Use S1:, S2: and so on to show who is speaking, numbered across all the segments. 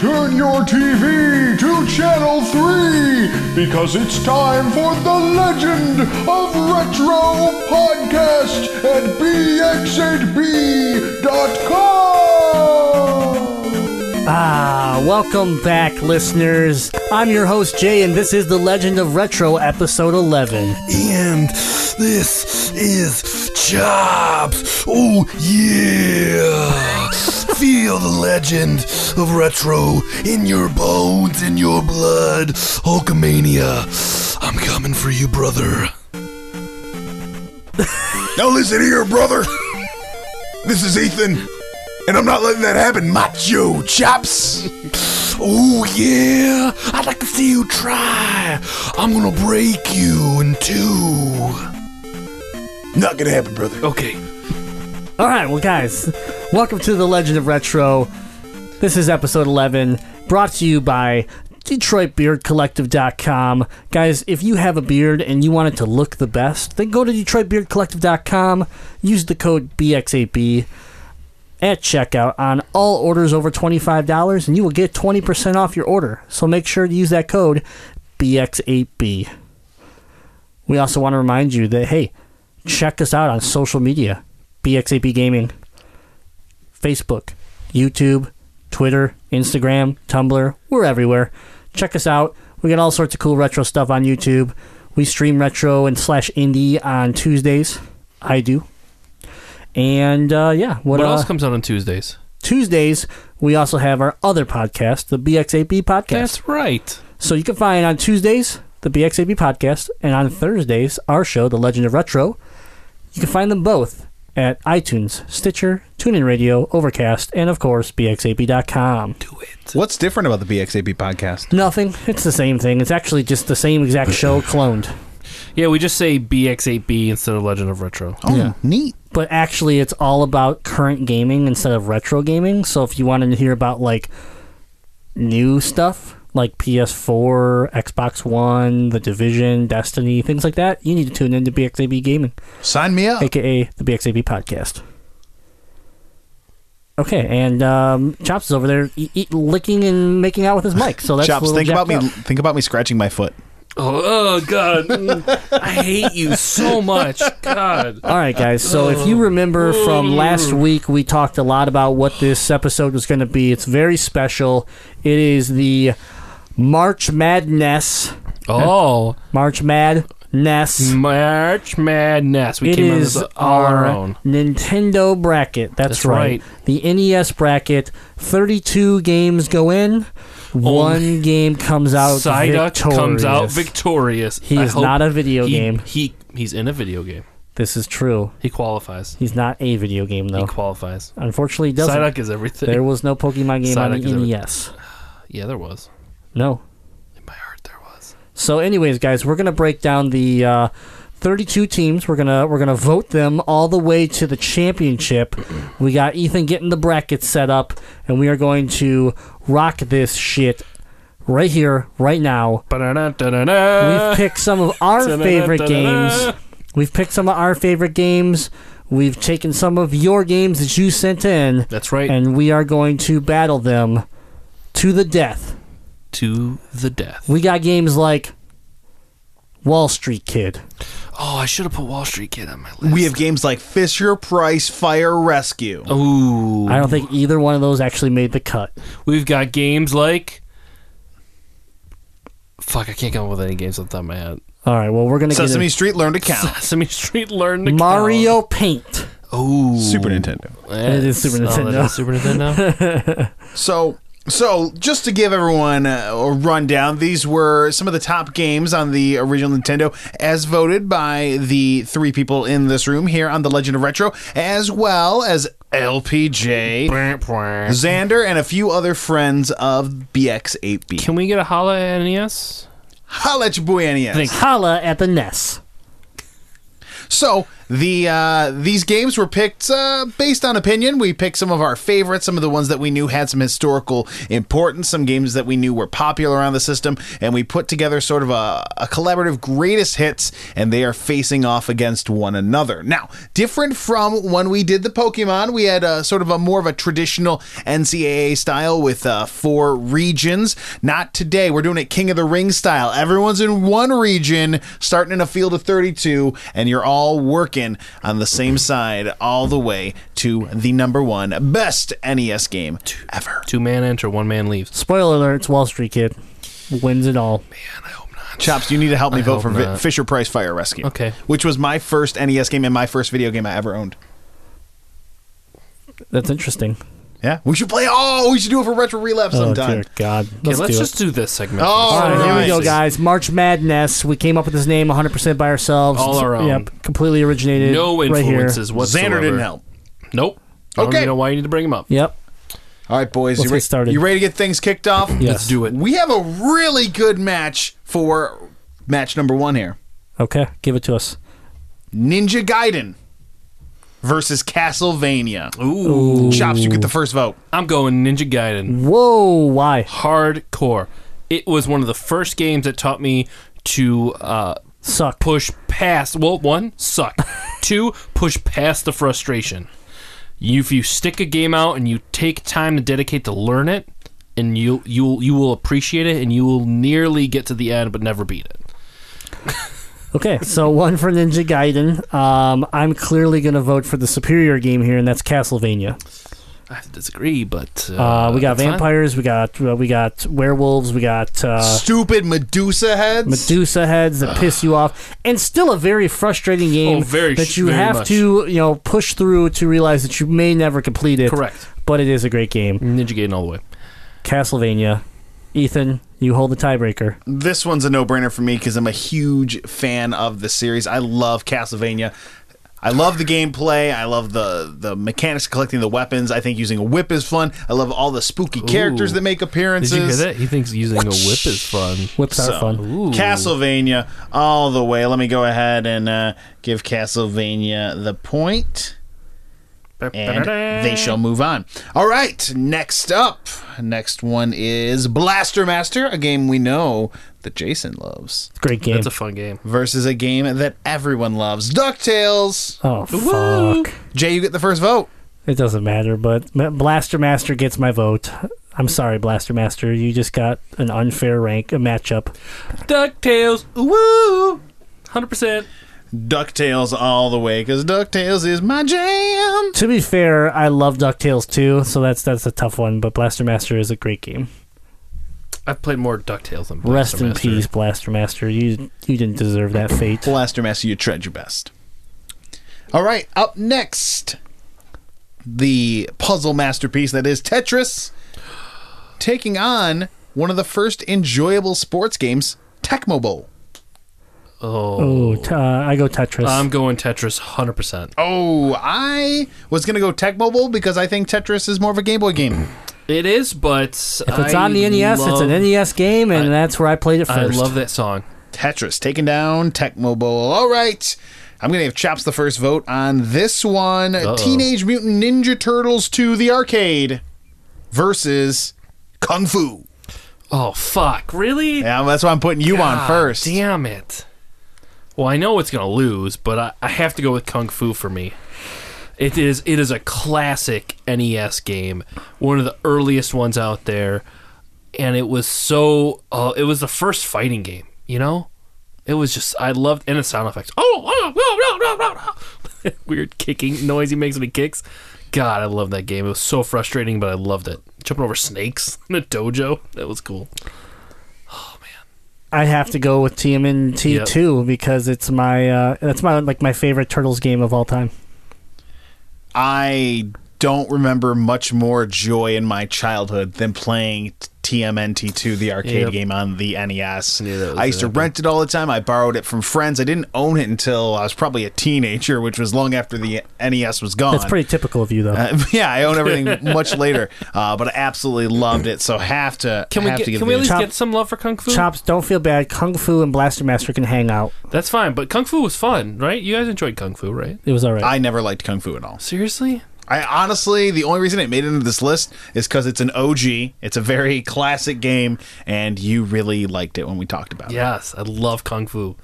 S1: Turn your TV to Channel 3 because it's time for the legend of Retro Podcast at BX8B.com.
S2: Ah, welcome back, listeners. I'm your host, Jay, and this is The Legend of Retro, episode 11.
S3: And this is Chops. Oh, yeah. Feel the legend of retro in your bones, in your blood. Hulkamania, I'm coming for you, brother.
S4: Now listen here, brother. This is Ethan, and I'm not letting that happen. Macho chops.
S3: Oh, yeah. I'd like to see you try. I'm going to break you in two.
S4: Not gonna happen, brother.
S3: Okay.
S2: All right, well, guys, welcome to The Legend of Retro. This is episode 11, brought to you by DetroitBeardCollective.com. Guys, if you have a beard and you want it to look the best, then go to DetroitBeardCollective.com, use the code BX8B at checkout on all orders over $25, and you will get 20% off your order. So make sure to use that code BX8B. We also want to remind you that, hey, check us out on social media BXAP Gaming, Facebook, YouTube, Twitter, Instagram, Tumblr. We're everywhere. Check us out. We got all sorts of cool retro stuff on YouTube. We stream retro and slash indie on Tuesdays. I do. And uh, yeah, what,
S5: What
S2: uh,
S5: else comes out on Tuesdays?
S2: Tuesdays, we also have our other podcast, the BXAP Podcast.
S5: That's right.
S2: So you can find on Tuesdays the BXAB podcast, and on Thursdays our show, The Legend of Retro. You can find them both at iTunes, Stitcher, TuneIn Radio, Overcast, and of course BXAB.com.
S6: What's different about the BXAP podcast?
S2: Nothing. It's the same thing. It's actually just the same exact show cloned,
S5: Yeah, we just say BX8B instead of Legend of Retro.
S6: Oh, neat.
S2: but actually it's all about current gaming instead of retro gaming. So if you wanted to hear about like new stuff. Like PS4, Xbox One, The Division, Destiny, things like that, you need to tune in to BXAB Gaming.
S6: Sign me up.
S2: aka the BXAB podcast. Okay, and um, Chops is over there e- e- licking and making out with his mic. So that's a
S6: Chops,
S2: little
S6: think about me.
S2: jacked up.
S6: Think about me scratching my foot.
S5: Oh, oh, God. Mm, I hate you so much. God.
S2: All right, guys. So if you remember from last week, we talked a lot about what this episode was going to be. It's very special. It is the March Madness.
S5: Oh,
S2: March Madness.
S5: March Madness. Mm, We
S2: It
S5: came up with
S2: is
S5: this all
S2: our
S5: our own.
S2: Nintendo bracket. That's,
S5: That's
S2: right.
S5: right.
S2: The NES bracket. Thirty-two games go in. One game comes out.
S5: Psyduck
S2: victorious.
S5: comes out victorious.
S2: He
S5: I
S2: is
S5: hope
S2: not a video
S5: he-
S2: game.
S5: He He's in a video game.
S2: This is true.
S5: He qualifies.
S2: He's not a video game
S5: He
S2: though.
S5: qualifies.
S2: Unfortunately, it doesn't.
S5: Psyduck is everything.
S2: There was no Pokemon game on
S5: Psyduck
S2: the
S5: is everything.
S2: NES.
S5: yeah, there was.
S2: No.
S5: In my heart, there was.
S2: So, anyways, guys, we're gonna break down the uh, 32 teams. We're gonna we're gonna vote them all the way to the championship. We got Ethan getting the brackets set up, and we are going to rock this shit right here, right now.
S5: Ba-da-da-da-da-da.
S2: We've picked some of our favorite games. We've picked some of our favorite games. We've taken some of your games that you sent in,
S5: That's right.
S2: and we are going to battle them to the death.
S5: to the death.
S2: We got games like Wall Street Kid.
S5: Oh, I should have put Wall Street Kid on my list.
S6: We have games like Fisher Price Fire Rescue.
S5: Ooh.
S2: I don't think either one of those actually made the cut.
S5: We've got games like. Fuck, I can't come up with any games off the top of my head.
S2: All right, well we're gonna
S6: Sesame
S2: get
S6: Street learned to count.
S5: Sesame Street Learn to
S2: in Mario Paint.
S5: Oh,
S6: Super Nintendo.
S2: It is Super Nintendo.
S5: Super Nintendo.
S6: So, so just to give everyone a a rundown, these were some of the top games on the original Nintendo, as voted by the three people in this room here on the Legend of Retro, as well as LPJ, Xander, and a few other friends of BX8B.
S5: Can we get a holla at E NES?
S6: Holla at your boy E NES.
S2: E
S5: Thank-
S2: Holla at the Ness.
S6: So The uh, these games were picked uh, based on opinion. We picked some of our favorites, some of the ones that we knew had some historical importance, some games that we knew were popular on the system, and we put together sort of a, a collaborative greatest hits, and they are facing off against one another. Now, different from when we did the Pokemon, we had a, sort of a more of a traditional NCAA style with uh, four regions. Not today. We're doing it King of the Ring style. Everyone's in one region, starting in a field of 32, and you're all working on the same side all the way to the number one best NES game ever.
S5: Two man enter, one man leaves.
S2: Spoiler alert, it's Wall Street Kid. Wins it all.
S6: Chops, you need to help me vote
S5: hope
S6: for Vi-
S5: not.
S6: Fisher Price Fire Rescue.
S5: Okay.
S6: Which was my first NES game and my first video game I ever owned.
S2: That's interesting.
S6: Yeah. We should play. Oh, we should do it for Retro Relapse
S2: Oh,
S6: sometime.
S2: dear God.
S5: Okay,
S2: Let's,
S5: let's
S2: do
S5: just
S2: it.
S5: do this segment.
S6: Oh,
S5: first.
S2: All right, here we go,
S6: Alright.
S2: guys. March Madness. We came up with this name 100% by ourselves.
S5: All our own.
S2: Yep, completely originated.
S5: no
S2: right here.
S5: influences whatsoever.
S6: Xander didn't help.
S5: Nope. I don't
S6: Okay.
S5: even know why you need to bring him up.
S2: Yep.
S6: All right, boys.
S2: Let's
S6: you
S2: get started.
S6: You ready to get things kicked off?
S2: Yes.
S5: Let's do it.
S6: We have a really good match for match number one here
S2: Okay, give it to us.
S6: Ninja Gaiden versus Castlevania.
S5: Ooh.
S6: Chops, you get the first vote.
S5: I'm going Ninja Gaiden.
S2: Whoa, why?
S5: Hardcore. It was one of the first games that taught me to uh,
S2: Suck.
S5: push past. Well, one, suck. Two, push past the frustration. You, if you stick a game out and you take time to dedicate to learn it, and you you you will appreciate it, and you will nearly get to the end but never beat it.
S2: Okay, so one for Ninja Gaiden. Um, I'm clearly going to vote for the superior game here, and that's Castlevania.
S5: I have to disagree, but uh,
S2: Uh, we got
S5: that's fine.
S2: vampires, we got uh, we got werewolves, we got uh,
S6: Stupid Medusa heads.
S2: Medusa heads that piss you off, and still a very frustrating game
S5: Oh, very sh-
S2: that you
S5: very
S2: have
S5: much.
S2: to you know push through to realize that you may never complete it.
S5: Correct.
S2: but it is a great game.
S5: Ninja Gaiden all the way.
S2: Castlevania, Ethan, you hold the tiebreaker.
S6: this one's a no-brainer for me because I'm a huge fan of the series. I love Castlevania. I love the gameplay. I love the the mechanics of collecting the weapons. I think using a whip is fun. I love all the spooky characters
S5: Ooh.
S6: that make appearances.
S5: Did you hear that? He thinks using a whip is fun.
S2: Whips
S6: So,
S2: are fun.
S6: Castlevania all the way. Let me go ahead and uh, give Castlevania the point. And they shall move on. All right, next up. Next one is Blaster Master, a game we know that Jason loves.
S2: Great game.
S5: That's a fun game.
S6: versus a game that everyone loves DuckTales.
S2: oh
S5: Woo!
S2: fuck!
S6: Jay, you get the first vote.
S2: It doesn't matter, but Ma- Blaster Master gets my vote. I'm sorry, Blaster Master. You just got an unfair rank, a matchup.
S5: DuckTales. Woo! 100%.
S6: DuckTales all the way because DuckTales is my jam.
S2: To be fair, I love DuckTales too, so that's that's a tough one, but Blaster Master is a great game.
S5: I've played more DuckTales than
S2: Rest
S5: Blaster
S2: in
S5: Master.
S2: peace, Blaster Master. You you didn't deserve that fate.
S6: Blaster Master, you tread your best. All right, up next, the puzzle masterpiece that is Tetris taking on one of the first enjoyable sports games, Tecmo Bowl.
S5: Oh.
S2: Oh, t- uh, I go Tetris.
S5: I'm going Tetris 100%.
S6: Oh, I was going to go Tecmo Bowl because I think Tetris is more of a Game Boy game.
S5: It is, but
S2: if it's on the NES, it's an NES game, and
S5: I-
S2: that's where I played it
S5: I
S2: first.
S5: love that song.
S6: Tetris taking down Tecmo Bowl. All right. I'm going to have Chops the first vote on this one. Teenage Mutant Ninja Turtles to the arcade versus Kung Fu.
S5: Oh fuck! Really?
S6: Yeah, that's why I'm putting you on
S5: God
S6: first.
S5: Damn it! Well, I know it's gonna lose, but I, I have to go with Kung Fu for me. It is it is a classic NES game, one of the earliest ones out there, and it was so uh, it was the first fighting game. You know, it was just I loved and the sound effects. Oh, oh, oh, oh, oh, oh. weird kicking noise he makes when he kicks. God, I love that game. It was so frustrating, but I loved it. Jumping over snakes in a dojo, that was cool.
S2: I have to go with TMNT
S5: Yep.
S2: two because it's my uh, that's my like my favorite Turtles game of all time.
S6: I don't remember much more joy in my childhood than playing t- TMNT2, the arcade
S5: Yep.
S6: game on the NES.
S5: knew that was
S6: I used to
S5: gonna
S6: rent it all the time. I borrowed it from friends. I didn't own it until I was probably a teenager, which was long after the NES was gone.
S2: That's pretty typical of you, though.
S6: Uh, yeah, I own everything much later, uh, but I absolutely loved it. So have to
S5: Can we
S6: have
S5: get,
S6: to give
S5: can
S6: it
S5: we at
S6: a
S5: least
S2: Chop-
S5: get some love for Kung Fu?
S2: Chops, don't feel bad. Kung Fu and Blaster Master can hang out.
S5: That's fine, but Kung Fu was fun, right? You guys enjoyed Kung Fu, right?
S2: It was all right.
S6: I never liked Kung Fu at all.
S5: Seriously?
S6: I honestly, the only reason it made it into this list is because it's an OG. It's a very classic game, and you really liked it when we talked about it.
S5: Yes, I love Kung Fu.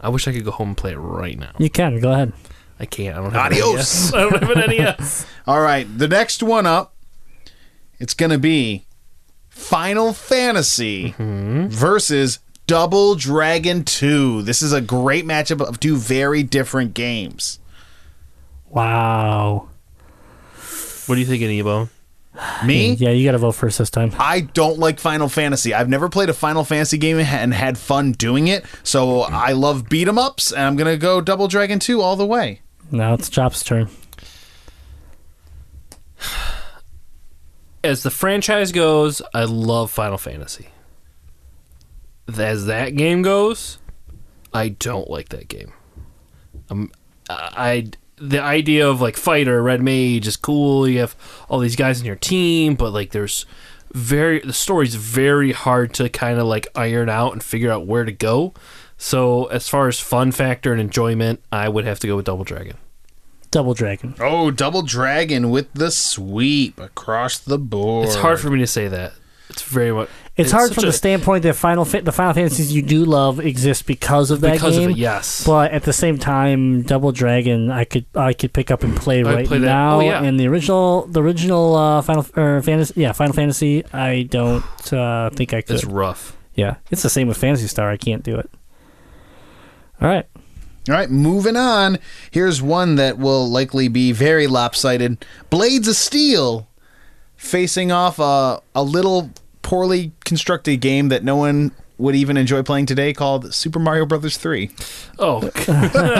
S5: I wish I could go home and play it right now.
S2: you can go ahead.
S5: I can't. I don't have an
S6: Adios.
S5: NES. I don't have an NES.
S6: All right, the next one up, it's going to be Final Fantasy versus Double Dragon 2. This is a great matchup of two very different games.
S2: Wow.
S5: What do you think, Ebo?
S6: Me?
S2: Yeah, you got to vote first this time.
S6: I don't like Final Fantasy. I've never played a Final Fantasy game and had fun doing it, so I love beat 'em ups, and I'm gonna go Double Dragon 2 all the way.
S2: Now it's Chops' turn.
S5: As the franchise goes, I love Final Fantasy. As that game goes, I don't like that game. Um, I the idea of like fighter red mage is cool. You have all these guys in your team, but like there's very the story's very hard to kind of like iron out and figure out where to go. So as far as fun factor and enjoyment, I would have to go with Double Dragon.
S2: Double Dragon.
S6: Oh, Double Dragon with the sweep across the board.
S5: It's hard for me to say that. It's very much.
S2: It's, hard
S5: such
S2: from
S5: a-
S2: the standpoint that Final Fa- the Final Fantasies you do love exist because of that
S5: because
S2: game.
S5: of it. Yes,
S2: But at the same time, Double Dragon, I could I could pick up and play
S5: would
S2: right
S5: play that.
S2: now.
S5: Oh, yeah.
S2: And the original the original uh, Final or Fantasy yeah Final Fantasy, I don't uh, think I could.
S5: it's rough.
S2: yeah, it's the same with Fantasy Star. I can't do it. All right,
S6: All right, moving on. Here's one that will likely be very lopsided. Blades of Steel facing off a, a little poorly constructed game that no one would even enjoy playing today called Super Mario Brothers 3.
S5: Oh,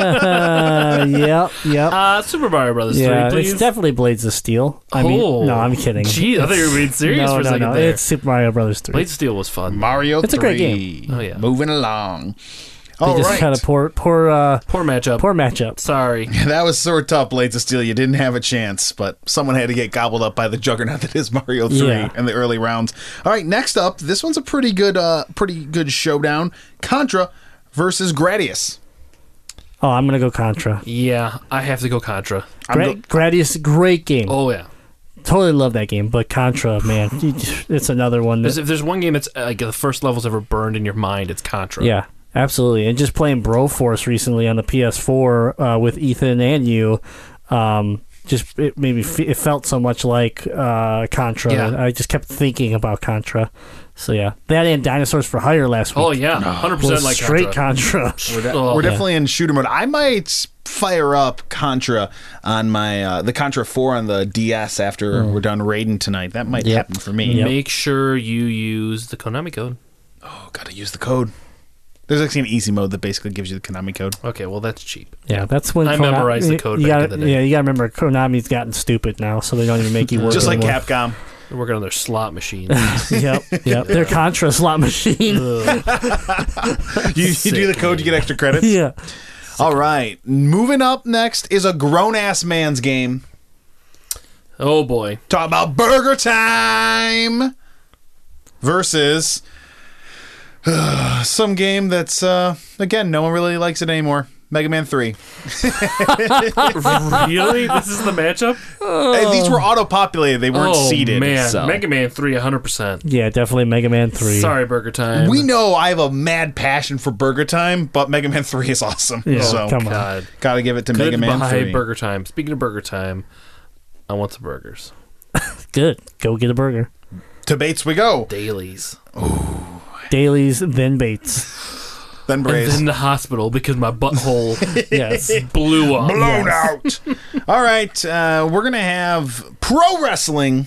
S2: uh, yep, yep.
S5: uh, Super Mario Brothers
S2: yeah,
S5: 3, please.
S2: it's definitely Blades of Steel. I mean,
S5: Oh.
S2: no, I'm kidding.
S5: Gee, I thought you were being serious
S2: no,
S5: for a
S2: no,
S5: second
S2: no.
S5: there.
S2: It's Super Mario Brothers 3.
S5: Blade Steel was fun.
S6: Mario
S2: It's a
S6: 3.
S2: great
S5: Oh, yeah.
S6: Moving along.
S2: they
S6: All
S2: just
S6: right.
S2: kind of poor, poor, uh,
S5: Poor matchup.
S2: poor matchups.
S5: Sorry.
S6: that was sort of tough, Blades of Steel. You didn't have a chance, but someone had to get gobbled up by the juggernaut that is Mario 3
S2: Yeah.
S6: in the early rounds. All right, next up, this one's a pretty good uh pretty good showdown. Contra versus Gradius.
S2: Oh, I'm gonna go Contra.
S5: Yeah, I have to go Contra.
S2: Gra- Gradius, great game.
S5: Oh yeah.
S2: Totally love that game, but Contra, man, it's another one.
S5: There's,
S2: That,
S5: if there's one game that's uh, like the first level's ever burned in your mind, it's Contra.
S2: yeah, absolutely. And just playing Broforce recently on the PS4 uh, with Ethan and you, um, just it made me. Fe- it felt so much like uh, Contra.
S5: Yeah.
S2: I just kept thinking about Contra. So yeah, that and Dinosaurs for Hire last week.
S5: Oh yeah. Hundred
S2: was
S5: percent like
S2: straight
S5: Contra.
S2: Contra.
S5: Oh,
S6: We're definitely in shooter mode. I might fire up Contra on my uh, the Contra 4 on the DS after
S2: Mm.
S6: we're done raiding tonight. That might happen for me.
S5: Make sure you use the Konami code.
S6: Oh, gotta use the code. There's actually an easy mode that basically gives you the Konami code.
S5: Okay, well that's cheap.
S2: Yeah, that's when
S5: I
S2: Kona-
S5: memorized the code
S2: You
S5: back
S2: gotta,
S5: in the day.
S2: Yeah, you gotta remember Konami's gotten stupid now, so they don't even make you work.
S6: Just like
S2: anymore.
S6: Capcom.
S5: They're working on their slot machine.
S2: yep, yep. Their Contra slot machine.
S6: You, you do the code, you get extra credits.
S2: yeah.
S6: All right. Moving up next is a grown ass man's game.
S5: oh boy.
S6: Talk about Burger Time versus uh, some game that's, uh, again, no one really likes it anymore. Mega Man 3.
S5: really? This is the matchup?
S6: Hey, these
S2: Oh.
S6: were auto populated, they weren't
S5: oh
S6: seeded.
S5: man,
S6: so.
S5: Mega Man 3 100%.
S2: Yeah, definitely Mega Man 3.
S5: Sorry, Burger Time.
S6: we know I have a mad passion for Burger Time, but Mega Man 3 is awesome.
S2: Yeah,
S6: so,
S2: come on.
S5: God.
S6: gotta give it to Mega Man
S5: Goodbye,
S6: 3.
S5: Burger Time. Speaking of Burger Time, I want some burgers.
S2: Good. Go get a burger.
S6: Debates we go.
S5: Dailies.
S2: Dailies, then Bates.
S6: Then
S5: And
S6: Braves.
S5: then the hospital because my butthole
S2: Yes.
S5: blew up.
S4: Blown out.
S6: All right, uh, we're gonna have pro wrestling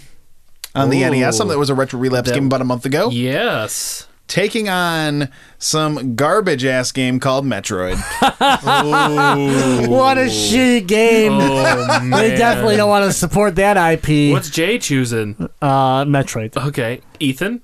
S6: on the E
S5: Ooh.
S6: NES. Something that was a retro relapse game about a month ago.
S5: Yes.
S6: taking on some garbage ass game called Metroid.
S2: What a shitty game.
S5: Oh,
S2: They
S5: man.
S2: definitely don't want to support that IP.
S5: What's Jay choosing?
S2: uh, Metroid?
S5: Okay, Ethan.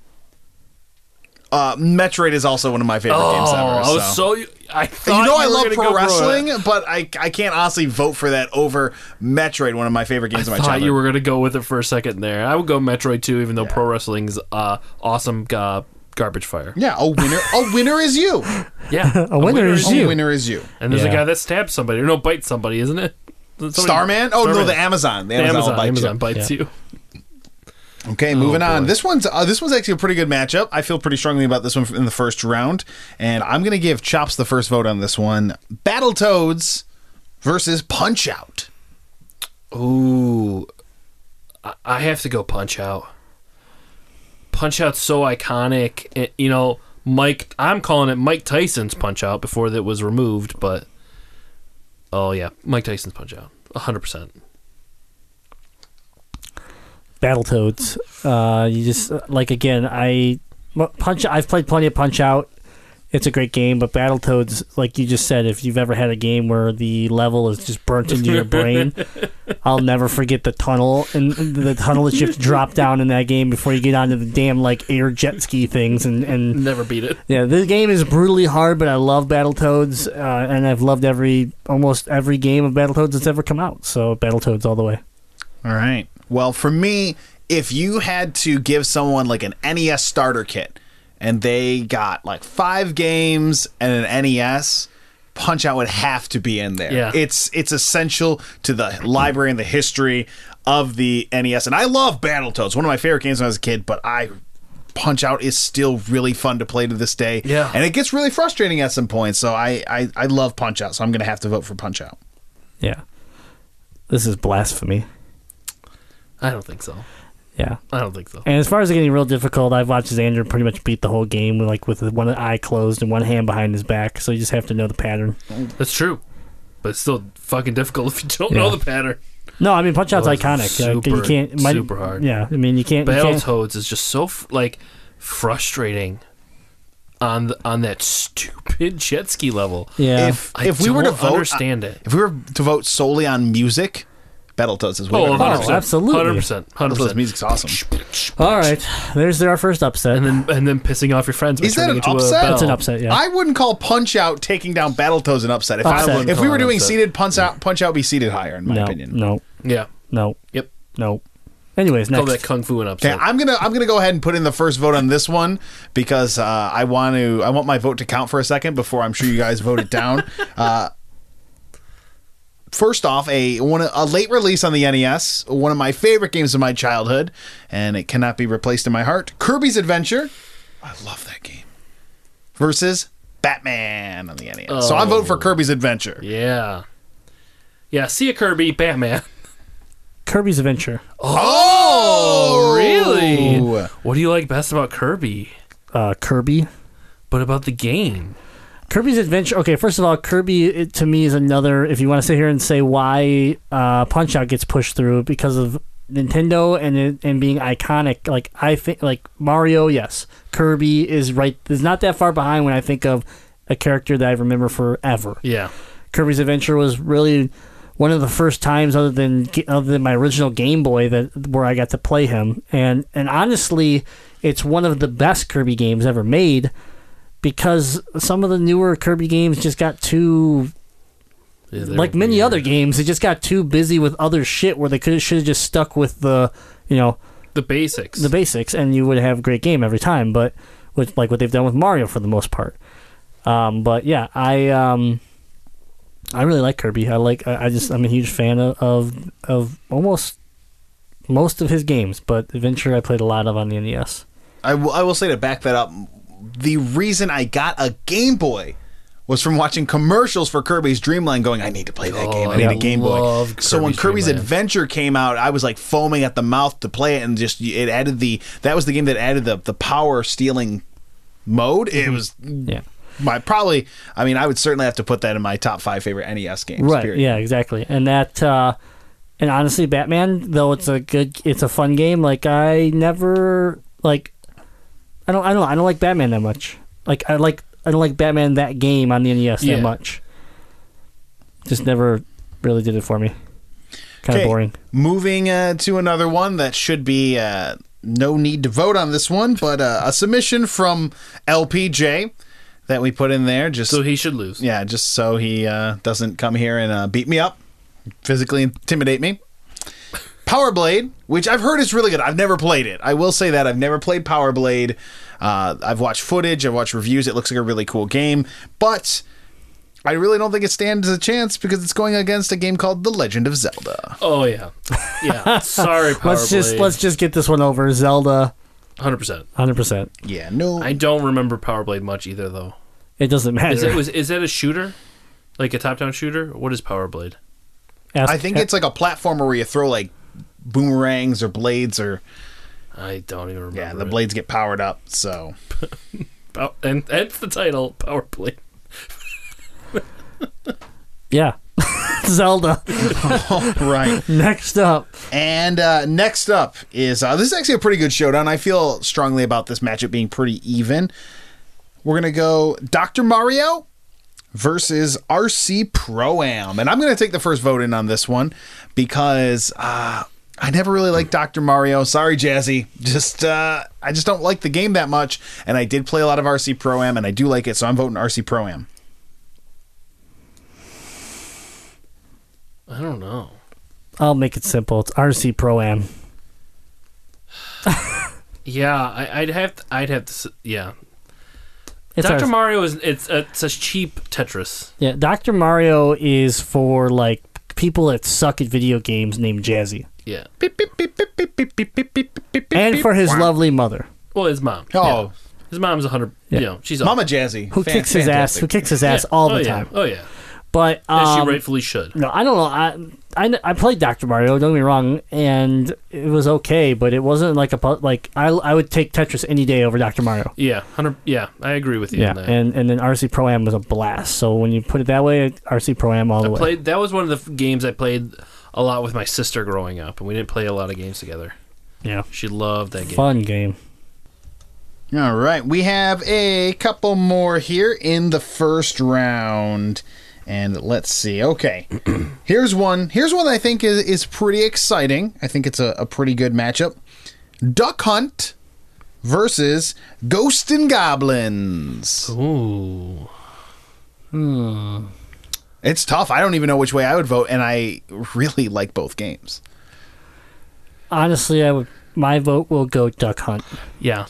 S6: Uh, Metroid is also one of my favorite games ever.
S5: Oh, I was so. I
S6: You
S5: thought
S6: know I
S5: were
S6: love
S5: gonna
S6: pro
S5: go
S6: wrestling, but I, I can't honestly vote for that over Metroid, one of my favorite games
S5: I
S6: of my
S5: thought
S6: childhood.
S5: you were gonna go with it for a second there. I would go Metroid 2, even though pro wrestling's uh, awesome uh, garbage fire.
S6: yeah, a winner. A winner is you.
S5: Yeah,
S2: A winner is
S6: A
S2: you.
S6: winner is you.
S5: And there's
S2: Yeah.
S5: a guy that stabs somebody or no bites somebody, isn't it? Somebody-
S6: Starman? Oh no,
S5: Starman.
S6: the Amazon. The
S5: The
S6: Amazon, will
S5: Amazon,
S6: bite you.
S5: Amazon bites you.
S6: Okay, moving on.
S5: boy.
S6: This one's uh, this one's actually a pretty good matchup. I feel pretty strongly about this one in the first round, and I'm going to give Chops the first vote on this one. Battletoads versus Punch Out.
S5: Ooh, I- I have to go Punch Out. Punch Out's so iconic. It- you know, Mike. I'm calling it Mike Tyson's Punch Out before that was removed, but oh yeah, Mike Tyson's Punch Out, 100. percent
S2: Battletoads. Uh, you just like again. I punch. I've played plenty of Punch Out. It's a great game, but Battletoads, like you just said, if you've ever had a game where the level is just burnt into your brain, I'll never forget the tunnel and the tunnel that you have to drop down in that game before you get onto the damn like air jet ski things and and
S5: Never beat it.
S2: Yeah, this game is brutally hard, but I love Battletoads, uh, and I've loved every almost every game of Battletoads that's ever come out. So Battletoads all the way.
S6: All right. Well, for me, if you had to give someone like an NES starter kit and they got like five games and an NES, Punch Out would have to be in there.
S5: Yeah.
S6: It's it's essential to the library and the history of the NES. And I love Battletoads, one of my favorite games when I was a kid, but I Punch Out is still really fun to play to this day.
S5: Yeah.
S6: And it gets really frustrating at some point. So I I, I love Punch Out, so I'm gonna have to vote for Punch Out.
S2: Yeah, this is blasphemy.
S5: I don't think so.
S2: Yeah,
S5: I don't think so.
S2: and as far as it getting real difficult, I've watched Xander pretty much beat the whole game with like with one eye closed and one hand behind his back. So you just have to know the pattern.
S5: That's true, but it's still fucking difficult if you don't know
S2: Yeah.
S5: the pattern.
S2: No, I mean Punch Out's
S5: Oh,
S2: iconic. Uh, you
S5: super,
S2: can't my-
S5: super hard.
S2: Yeah, I mean you can't. you can't-
S5: Battletoads is just so f- like frustrating on the, on that stupid jet ski level.
S2: yeah,
S6: if
S5: I
S6: if we were to
S5: don't
S6: vote,
S5: understand it.
S6: If we were to vote solely on music, Battletoads is way
S5: Oh,
S6: better.
S5: 100%,
S2: absolutely.
S5: 100%. 100%.
S6: Battletoads music's awesome.
S2: all right, there's our first upset.
S5: And then and then pissing off your friends by
S6: Is that
S5: turning
S6: an
S5: into
S6: upset?
S5: a bell.
S2: That's an upset. Yeah,
S6: I wouldn't call Punch Out taking down Battletoads an upset. If, I-
S2: Upset.
S6: if we were doing
S5: Upset.
S6: seated, Punch Out Punch Out be seated higher in my
S2: no,
S6: opinion.
S2: no,
S5: Yeah.
S2: no,
S5: Yep.
S2: no. Anyways,
S5: Call
S2: next.
S5: that kung fu an
S6: Okay,
S5: upset.
S6: I'm gonna I'm gonna go ahead and put in the first vote on this one because uh, I want to I want my vote to count for a second before I'm sure you guys vote it down. Uh, first off, a one a late release on the NES, one of my favorite games of my childhood, and it cannot be replaced in my heart. Kirby's Adventure, I love that game. Versus Batman on the NES, so I
S5: Oh.
S6: vote for Kirby's Adventure.
S5: yeah. Yeah, see a Kirby, Batman.
S2: Kirby's Adventure.
S5: Oh,
S6: Ooh.
S5: really? What do you like best about Kirby?
S2: Uh, Kirby.
S5: But about the game?
S2: Kirby's Adventure. Okay, first of all, Kirby it, to me is another. If you want to sit here and say why uh, Punch Out gets pushed through because of Nintendo and it, and being iconic, like I think like Mario, yes, Kirby is right. Is not that far behind when I think of a character that I remember forever.
S5: Yeah.
S2: Kirby's Adventure was really one of the first times, other than other than my original Game Boy, that where I got to play him. And and honestly, it's one of the best Kirby games ever made because some of the newer Kirby games just got too
S5: Yeah, they're
S2: like many
S5: weird.
S2: other games. They just got too busy with other shit where they could should have just stuck with the you know
S5: the basics.
S2: the basics, and you would have a great game every time. But with like what they've done with Mario for the most part. Um, but yeah, I um, I really like Kirby. I like I, I just I'm a huge fan of, of of almost most of his games, but Adventure I played a lot of on the E NES.
S6: I will- I will say to back that up, the reason I got a Game Boy was from watching commercials for Kirby's Dreamland going, I need to play that
S5: Oh,
S6: game. I
S5: I
S6: need a Game Boy.
S5: love
S6: So when
S5: Kirby's
S6: Kirby's
S5: Dreamland.
S6: Adventure came out, I was like foaming at the mouth to play it and just it added the that was the game that added the the power stealing mode.
S5: Mm-hmm.
S6: It was
S2: Yeah,
S6: my probably I mean I would certainly have to put that in my top 5 favorite NES games.
S2: right.
S6: period.
S2: Yeah, exactly. And that uh, and honestly, Batman though it's a good, it's a fun game. Like I never like. I don't. I don't. I don't like Batman that much. Like I like. I don't like Batman that game on the NES
S5: Yeah.
S2: that much. Just never really did it for me. Kind of
S6: Okay,
S2: boring.
S6: Moving uh, to another one that should be uh, no need to vote on this one, but uh, a submission from LPJ that we put in there just
S5: So he should lose.
S6: yeah, just so he uh, doesn't come here and uh, beat me up, physically intimidate me. Power Blade, which I've heard is really good. I've never played it. I will say that I've never played Power Blade. Uh, I've watched footage. I've watched reviews. It looks like a really cool game, but I really don't think it stands a chance because it's going against a game called The Legend of Zelda.
S5: Oh yeah, yeah. Sorry, Power
S2: Let's just let's just get this one over. Zelda,
S5: hundred percent.
S2: hundred percent.
S6: Yeah, no.
S5: I don't remember Power Blade much either, though.
S2: It doesn't matter.
S5: Is it was is that a shooter, like a top-down shooter? What is Power Blade?
S2: Ask-
S6: I think it's like a platformer where you throw like boomerangs or blades or
S5: I don't even remember.
S6: yeah, the
S5: it.
S6: blades get powered up. So
S5: Pow- and that's the title, Power Blade.
S2: yeah. Zelda.
S6: right.
S2: Next up,
S6: And uh, next up is uh, this is actually a pretty good showdown. I feel strongly about this matchup being pretty even. We're gonna go Dr. Mario versus RC Pro Am, and I'm gonna take the first vote in on this one because uh, I never really liked Dr. Mario. Sorry, Jazzy. Just uh, I just don't like the game that much, and I did play a lot of RC Pro Am, and I do like it, so I'm voting RC Pro Am.
S5: I don't know.
S2: I'll make it simple. It's RC Pro Am.
S5: Yeah, I, I'd have to, I'd have to. s- Yeah,
S2: It's
S5: Doctor
S2: RC.
S5: Mario is it's a, it's a cheap Tetris.
S2: Yeah, Dr. Mario is for like people that suck at video games named Jazzy.
S5: Yeah.
S2: And for his lovely mother.
S5: Well, his mom.
S6: Oh.
S5: Yeah. His mom's a hundred. You know, she's
S6: Mama Jazzy,
S2: Who
S6: Fan-
S2: kicks his ass who
S6: fantastic.
S2: kicks his ass
S5: Yeah.
S2: all
S5: Oh,
S2: the
S5: yeah.
S2: time.
S5: Oh yeah,
S2: But
S5: as
S2: um,
S5: she rightfully should.
S2: no, I don't know. I, I kn- I played Dr. Mario, don't get me wrong, and it was okay, but it wasn't like a pu- like I I would take Tetris any day over Dr. Mario.
S5: Yeah, hundred. Yeah, I agree with you.
S2: Yeah,
S5: on that.
S2: and and then RC Pro Am was a blast. So when you put it that way, RC Pro Am all the
S5: I
S2: way.
S5: played. That was one of the f- games I played a lot with my sister growing up, and we didn't play a lot of games together.
S2: yeah,
S5: She loved that game.
S2: fun game.
S6: All right, we have a couple more here in the first round. And let's see. Okay. Here's one. Here's one I think is, is pretty exciting. I think it's a, a pretty good matchup. Duck Hunt versus Ghost and Goblins.
S5: Ooh. Hmm.
S6: It's tough. I don't even know which way I would vote, and I really like both games.
S2: Honestly, I would my vote will go Duck Hunt.
S5: Yeah.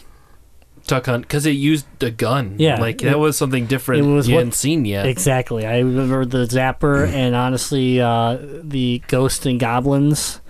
S5: Duck Hunt, because it used a gun.
S2: Yeah,
S5: Like,
S2: it-
S5: that was something different
S2: it was
S5: you
S2: what-
S5: hadn't seen yet.
S2: Exactly. I remember the Zapper and honestly, uh, the Ghost and Goblins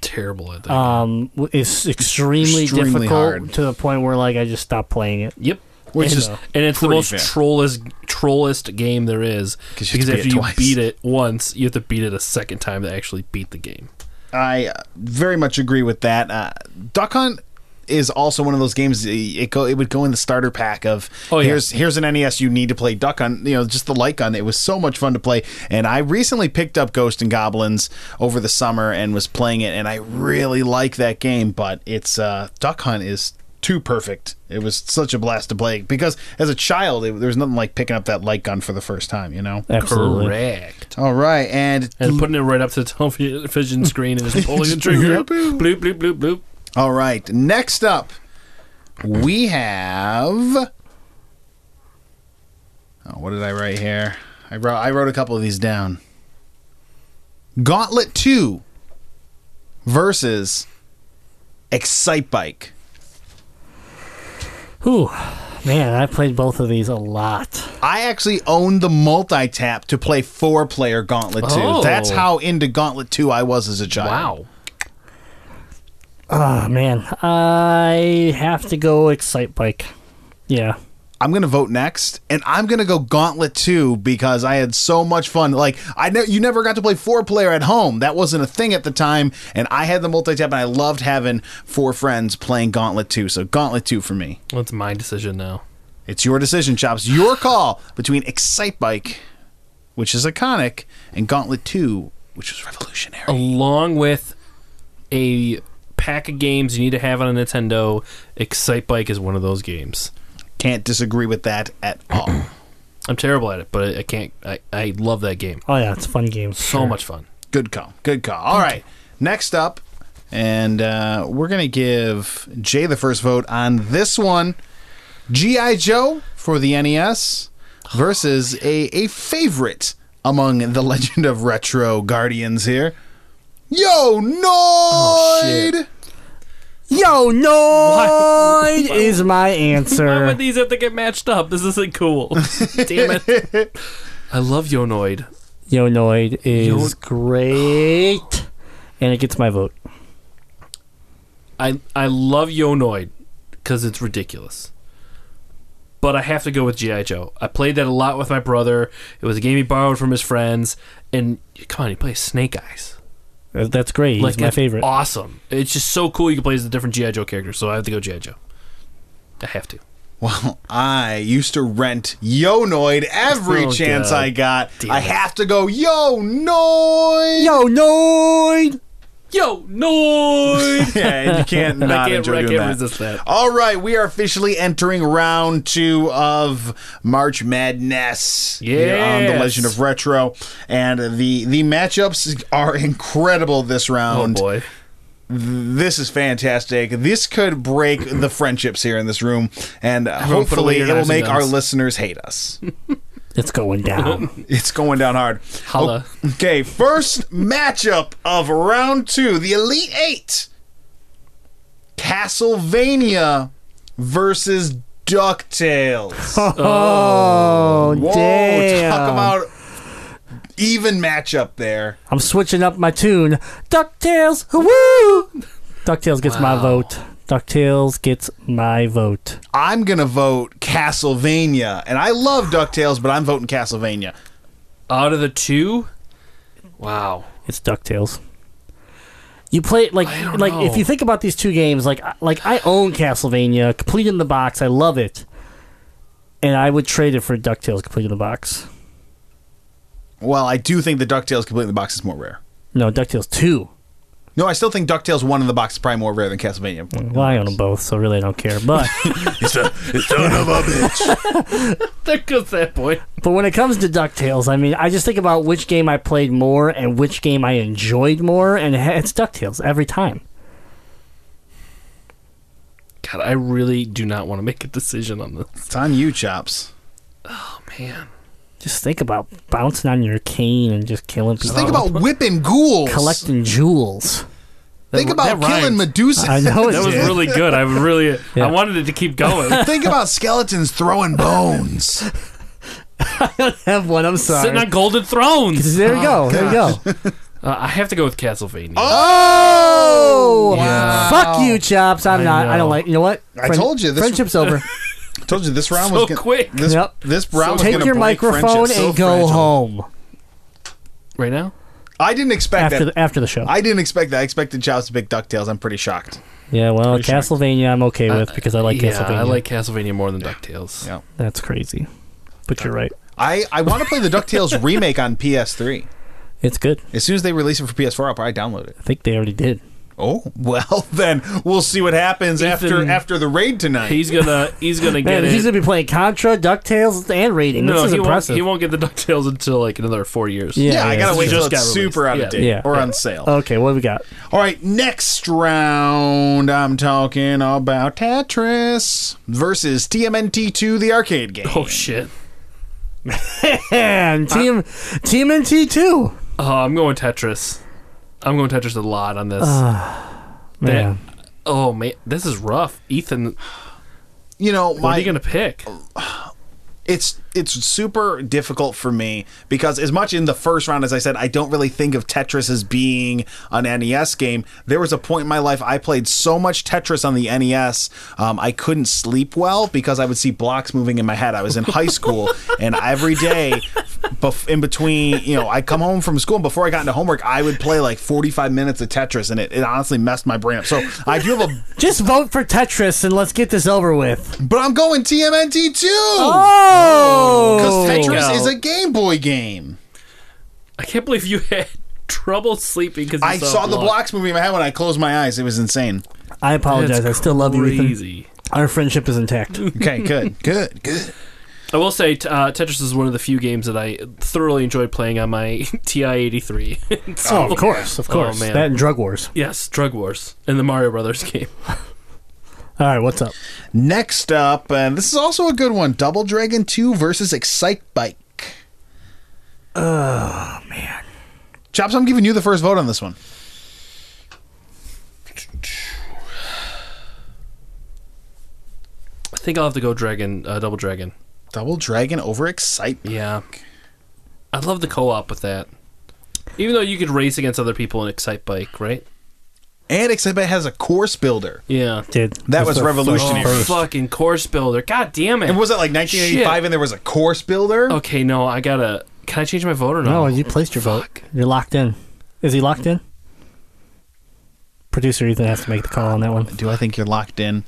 S5: Terrible at that.
S2: um, w- is extremely,
S6: Extremely
S2: difficult
S6: hard.
S2: to the point where like I just stopped playing it.
S5: yep.
S6: Which
S5: and,
S6: is
S5: and it's the
S6: pretty
S5: most
S6: fair.
S5: trollest, trollest game there is.
S6: 'Cause
S5: Because
S6: you have to beat
S5: after
S6: it
S5: you
S6: twice.
S5: beat it once, you have to beat it a second time to actually beat the game.
S6: I uh, very much agree with that. Uh, Duck Hunt is also one of those games. uh, It go it would go in the starter pack of
S5: Oh, yeah.
S6: here's here's an NES you need to play Duck Hunt. You know, just the like on it was so much fun to play. And I recently picked up Ghost and Goblins over the summer and was playing it, and I really like that game. But it's uh, Duck Hunt is too perfect. It was such a blast to play because as a child, it, there was nothing like picking up that light gun for the first time. You know.
S2: Absolutely.
S5: Correct.
S6: All right, and
S5: And putting it right up to the television screen and just pulling the trigger. bloop, bloop, bloop, bloop.
S6: All right. Next up, we have. Oh, what did I write here? I wrote I wrote a couple of these down. Gauntlet Two versus Excite Bike.
S2: Whew. Man, I played both of these a lot.
S6: I actually own the multi tap to play four player Gauntlet Two.
S5: Oh.
S6: That's how into Gauntlet Two I was as a child.
S5: Wow.
S2: Oh man, I have to go Excite Bike. Yeah.
S6: I'm gonna vote next, and I'm gonna go Gauntlet Two because I had so much fun. Like I know you never got to play four player at home; that wasn't a thing at the time. And I had the multi tap, and I loved having four friends playing Gauntlet Two. So Gauntlet Two for me.
S5: That's my decision now.
S6: It's your decision, Chops. Your call between Excite Bike, which is iconic,
S5: Oh.
S6: and Gauntlet Two, which was revolutionary.
S5: along with a pack of games you need to have on a Nintendo, Excite Bike is one of those games.
S6: Can't disagree with that at all.
S5: I'm terrible at it, but I, I can't. I, I love that game.
S2: Oh yeah, it's a fun game.
S5: So much fun.
S6: Good call. Good call. All right. Next up, and uh, we're going to give Jay the first vote on this one G.I. Joe for the NES versus a, a favorite among the Legend of Retro Guardians here. Yo, Noid!
S5: Oh,
S2: Yo, Noid is my
S5: Why
S2: answer.
S5: would these have to get matched up? This isn't cool. Damn it. I love Yonoid.
S2: Yo, Noid is
S5: Yo-
S2: great, and it gets my vote.
S5: I I love Yonoid because it's ridiculous. But I have to go with GI Joe. I played that a lot with my brother. It was a game he borrowed from his friends, and come on, he plays Snake Eyes.
S2: Uh, That's great. He's my
S5: that's
S2: favorite.
S5: Awesome. It's just so cool. You can play as a different GI Joe character. So I have to go GI Joe. I have to.
S6: Well, I used to rent Yonoid every
S5: Oh,
S6: chance
S5: God.
S6: I got.
S5: Damn
S6: I
S5: it.
S6: have to go Yonoid.
S2: Yo, Noid.
S5: Yo, Noid.
S6: yeah, and you can't not
S5: I can't,
S6: enjoy
S5: I
S6: doing
S5: can't
S6: that.
S5: resist that.
S6: All right, we are officially entering round two of March Madness here on the
S5: Yes.
S6: Legend of Retro, and the the matchups are incredible this
S5: Oh
S6: round.
S5: boy.
S6: This is fantastic. This could break the friendships here in this room, and uh,
S5: Everyone put
S6: hopefully
S5: away your
S6: it will
S5: knives and
S6: make our
S5: guns.
S6: listeners hate us.
S2: It's going down.
S6: It's going down hard.
S5: Holla.
S6: Okay, first matchup of round two the Elite Eight Castlevania versus DuckTales.
S2: Oh,
S6: Whoa,
S2: damn!
S6: talk about even matchup there.
S2: I'm switching up my tune. Ducktales, woo! Ducktales gets my vote. Ducktales gets my vote.
S6: I'm going to vote Castlevania. And I love DuckTales, but I'm voting Castlevania.
S5: Out of the two, wow.
S2: It's Ducktales. You play it like
S5: don't
S2: like if
S5: know.
S2: you think about these two games, like I- like I own Castlevania, complete in the box. I love it, and I would trade it for Ducktales, complete in the box.
S6: Well, I do think the DuckTales Complete in the Box is more rare.
S2: No, Ducktales two.
S6: No, I still think DuckTales 1 in the box is probably more rare than Castlevania.
S2: Well, I own them both, so really I don't care. But
S4: Son of a bitch.
S5: There goes that boy.
S2: But when it comes to DuckTales, I mean, I just think about which game I played more and which game I enjoyed more, and it- it's DuckTales every time.
S5: God, I really do not want to make a decision on this.
S6: It's on you, Chops.
S5: Oh, Man.
S2: Just think about bouncing on your cane and just killing people.
S6: Just think about whipping ghouls.
S2: collecting jewels.
S6: Think
S5: That-
S6: about
S5: that
S6: killing
S5: rhymed.
S6: Medusa.
S2: I know
S5: That
S2: it's
S5: was really good. I really
S2: Yeah.
S5: I wanted it to keep going.
S6: Think about skeletons throwing bones.
S2: have one. I'm sorry.
S5: Sitting on golden thrones.
S2: there you go. There you go.
S5: Uh, I have to go with Castlevania.
S6: Oh!
S2: Fuck you, chops. I'm
S5: I
S2: not. I
S5: know.
S2: don't like. You know what?
S6: I told you, this-
S2: friendship's over.
S6: Told you this round
S5: So
S6: was gonna,
S5: quick.
S6: This,
S2: Yep.
S6: this round was
S2: Take
S6: gonna
S2: your
S6: break
S2: microphone and
S6: friendships.
S2: go
S6: So fragile.
S2: home
S5: Right now?
S6: I didn't expect
S2: after
S6: that.
S2: the, after the show.
S6: I didn't expect that. I expected Chops to pick Ducktales. I'm pretty shocked.
S2: yeah, well,
S6: Pretty sure. Uh,
S2: Castlevania, I'm okay with because I like
S5: yeah,
S2: Castlevania.
S5: I like Castlevania more than DuckTales.
S6: Yeah.
S2: That's crazy. But you're right.
S6: I, I want to play the Ducktales remake on PS3.
S2: It's good.
S6: As soon as they release it for PS4, I'll probably download it.
S2: I think they already did.
S6: Oh well, then we'll see what happens after
S5: Ethan-
S6: after the raid tonight.
S5: He's gonna he's gonna get
S2: Man,
S5: it.
S2: he's gonna be playing Contra, Ducktales, and rating.
S5: no,
S2: this is
S5: he
S2: impressive.
S5: won't he won't get the DuckTales until like another four years.
S2: Yeah.
S6: yeah, I gotta
S5: this
S6: wait till
S5: just
S6: it's
S5: got
S6: super out
S5: released.
S6: of
S5: Yeah.
S6: date
S2: Yeah.
S6: or on sale.
S2: okay, what do we got?
S6: All right, next round, I'm talking about Tetris versus TMNT2, the arcade game.
S5: Oh shit.
S2: And team Team TMNT two.
S5: Oh, I'm going Tetris. I'm going Tetris a lot on this.
S2: Ah, Man,
S5: oh man, this is rough. Ethan,
S6: you know,
S5: what are
S6: my,
S5: you gonna pick?
S6: it's it's super difficult for me because as much in the first round as I said, I don't really think of Tetris as being an NES game. There was a point in my life I played so much Tetris on the NES, um, I couldn't sleep well because I would see blocks moving in my head. I was in high school, and every day bef- in between, you know, I come home from school and before I got into homework, I would play like 45 minutes of Tetris, and it, it honestly messed my brain up. So I do have a,
S2: just vote for Tetris and let's get this over with.
S6: but I'm going TMNT too.
S2: Oh,
S6: Because Tetris
S5: Bingo.
S6: is a Game Boy game.
S5: I can't believe you had trouble sleeping because
S6: I saw the Blocks movie in my head when I closed my eyes. It was insane.
S2: I apologize. I still love you, Ethan.
S5: Crazy.
S2: Our friendship is intact.
S6: Okay, good, good, good.
S5: I will say t- uh, Tetris is one of the few games that I thoroughly enjoyed playing on my TI eighty three.
S2: oh, of course, of
S5: Oh,
S2: course.
S5: man.
S2: That and Drug Wars.
S5: yes, Drug Wars and the Mario Brothers game.
S2: All right, what's up?
S6: Next up, and this is also a good one: Double Dragon Two versus Excite Bike. Oh man,
S5: Oh,
S6: Chops! I'm giving you the first vote on this one.
S5: I think I'll have to go Dragon uh, Double Dragon.
S6: Double Dragon over Excite. Bike.
S5: Yeah, I love the co op with that. Even though you could race against other people in Excite Bike, right?
S6: And Excite Bike has a course builder.
S5: Yeah.
S2: Dude,
S6: That
S2: it's
S6: was
S2: the
S6: revolutionary.
S5: Oh,
S2: first-
S5: fucking course builder. God damn it.
S6: And was it like 1985
S5: Shit. Oh.
S6: and there was a course builder?
S5: Okay, no, I gotta. Can I change my vote or no?
S2: No, Oh, you placed your vote. You're locked in. Is he locked in? Producer Ethan has to make the call on that one.
S6: Do I think you're locked in?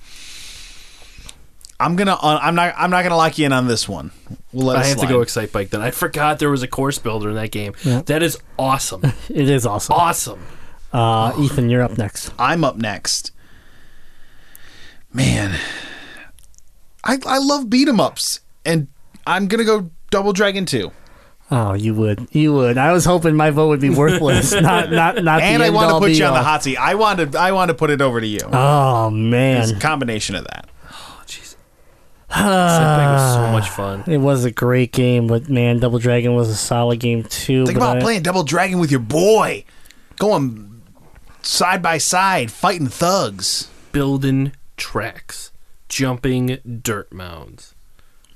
S6: I'm gonna. Uh, I'm not. I'm not gonna lock you in on this one. We'll let
S5: I
S6: it
S5: have to
S6: slide.
S5: go Excite Bike then. I forgot there was a course builder in that game. That is awesome.
S2: It is awesome.
S5: awesome.
S2: Uh, Ethan, you're up next.
S6: I'm up next. Man, I I love beat 'em ups, and I'm gonna go Double Dragon Two.
S2: Oh, you would, you would. I was hoping my vote would be worthless. not, not, not.
S6: And
S2: the
S6: I
S2: end
S6: want to
S2: all
S6: put
S2: be
S6: you on the
S2: all.
S6: hot seat. I want to. I want to put it over to you.
S2: Oh
S6: it's a
S2: man,
S6: combination of that.
S5: Oh, Jeez. Excite Bike was so much fun.
S2: it was a great game, but man, Double Dragon was a solid game too.
S6: Think
S2: but
S6: about
S2: I-
S6: playing Double Dragon with your boy, going side by side, fighting thugs.
S5: Building tracks, jumping dirt mounds.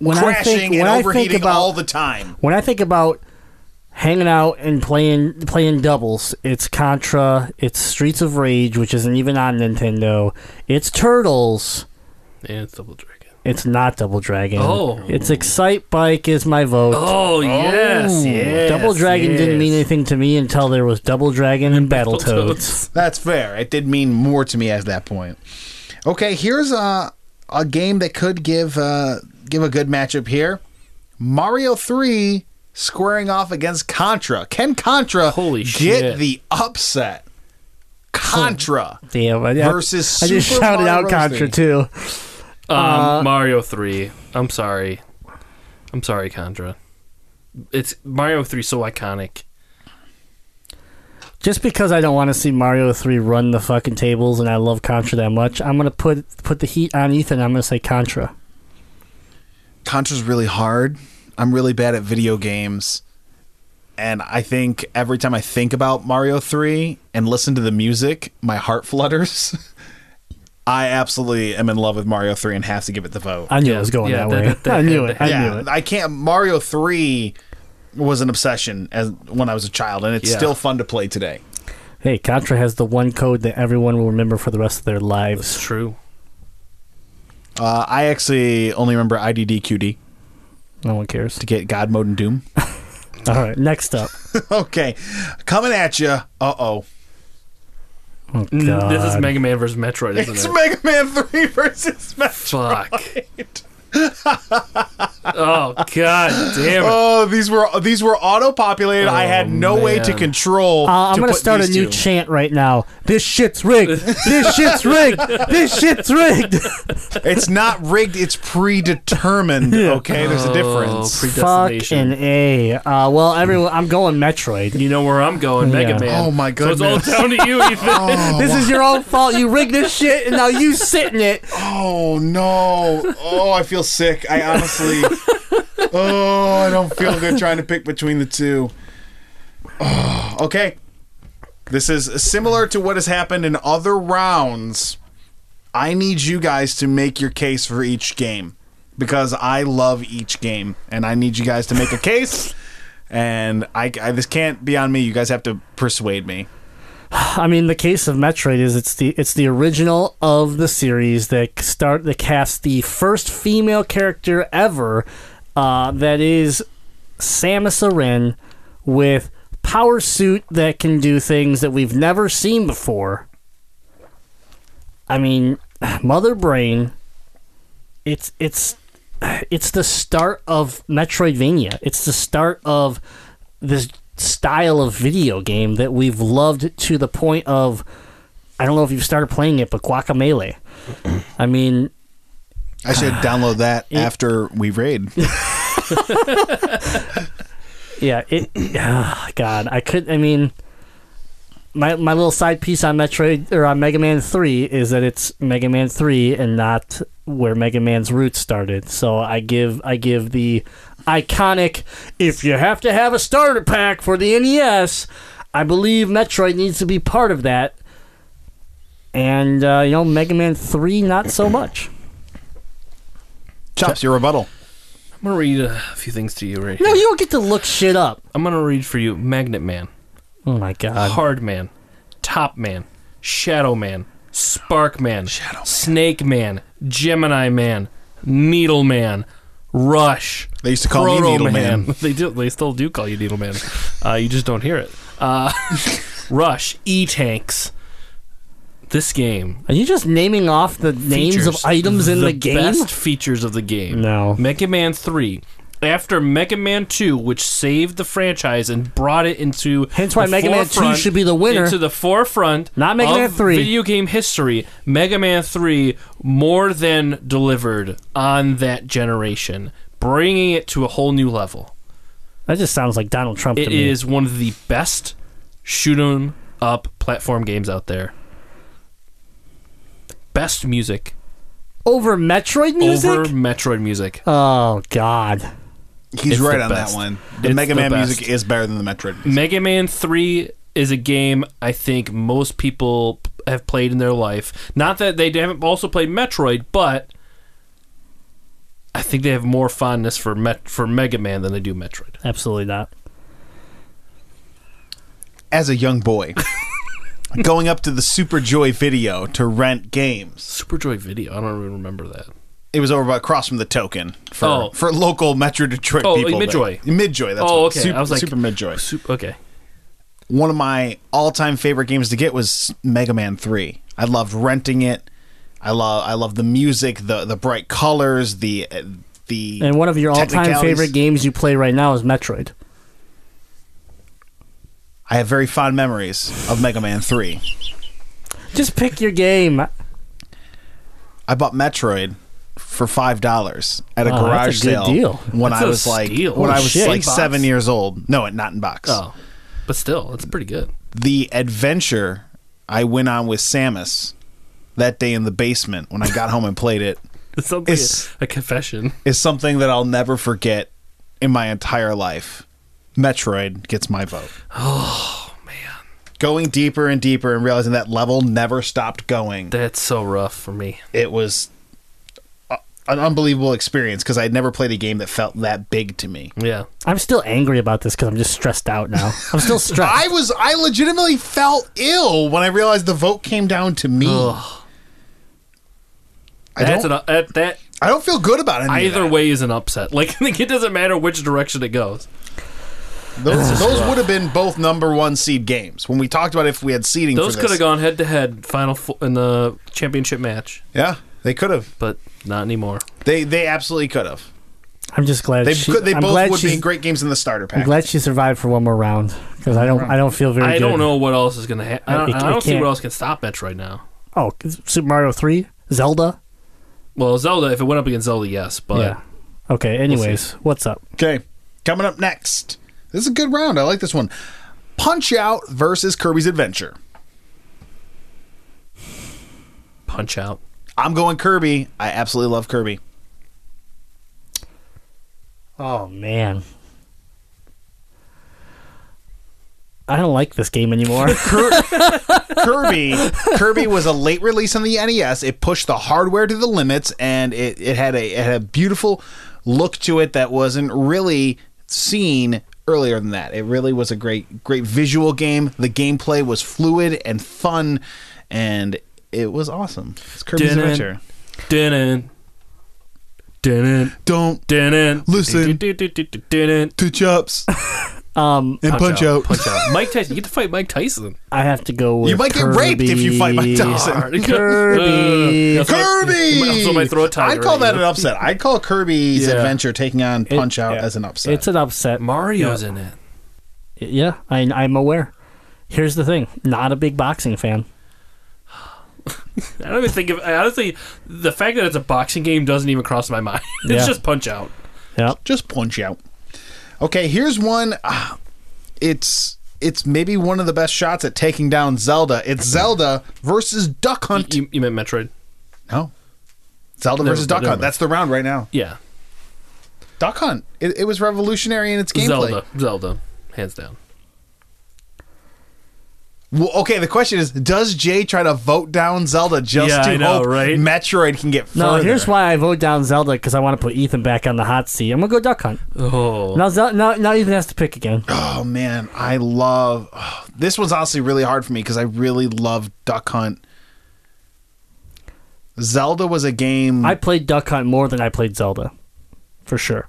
S2: when I
S6: crashing
S2: think, when
S6: and
S2: I
S6: overheating
S2: think about
S6: all the time.
S2: when I think about hanging out and playing playing doubles, it's Contra, it's Streets of Rage, which isn't even on Nintendo, it's Turtles,
S5: And it's Double Dragon.
S2: it's not Double Dragon.
S5: Oh.
S2: It's Excite Bike is my vote.
S5: Oh, yes, yes.
S2: Double Dragon didn't mean
S5: yes.
S2: anything to me until there was Double Dragon and Battletoads.
S5: Battletoads.
S6: That's fair. It did mean more to me at that point. Okay, here's a a game that could give uh, give a good matchup here. Mario Three squaring off against Contra. Can Contra
S5: Holy
S6: get
S5: shit.
S6: the upset? Contra.
S2: Damn, I, I-
S6: Versus
S2: I just
S6: Super
S2: shouted
S6: Mario
S2: out
S6: Bros.
S2: Contra
S6: three.
S2: too.
S5: Um,
S6: Uh,
S5: Mario 3. I'm sorry. I'm sorry, Contra. It's Mario 3 so iconic.
S2: Just because I don't want to see Mario three run the fucking tables, and I love Contra that much, I'm gonna put put the heat on Ethan. I'm gonna say Contra.
S6: Contra's really hard. I'm really bad at video games. And I think every time I think about Mario 3 and listen to the music, my heart flutters. I absolutely am in love with Mario 3 and have to give it the vote.
S2: I knew
S5: Yeah,
S2: it was going
S5: yeah,
S2: that,
S5: that-
S2: way.
S5: that- that-
S2: I knew it. I
S6: yeah,
S2: knew it.
S6: I can't. Mario 3 was an obsession as when I was a child, and it's
S5: Yeah.
S6: still fun to play today.
S2: Hey, Contra has the one code that everyone will remember for the rest of their
S5: It's
S2: lives.
S5: true.
S6: Uh, I actually only remember IDDQD
S2: No one cares.
S6: to get God Mode and Doom.
S2: All right, next up.
S6: okay, coming at you. Uh oh.
S2: Oh,
S5: N- Mm, This is
S2: God.
S5: Mega Man versus Metroid, isn't
S6: It's
S5: it?
S6: Mega Man 3 versus Mega
S5: Fuck. oh god damn it.
S6: Oh, these were these were auto populated. I had no way to
S5: Oh, man.
S6: control.
S2: Uh, I'm
S6: to
S2: gonna
S6: put
S2: start a
S6: these
S2: new
S6: two.
S2: chant right now. This shit's rigged. this shit's rigged. This shit's rigged.
S6: it's not rigged. It's predetermined. Okay, there's a difference.
S5: Oh,
S2: Fucking
S5: predestination.
S2: a. Uh, well, everyone, I'm going Metroid.
S5: you know where I'm going, Mega
S2: Yeah.
S5: Man.
S6: Oh, my
S5: So
S6: goodness.
S5: it's all down to you, Ethan.
S2: This is your own fault. You rigged this shit, and now you sit in it.
S6: Oh no! Oh, I feel sick. I honestly. oh, I don't feel good trying to pick between the two. Oh, okay. This is similar to what has happened in other rounds. I need you guys to make your case for each game because I love each game, and I need you guys to make a case. And I, I this can't be on me. You guys have to persuade me.
S2: I mean, the case of Metroid is it's the it's the original of the series that start that cast the first female character ever, uh, that is Samus Aran with power suit that can do things that we've never seen before. I mean, Mother Brain. It's it's it's the start of Metroidvania. It's the start of this style of video game that we've loved to the point of I don't know if you've started playing it, but Guacamelee. I mean,
S6: I should download that after we raid.
S2: yeah, it. ah, God, I could. I mean, my my little side piece on Metroid or on Mega Man Three is that it's Mega Man Three and not where Mega Man's roots started. So I give I give the iconic. If you have to have a starter pack for the NES, I believe Metroid needs to be part of that. And uh, you know, Mega Man Three, not so much.
S6: Chops, your rebuttal.
S5: I'm gonna read a few things to you right
S2: No,
S5: here.
S2: you don't get to look shit up.
S5: I'm gonna read for you Magnet Man,
S2: Oh my god.
S5: Hard Man, Top Man, Shadow Man, Spark Man, Shadow Snake Man, Gemini Man, Needle Man, Rush.
S6: They used to call me Needle Man.
S5: They do. They still do call you Needle Man. Uh, you just don't hear it. Uh, Rush, E Tanks. This game
S2: Are you just naming off the names of
S5: features
S2: items in the, game?
S5: Best features of the game.
S2: No.
S5: Mega Man Three. After Mega Man Two, which saved the franchise and brought it into
S2: Hence why
S5: the
S2: Mega Man 2
S5: forefront-
S2: should be the winner.
S5: into the forefront.
S2: Not Mega
S5: of
S2: Man 3.
S5: Video game history. Mega Man Three more than delivered on that generation, bringing it to a whole new level.
S2: That just sounds like Donald Trump
S5: It
S2: to me.
S5: is one of the best shoot 'em up platform games out there. Best music,
S2: Over Metroid music?
S5: over Metroid music.
S2: oh god.
S6: He's
S5: It's
S6: right
S5: the
S6: on
S5: best.
S6: that one. The
S5: It's
S6: Mega
S5: the
S6: Man
S5: best.
S6: music is better than the Metroid.
S5: Mega Man 3 is a game I think most people p- have played in their life. Not that they haven't also played Metroid, but I think they have more fondness for Met- for Mega Man than they do Metroid.
S2: Absolutely not.
S6: As a young boy, going up to the Super Joy video to rent games.
S5: Super Joy Video, I don't even remember that.
S6: It was over by across from the token for
S5: Oh.
S6: for local Metro Detroit
S5: Oh,
S6: people.
S5: Midjoy.
S6: there. Midjoy. That's
S5: Oh,
S6: what-
S5: okay.
S6: Super,
S5: I was like-
S6: Super Midjoy.
S5: Sup- okay.
S6: one of my all-time favorite games to get was Mega Man 3. I loved renting it. I love I love the music, the the bright colors, the uh, the
S2: And one of your all time
S6: technicalities.
S2: favorite games you play right now is Metroid.
S6: I have very fond memories of Mega Man 3.
S2: Just pick your game.
S6: I bought Metroid for five dollars at a
S5: Oh,
S2: Wow,
S6: garage
S2: that's a good
S6: sale
S2: deal.
S6: when
S5: That's
S6: I
S5: a
S6: was like
S5: steal.
S6: when I
S5: Holy
S6: was
S5: shit.
S6: like
S5: In box?
S6: seven years old. No, not in box.
S5: Oh. But still, it's pretty good.
S6: the adventure I went on with Samus that day in the basement when I got home and played it
S5: It's something
S6: It's-
S5: a confession.
S6: is something that I'll never forget in my entire life. Metroid gets my vote. Oh man. Going deeper and deeper and realizing that level never stopped going.
S5: That's so rough for me.
S6: It was a- an unbelievable experience because I'd never played a game that felt that big to me.
S5: Yeah.
S2: I'm still angry about this because I'm just stressed out now. I'm still stressed.
S6: I was I legitimately felt ill when I realized the vote came down to me. I
S5: That's
S6: don't,
S5: an, u- that, that
S6: I don't feel good about it.
S5: either way is an upset. Like like, it doesn't matter which direction it goes.
S6: Those, those would have been both number one seed games when we talked about if we had seeding.
S5: Those
S6: for
S5: could
S6: this.
S5: have gone head to head final fo- in the championship match,
S6: Yeah, they could have.
S5: but not anymore.
S6: They they absolutely could have.
S2: I'm just glad
S6: They
S2: she,
S6: could, they
S2: I'm
S6: both
S2: glad
S6: would be
S2: she's-
S6: great games in the starter
S2: I'm
S6: pack.
S2: glad she survived for one more round because I don't I don't feel very
S5: I
S2: good.
S5: don't know what else is going to happen. I
S2: I-
S5: don't,
S2: I
S5: I don't see
S2: can't-
S5: what else can stop Metroid now.
S2: Oh, Super Mario 3? Zelda?
S5: Well, Zelda, if it went up against Zelda, yes, but
S2: yeah. Okay, anyways, what's up?
S6: Okay, coming up next. This is a good round. I like this one. Punch Out versus Kirby's Adventure.
S5: Punch Out.
S6: I'm going Kirby. I absolutely love Kirby.
S2: Oh man. I don't like this game anymore.
S6: Kirby Kirby was a late release on the NES. It pushed the hardware to the limits, and it, it had a it had a beautiful look to it that wasn't really seen earlier than that. It really was a great great visual game. The gameplay was fluid and fun, and it was awesome. It's Kirby's
S5: Dun-dun.
S6: Adventure.
S5: Didn't. Didn't.
S3: Don't
S5: Didn't.
S3: Listen.
S5: Didn't.
S3: to chops
S2: um,
S3: and punch, out.
S5: Punch Out. Mike Tyson. You get to fight Mike Tyson.
S2: I have to go with.
S6: You might get raped if you fight Mike
S2: Kirby.
S6: Tyson.
S2: Kirby.
S5: Uh,
S6: Ah, Kirby.
S5: So my throat tiger.
S6: I call
S5: at
S6: that
S5: you.
S6: an upset. I call Kirby's
S5: Yeah.
S6: Adventure taking on Punch Out
S2: yeah.
S6: as an upset.
S2: It's an upset.
S5: Mario's in it.
S2: Yeah, I, I'm aware. Here's the thing: not a big boxing fan.
S5: I don't even think of I honestly the fact that it's a boxing game doesn't even cross my mind. it's
S2: Yeah.
S5: just punch out.
S2: Yeah,
S6: just punch out. Okay, here's one. ah, It's it's maybe one of the best shots at taking down Zelda. It's Zelda versus Duck Hunt.
S5: You, you meant Metroid.
S6: No, Zelda
S5: Never-
S6: versus Duck
S5: never
S6: Hunt.
S5: mind.
S6: That's the round right now.
S5: Yeah.
S6: Duck Hunt. It, it was revolutionary in its gameplay.
S5: Zelda. Zelda. Hands down.
S6: Well, okay, the question is, does Jay try to vote down Zelda just
S5: Yeah,
S6: to
S5: I know,
S6: hope
S5: right?
S6: Metroid can get
S2: No,
S6: further?
S2: here's why I vote down Zelda because I want to put Ethan back on the hot seat. I'm gonna go Duck Hunt.
S5: Oh.
S2: Now, Zel- now, now Ethan has to pick again.
S6: Oh man, I love oh, this one's honestly really hard for me because I really love Duck Hunt. Zelda was a game.
S2: I played Duck Hunt more than I played Zelda, for sure.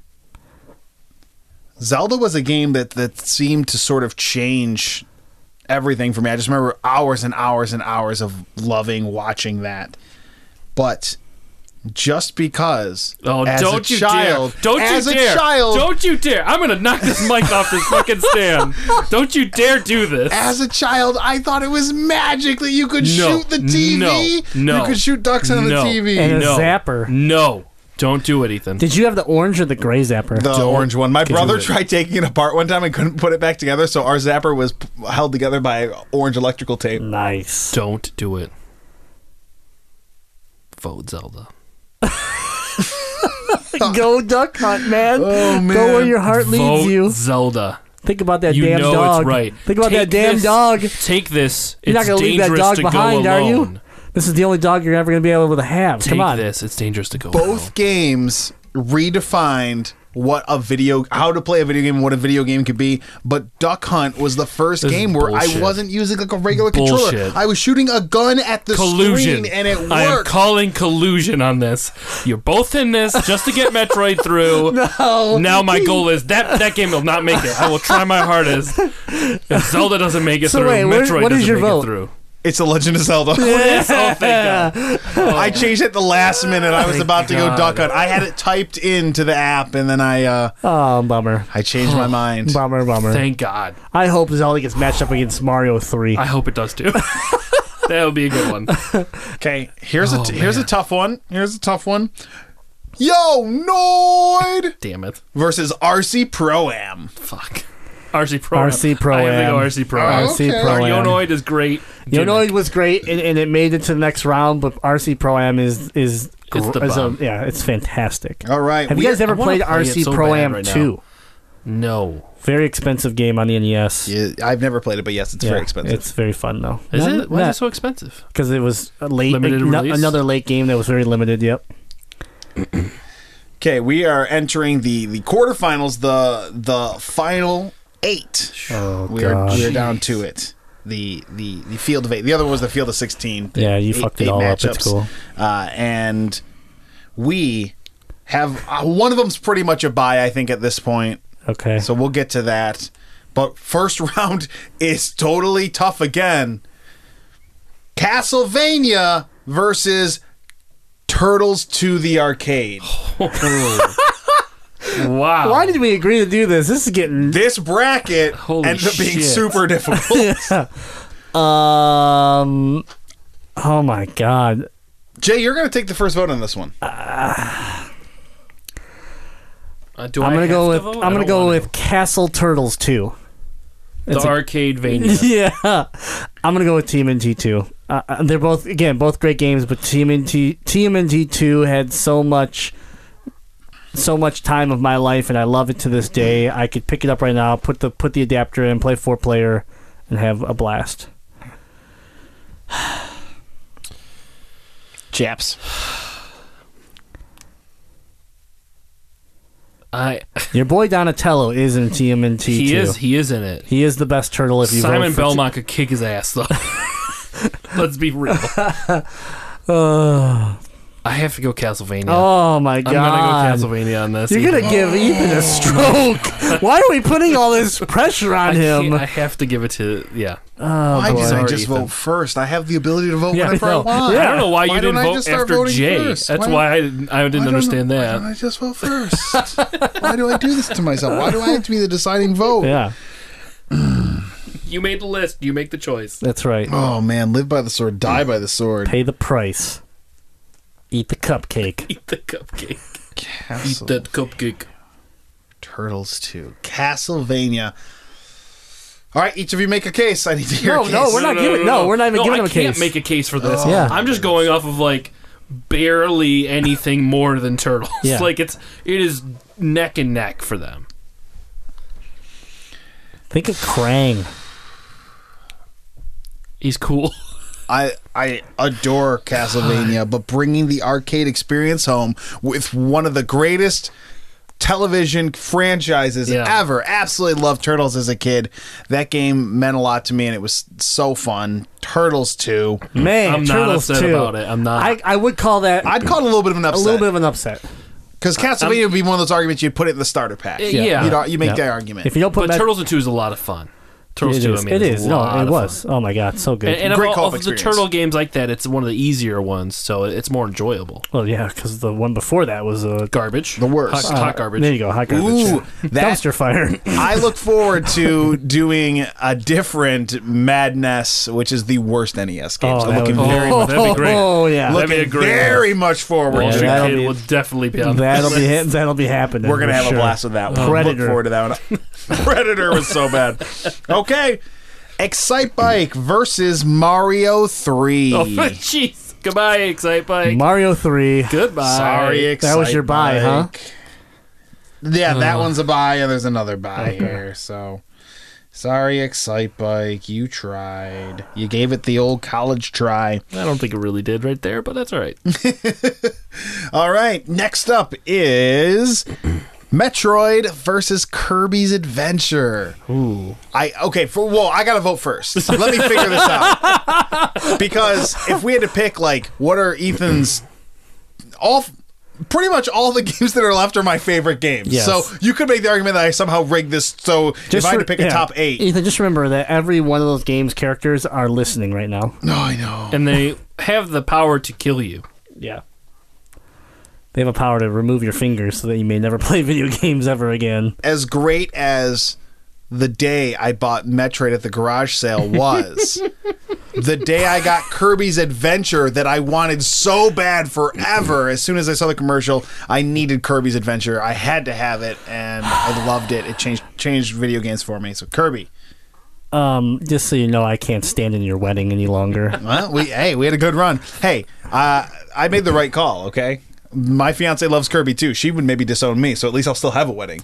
S6: Zelda was a game that that seemed to sort of change everything for me. I just remember hours and hours and hours of loving watching that. But just because
S5: Oh,
S6: as
S5: don't
S6: a
S5: you
S6: child,
S5: dare! Don't
S6: as
S5: you
S6: a
S5: dare!
S6: child,
S5: Don't you dare! I'm gonna knock this mic off this fucking stand. Don't you dare do this!
S6: as a child, I thought it was magic that you could
S5: No,
S6: shoot the TV.
S5: no, no,
S6: you could shoot ducks on
S5: no,
S6: the TV.
S2: And a
S5: no,
S2: zapper.
S5: No, don't do it, Ethan.
S2: Did you have the orange or the gray zapper?
S6: the orange one. My brother
S5: it.
S6: tried taking it apart one time and couldn't put it back together, so our zapper was p- held together by orange electrical tape.
S5: Mm.
S2: nice.
S5: don't do it. Vote Zelda.
S2: go Duck Hunt, man.
S6: Oh,
S2: Go where
S6: man.
S2: your heart leads
S5: Vote
S2: you.
S5: Zelda.
S2: Think about that
S5: You
S2: damn
S5: know
S2: dog.
S5: it's right.
S2: Think about that
S5: Take
S2: damn
S5: this-
S2: dog.
S5: Take this.
S2: You're not
S5: it's
S2: gonna leave
S5: dangerous
S2: that dog
S5: to
S2: behind,
S5: go
S2: are you?
S5: alone.
S2: This is the only dog you're ever gonna be able to have.
S5: Take
S2: Come on.
S5: this. It's dangerous to go alone.
S6: Both games redefined what a video how to play a video game and what a video game could be but duck hunt was the first
S5: This is
S6: game where i
S5: bullshit.
S6: wasn't using like a regular controller
S5: Bullshit.
S6: i was shooting a gun at the
S5: collusion
S6: screen and it worked
S5: I am calling collusion on this. You're both in this just to get Metroid through.
S2: Oh,
S5: no. Now my goal is that that game will not make it. I will try my hardest. If Zelda doesn't make it
S2: So
S5: through,
S2: wait, what-
S5: Metroid
S2: what
S5: doesn't
S2: is your
S5: make
S2: vote?
S5: it through.
S6: it's a legend of zelda
S5: Yes, oh, thank God.
S6: I changed it the last minute. I was about to go duck hunt. I had it typed into the app, and then I uh,
S2: Oh, bummer.
S6: I changed my mind.
S2: Bummer, bummer.
S5: Thank God.
S2: I hope Zelda gets matched up against Mario 3.
S5: I hope it does too. that would be a good one.
S6: Okay, here's a
S5: Oh,
S6: here's a
S5: man.
S6: tough one. Here's a tough one. Yo, Noid
S5: Damn it.
S6: versus RC Pro Am.
S5: Fuck. RC Pro.
S2: RC Pro
S5: I have to go
S2: Am.
S5: RC Pro.
S2: RC
S6: okay.
S2: Pro Am.
S5: Oh, Yonoid is great.
S2: Yonoid was great, and, and it made it to the next round. But RC Pro Am is is,
S5: It's the
S2: is a-
S5: bomb.
S2: yeah, it's fantastic.
S6: All right,
S2: Have
S6: we-
S2: you guys
S5: I
S2: ever
S5: wanna
S2: played
S5: play
S2: RC
S5: it so
S2: Pro
S5: bad
S2: Am
S5: right now.
S2: 2?
S5: no.
S2: Very expensive game on the E NES.
S6: Yeah, I've never played it, but yes, it's
S2: Yeah,
S6: very expensive.
S2: It's very fun though.
S5: Is it? Why is it so expensive?
S2: Because it was a late,
S5: Limited
S2: no-
S5: release?
S2: another late game that was very limited. Yep.
S6: okay, we are entering the the quarterfinals, the the final eight.
S2: Oh
S6: we are
S2: God.
S6: we are down to it. The, the the field of eight. The other one was the field of sixteen. The
S2: Yeah, you
S6: eight-
S2: fucked it
S6: eight
S2: all up. It's
S6: matchups.
S2: cool.
S6: Uh, and we have uh, one of them's pretty much a buy, I think, at this point.
S2: Okay.
S6: So we'll get to that. But first round is totally tough again. Castlevania versus Turtles to the arcade.
S5: Wow.
S2: Why did we agree to do this? This is getting.
S6: This bracket
S5: Holy
S6: ended up being
S5: shit.
S6: super difficult.
S2: Um. Oh my god.
S6: Jay, you're going to take the first vote on this one.
S5: Uh, do
S2: I'm
S5: I
S2: gonna
S5: have
S2: go
S5: to
S2: with.
S5: vote? I
S2: I'm gonna
S5: don't
S2: go
S5: wanna.
S2: with Castle Turtles 2.
S5: the
S2: a-
S5: arcade vania.
S2: yeah. I'm gonna go with TMNT two. Uh, uh, they're both again both great games, but TMNT TMNT two had so much, so much time of my life, and I love it to this day. I could pick it up right now, put the put the adapter in, play four player, and have a blast.
S6: Chaps.
S5: I
S2: Your boy Donatello is in TMNT two.
S5: he is he is in it.
S2: He is the best turtle if you vote
S5: Simon
S2: for-
S5: Belmont could kick his ass though. Let's be real. Uh,
S2: Ugh.
S5: I have to go Castlevania.
S2: oh my
S5: I'm
S2: god!
S5: gonna go Castlevania on this.
S2: You're
S5: Ethan.
S2: gonna give Ethan a stroke. Why are we putting all this pressure
S5: I,
S2: on
S5: can't-
S2: him?
S5: I have to give it to yeah.
S2: Oh,
S6: Why
S2: boy.
S6: did I
S5: Sorry,
S6: just
S5: Ethan.
S6: vote first? I have the ability to vote
S2: Yeah,
S6: whenever
S2: no.
S6: I want.
S2: Yeah.
S5: I don't know why,
S6: Why
S5: you
S6: don't
S5: didn't
S6: I
S5: vote
S6: just start
S5: after
S6: voting
S5: Jay.
S6: first?
S5: That's
S6: Why-
S5: why, I didn't, I didn't
S6: Why don't-
S5: understand
S6: why
S5: that.
S6: don't I just vote first? why do I do this to myself? Why do I have to be the deciding vote?
S2: Yeah.
S5: You made the list. You make the choice.
S2: That's right.
S6: Oh man, live by the sword, die by the sword.
S2: Pay the price. Eat the cupcake.
S5: Eat the cupcake. Eat
S6: Castle
S5: that cupcake.
S6: Turtles 2. Castlevania. All right, each of you make a case. I need to hear
S2: No,
S6: a case.
S2: no, Oh, we're not- giving- no, we're not even giving
S5: I
S2: him a
S5: can't
S2: case.
S5: make a case for this.
S2: Yeah.
S5: I'm just going off of like barely anything more than turtles.
S2: Yeah.
S5: like it's it is neck and neck for them.
S2: Think of Krang.
S5: He's cool.
S6: I I adore Castlevania, but bringing the arcade experience home with one of the greatest television franchises
S5: Yeah.
S6: ever. Absolutely loved Turtles as a kid. That game meant a lot to me, and it was so fun. Turtles two.
S2: Man,
S5: I'm not
S2: Turtles
S5: upset
S2: 2.
S5: about it. I'm not.
S2: I, I would call that
S6: I'd call it a little bit of an
S2: a little
S6: upset
S2: bit of an upset.
S6: because Castlevania would be one of those arguments you'd put it in the starter pack.
S5: Yeah. Yeah.
S6: You'd ar- you make
S2: Yeah.
S6: that argument.
S2: If you don't put
S5: but
S2: Matt-
S5: Turtles and Two is a lot of fun. Turtles
S2: it
S5: Two,
S2: is.
S5: I mean,
S2: it
S5: is
S2: is.
S5: a
S2: No,
S5: lot
S2: it
S5: of
S2: was.
S5: fun.
S2: Oh my god, so good.
S5: And, and
S6: Great
S5: of, all-
S6: co-op
S5: of the
S6: experience.
S5: turtle games like that, it's one of the easier ones, so it's more enjoyable.
S2: well, yeah, because the one before that was a
S5: Garbage,
S6: The worst.
S5: hot, hot garbage.
S2: Uh, There you go, hot garbage.
S6: Ooh,
S2: yeah.
S6: that-
S2: dumpster fire.
S6: I look forward to doing a different Madness, which is the worst NES game. so
S2: Oh, that
S6: looking
S2: would be-
S6: very much
S5: that'd be great.
S2: Oh yeah,
S5: That'd be
S6: looking
S5: a great-
S6: very much forward
S5: Wall
S2: Yeah,
S6: to
S5: Street
S6: it.
S2: that'll
S5: Kid
S2: be-
S5: will definitely be on.
S2: that'll be hit, that'll be happening.
S6: We're gonna
S2: for
S6: have
S2: sure.
S6: a blast with that one.
S2: Predator.
S6: Look forward to that one. Predator was so bad. Okay. Excite Bike versus Mario 3.
S5: Oh, Jeez, goodbye, Excite Bike.
S2: Mario three.
S5: goodbye.
S6: Sorry, Excite
S2: That was your buy, huh?
S6: Bike. Yeah, that one's a buy, and there's another buy here. So, sorry, Excite Bike. You tried. You gave it the old college try.
S5: I don't think it really did right there, but that's all right.
S6: All right. Next up is Metroid versus Kirby's Adventure.
S5: Ooh.
S6: I okay for well, I gotta vote first. Let me figure this out because if we had to pick, like, what are Ethan's all. Pretty much all the games that are left are my favorite games.
S2: Yes.
S6: So you could make the argument that I somehow rigged this. So if I had
S2: re-
S6: to pick
S2: yeah.
S6: a top eight,
S2: Ethan, just remember that every one of those games characters are listening right now.
S6: no, I know.
S5: and they have the power to kill you.
S2: Yeah. They have a power to remove your fingers so that you may never play video games ever again.
S6: As great as the day I bought Metroid at the garage sale was, the day I got Kirby's Adventure that I wanted so bad forever. As soon as I saw the commercial, I needed Kirby's Adventure. I had to have it, and I loved it. It changed changed video games for me. So Kirby,
S2: Um, just so you know, I can't stand in your wedding any longer.
S6: well, we hey, we had a good run. Hey, uh, I made the right call. Okay. My fiance loves Kirby too. She would maybe disown me, so at least I'll still have a wedding.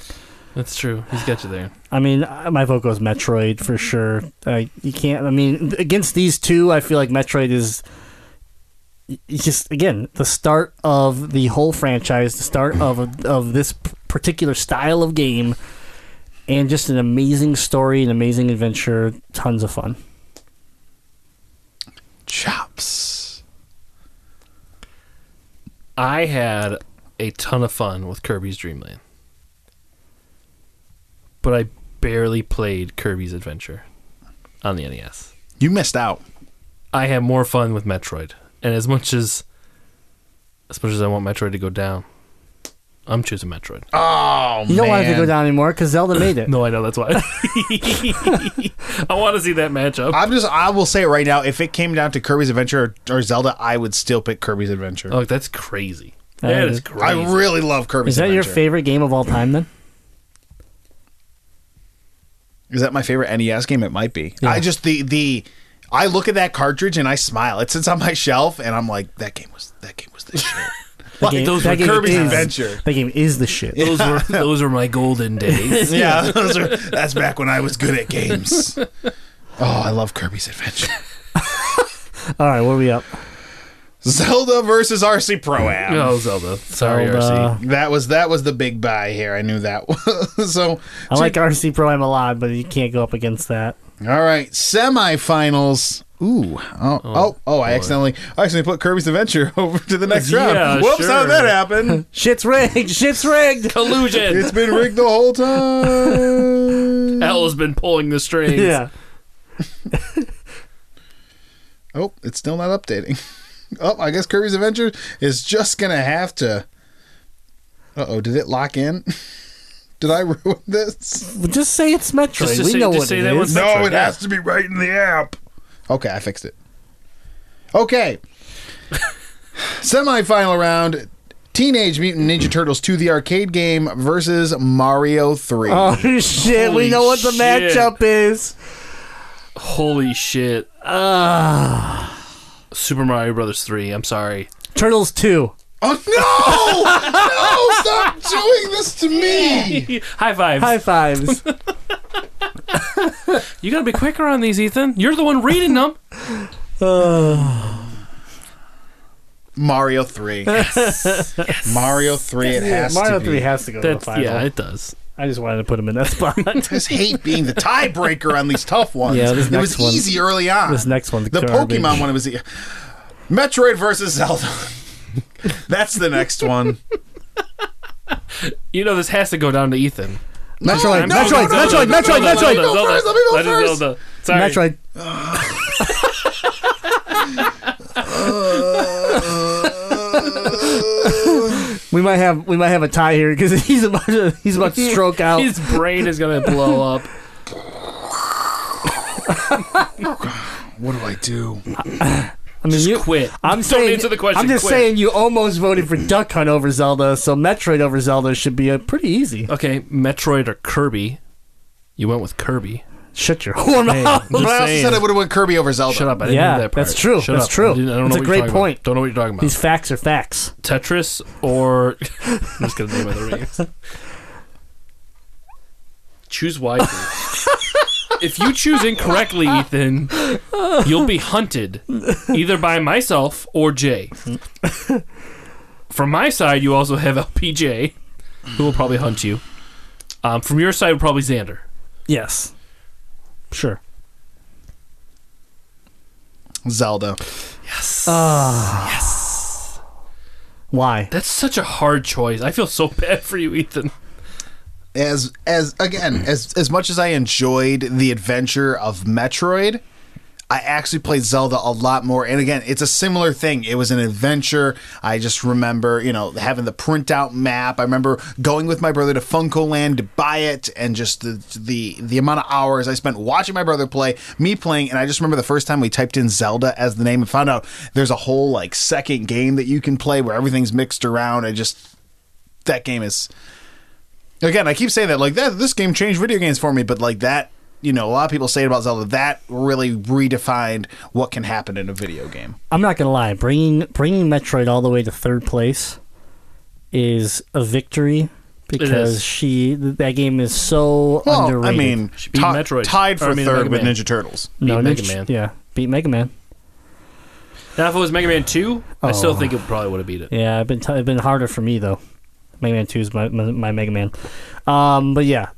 S5: That's true. He's got you there.
S2: I mean, I- my vote goes Metroid for sure. Uh, you can't. I mean, against these two, I feel like Metroid is y- it's just again the start of the whole franchise, the start of of this p- particular style of game, and just an amazing story, an amazing adventure, tons of fun.
S6: Chops.
S5: I had a ton of fun with Kirby's Dream Land, but I barely played Kirby's Adventure on the NES.
S6: You missed out.
S5: I had more fun with Metroid, and as much as as much as I want Metroid to go down, I'm choosing Metroid.
S6: Oh,
S2: You don't want it
S6: man.
S2: to go down anymore because Zelda made it.
S5: No, I know that's why. I want to see that matchup.
S6: I'm just. I will say it right now. If it came down to Kirby's Adventure or, or Zelda, I would still pick Kirby's Adventure.
S5: Oh, that's crazy.
S2: That
S5: That
S2: is-
S5: is crazy.
S6: I really love Kirby's.
S2: Is that your
S6: Adventure.
S2: favorite game of all time then?
S6: Is that my favorite NES game? It might be.
S2: Yeah.
S6: I just the the. I look at that cartridge and I smile. It sits on my shelf and I'm like, that game was that game was the shit. like
S2: game-
S6: those
S2: that
S6: were
S2: game
S6: Kirby's
S2: is-
S6: Adventure.
S2: That game is the shit.
S5: those were those were my golden days.
S6: Yeah, those are, that's back when I was good at games. oh, I love Kirby's Adventure.
S2: All right, what are we up?
S6: Zelda versus RC Pro Am.
S5: Oh, Zelda. Sorry,
S2: Zelda.
S5: RC.
S6: That was that was the big buy here. I knew that. was so
S2: I like RC Pro Am a lot, but you can't go up against that.
S6: All right, semifinals. Ooh, oh, oh, oh! I accidentally, I accidentally put Kirby's Adventure over to the next
S5: Yeah,
S6: round. Whoops! How
S5: sure.
S6: did that happen?
S2: Shit's rigged. Shit's rigged.
S5: Collusion.
S6: it's been rigged the whole time.
S5: L's been pulling the strings.
S2: Yeah.
S6: oh, it's still not updating. Oh, I guess Kirby's Adventure is just gonna have to. Uh oh, did it lock in? Did I ruin this?
S2: Well, Just say it's Metroid.
S5: Just to
S2: we
S5: say-
S2: know
S5: just
S2: what
S5: say
S2: it
S5: that
S2: is.
S5: one's-
S4: No, it has to be right in the app.
S6: Okay, I fixed it. Okay. Semi-final round. Teenage Mutant Ninja Turtles 2 the arcade game versus Mario 3.
S2: Oh shit!
S5: Holy
S2: we know what the
S5: shit.
S2: matchup is.
S5: Holy shit. Super Mario Brothers 3. I'm sorry.
S2: Turtles two.
S6: Oh no! no! Stop doing this to me!
S5: High five.
S2: High fives.
S5: You gotta be quicker on these, Ethan. You're the one reading them.
S6: Mario three. Mario three. It has
S2: Mario
S6: to
S2: three
S6: be.
S2: has to go to the
S5: That's,
S2: final.
S5: yeah, it does.
S2: I just wanted to put him in that spot.
S6: I just hate being the tiebreaker on these tough ones.
S2: Yeah, this
S6: it was
S2: next one-
S6: easy early on.
S2: this next one's
S6: the
S2: garbage.
S6: Pokemon one was e Metroid versus Zelda. That's the next one.
S5: You know, this has to go down to Ethan.
S2: Metroid,
S6: No, no,
S2: Metroid,
S6: no,
S2: Metroid,
S6: no, no,
S2: Metroid,
S6: no, no,
S2: Metroid,
S6: no, no, first, let me go
S5: That is
S6: first.
S5: Zelda. Sorry.
S2: Metroid. We might have we might have a tie here because he's about to he's about to stroke out.
S5: His brain is gonna blow up.
S6: What do I do?
S2: I mean, you,
S5: Quit.
S2: I'm
S5: Don't
S2: saying
S5: answer the question.
S2: I'm just
S5: Quit.
S2: saying you almost voted for Duck Hunt over Zelda, so Metroid over Zelda should be a pretty easy.
S5: Okay, Metroid or Kirby. You went with Kirby.
S2: Shut your horn up.
S5: Just
S6: But I also
S5: saying.
S6: said I would have went Kirby over Zelda.
S5: Shut up. I didn't
S2: Yeah,
S5: know that part.
S2: that's true,
S5: Shut
S2: that's
S5: up.
S2: true.
S5: I didn't- I don't
S2: That's
S5: know
S2: a
S5: what
S2: great
S5: you're talking
S2: point.
S5: About. Don't know what you're talking about.
S2: These facts are facts.
S5: Tetris or. I'm just going to name other names. Choose wisely. if you choose incorrectly, Ethan, you'll be hunted either by myself or Jay. From my side, you also have LPJ, who will probably hunt you. Um, from your side, probably Xander.
S2: Yes. Sure.
S6: Zelda.
S5: Ah.
S2: Why?
S5: That's such a hard choice. I feel so bad for you, Ethan.
S6: As as again as as much as I enjoyed the adventure of Metroid, I actually played Zelda a lot more. And again, it's a similar thing. It was an adventure. I just remember, you know, having the printout map. I remember going with my brother to Funko Land to buy it, and just the the the amount of hours I spent watching my brother play, me playing. And I just remember the first time we typed in Zelda as the name and found out there's a whole like second game that you can play where everything's mixed around. I just that game is again i keep saying that like that this game changed video games for me but like that you know a lot of people say it about zelda that really redefined what can happen in a video game
S2: I'm not gonna lie. Bringing bringing Metroid all the way to third place is a victory because
S5: is.
S2: she th- that game is so
S6: well
S2: underrated.
S6: i mean
S5: Should be
S6: ti-
S5: Metroid.
S6: tied for
S5: Or, I mean,
S6: third with
S5: Mega Man.
S6: ninja turtles
S2: no,
S5: beat Mega
S2: Ninja-
S5: Man.
S2: Yeah, beat Mega Man.
S5: Now, if it was Mega Man 2, I still
S2: Oh.
S5: think it probably would have beat it.
S2: Yeah, I've been t- it's been harder for me though. Mega Man Two is my, my my Mega Man, um, but yeah.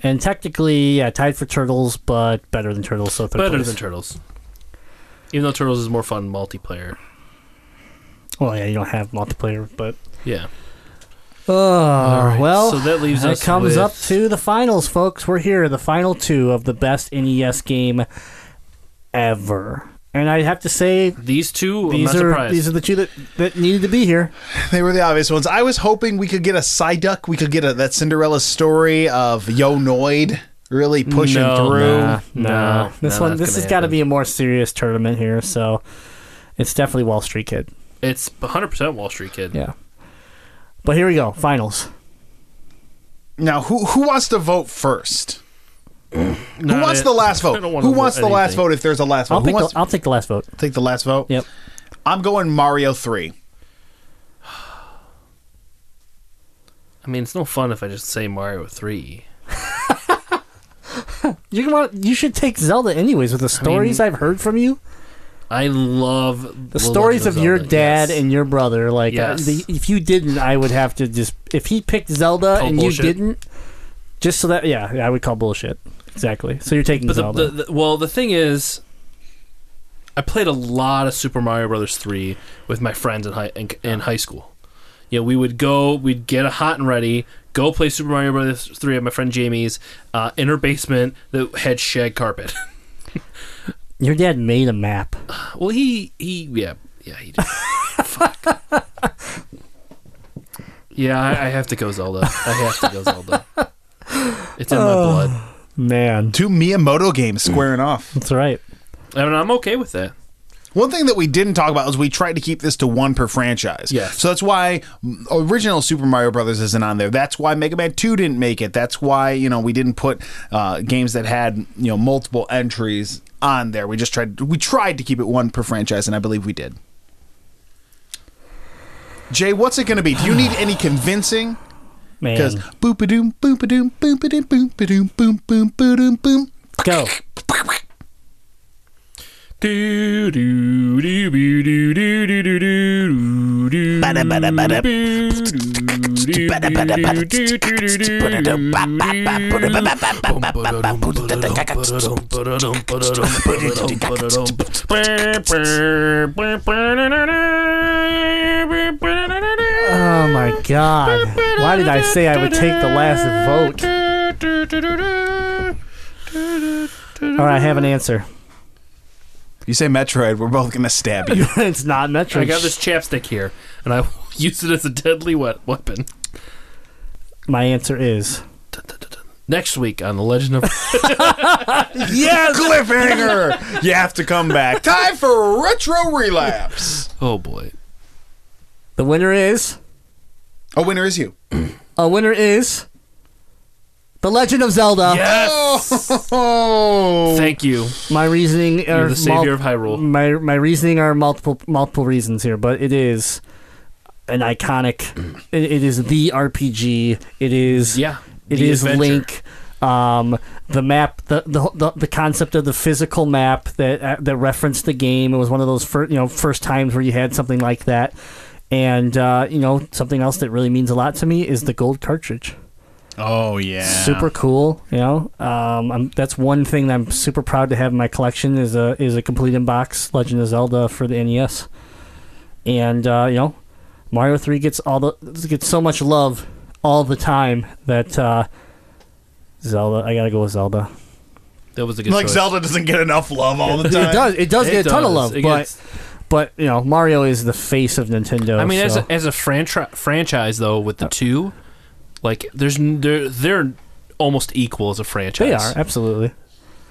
S2: And technically, yeah, tied for Turtles, but better than Turtles. So third
S5: Better
S2: place.
S5: than Turtles. Even though Turtles is more fun multiplayer.
S2: Well, yeah, you don't have multiplayer, but
S5: Yeah.
S2: Oh,
S5: right,
S2: well,
S5: so that leaves us
S2: comes
S5: with-
S2: up to the finals, folks. We're here, the final two of the best NES game ever. And I have to say,
S5: These two,
S2: these
S5: I'm not
S2: are
S5: surprised.
S2: these are the two that, that needed to be here.
S6: they were the obvious ones i was hoping we could get a psyduck we could get a, that cinderella story of yo noid really pushing
S5: No.
S6: through
S5: Nah. No,
S2: this
S5: no,
S2: one, this
S5: that's gonna
S2: has got to
S5: happen.
S2: be a more serious tournament here. So it's definitely Wall Street Kid.
S5: it's 100% Wall Street Kid.
S2: Yeah. But here we go, finals.
S6: now who who wants to vote first who
S5: Not
S6: wants
S5: it.
S6: the last
S5: I
S6: vote?
S5: don't wanna
S6: Who
S5: vote
S6: wants the last
S5: anything.
S6: vote if there's a last vote?
S2: I'll
S6: Who
S2: pick.
S6: wants
S2: The, I'll take the last vote.
S6: take the last vote?
S2: Yep.
S6: I'm going Mario 3.
S5: I mean, it's no fun if I just say Mario 3.
S2: You can want. You should take Zelda anyways. With the stories I've heard from you,
S5: I love
S2: the stories of,
S5: Legend
S2: your
S5: Zelda,
S2: dad
S5: yes.
S2: and your brother like
S5: Yes.
S2: uh, the, if you didn't i would have to just if he picked zelda
S5: Call
S2: and
S5: bullshit.
S2: you didn't just so that yeah, yeah, i would call bullshit exactly so you're taking
S5: But the,
S2: zelda
S5: the, the, well, the thing is, I played a lot of Super Mario Brothers three with my friends in high in, in high school. You know, we would go, we'd get a hot and ready, go play Super Mario Brothers three at my friend Jamie's uh, in her basement that had shag carpet.
S2: your dad made a map
S5: well, he he yeah yeah he did. Fuck. Yeah, I, I have to go Zelda. I have to go Zelda. It's in my blood.
S2: Man,
S6: Two Miyamoto games squaring off.
S2: that's right.
S5: I mean, I'm okay with that.
S6: One thing that we didn't talk about was we tried to keep this to one per franchise.
S5: Yes.
S6: So that's why mm, original Super Mario Brothers isn't on there. That's why Mega Man Two didn't make it. That's why you know we didn't put uh, games that had you know multiple entries on there. We just tried we tried to keep it one per franchise, and I believe we did. Jay, what's it going to be? Do you need any convincing? Because
S2: Man,
S6: boop a doom, boop a doom, boop a doom, boop a doom, boom, boom, boom, boom.
S2: go.
S5: Do, do, do, do, do, do, do, do, do, do.
S3: Bada, bada, bada.
S5: Do, do, do,
S3: Bada, bada, bada.
S5: do, do, do, do, do, do.
S2: Oh my god. Why did I say I would take the last vote? All right, I have an answer.
S6: You say Metroid, we're both going to stab you.
S2: it's not Metroid.
S5: I got this chapstick here, and I will use it as a deadly we- weapon.
S2: My answer is
S5: Next week on The Legend of
S2: yes.
S6: cliffhanger. you have to come back. Time for retro relapse.
S5: Oh boy.
S2: The winner is
S6: A winner is you.
S2: a winner is the Legend of Zelda.
S5: Yes.
S6: Oh,
S5: Thank you.
S2: My reasoning are
S5: You're the savior of Hyrule.
S2: My my reasoning are multiple multiple reasons here, but it is an iconic. it, it is the RPG. It is
S5: Yeah.
S2: It
S5: the
S2: is
S5: adventure.
S2: Link. Um, the map, the, the the the concept of the physical map that uh, that referenced the game. It was one of those first you know first times where you had something like that, and uh, you know something else that really means a lot to me is the gold cartridge.
S6: oh yeah.
S2: Super cool, you know. Um, I'm, that's one thing that I'm super proud to have in my collection is a is a complete in box Legend of Zelda for the NES, and uh, you know, Mario Three gets all the gets so much love all the time that uh, Zelda. I gotta go with Zelda.
S5: That was a good
S6: Like
S5: choice.
S6: Zelda doesn't get enough love all the
S2: It
S6: time.
S2: does. It does
S5: It
S2: get a ton of
S5: does.
S2: love,
S5: It
S2: but
S5: gets-
S2: but you know, Mario is the face of Nintendo.
S5: I mean, as
S2: so-
S5: a, as a franchi- franchise though, with the two, like there's n- they're they're almost equal as a franchise.
S2: they are absolutely.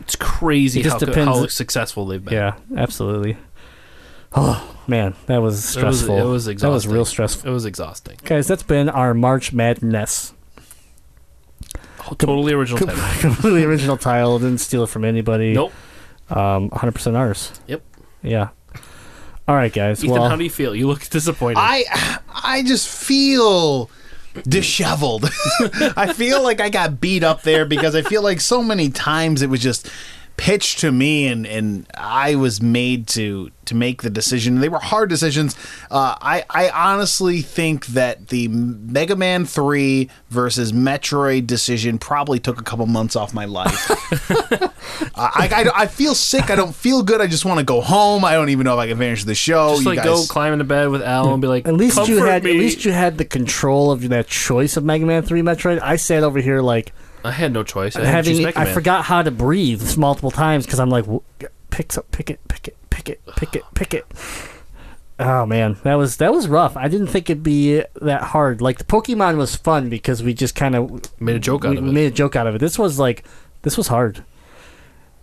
S5: It's crazy
S2: It just
S5: how, co-
S2: depends-
S5: how successful they've been.
S2: Yeah, absolutely. Oh man, that was
S5: It was,
S2: stressful.
S5: it was
S2: that
S5: exhausting.
S2: was real stressful.
S5: It was exhausting.
S2: Guys, that's been our March Madness.
S5: Oh, totally original title.
S2: Completely original title. Didn't steal it from anybody.
S5: Nope.
S2: Um, 100% ours.
S5: Yep.
S2: Yeah. All right, guys.
S5: Ethan,
S2: well,
S5: how do you feel? You look disappointed.
S6: I I just feel disheveled. I feel like I got beat up there because I feel like so many times it was just pitched to me and and I was made to to make the decision. They were hard decisions. Uh, I I honestly think that the Mega Man 3 versus Metroid decision probably took a couple months off my life. I, I, I feel sick. I don't feel good. I just want to go home. I don't even know if I can finish the show.
S5: just
S6: You
S5: like go
S6: guys-
S5: climb into bed with Al and be like,
S2: at least you
S5: "Comfort
S2: had
S5: me."
S2: at least you had the control of that choice of Mega Man 3 Metroid. I sat over here like
S5: I had no choice. I had to choose
S2: having
S5: Mega
S2: I
S5: Man.
S2: forgot how to breathe multiple times cuz I'm like w- pick up pick it pick it pick it pick it pick it. Oh man, that was that was rough. I didn't think it'd be that hard. Like the Pokemon was fun because we just kind of
S5: Made a joke out
S2: we,
S5: of
S2: we
S5: it.
S2: made a joke out of it. This was like, this was hard.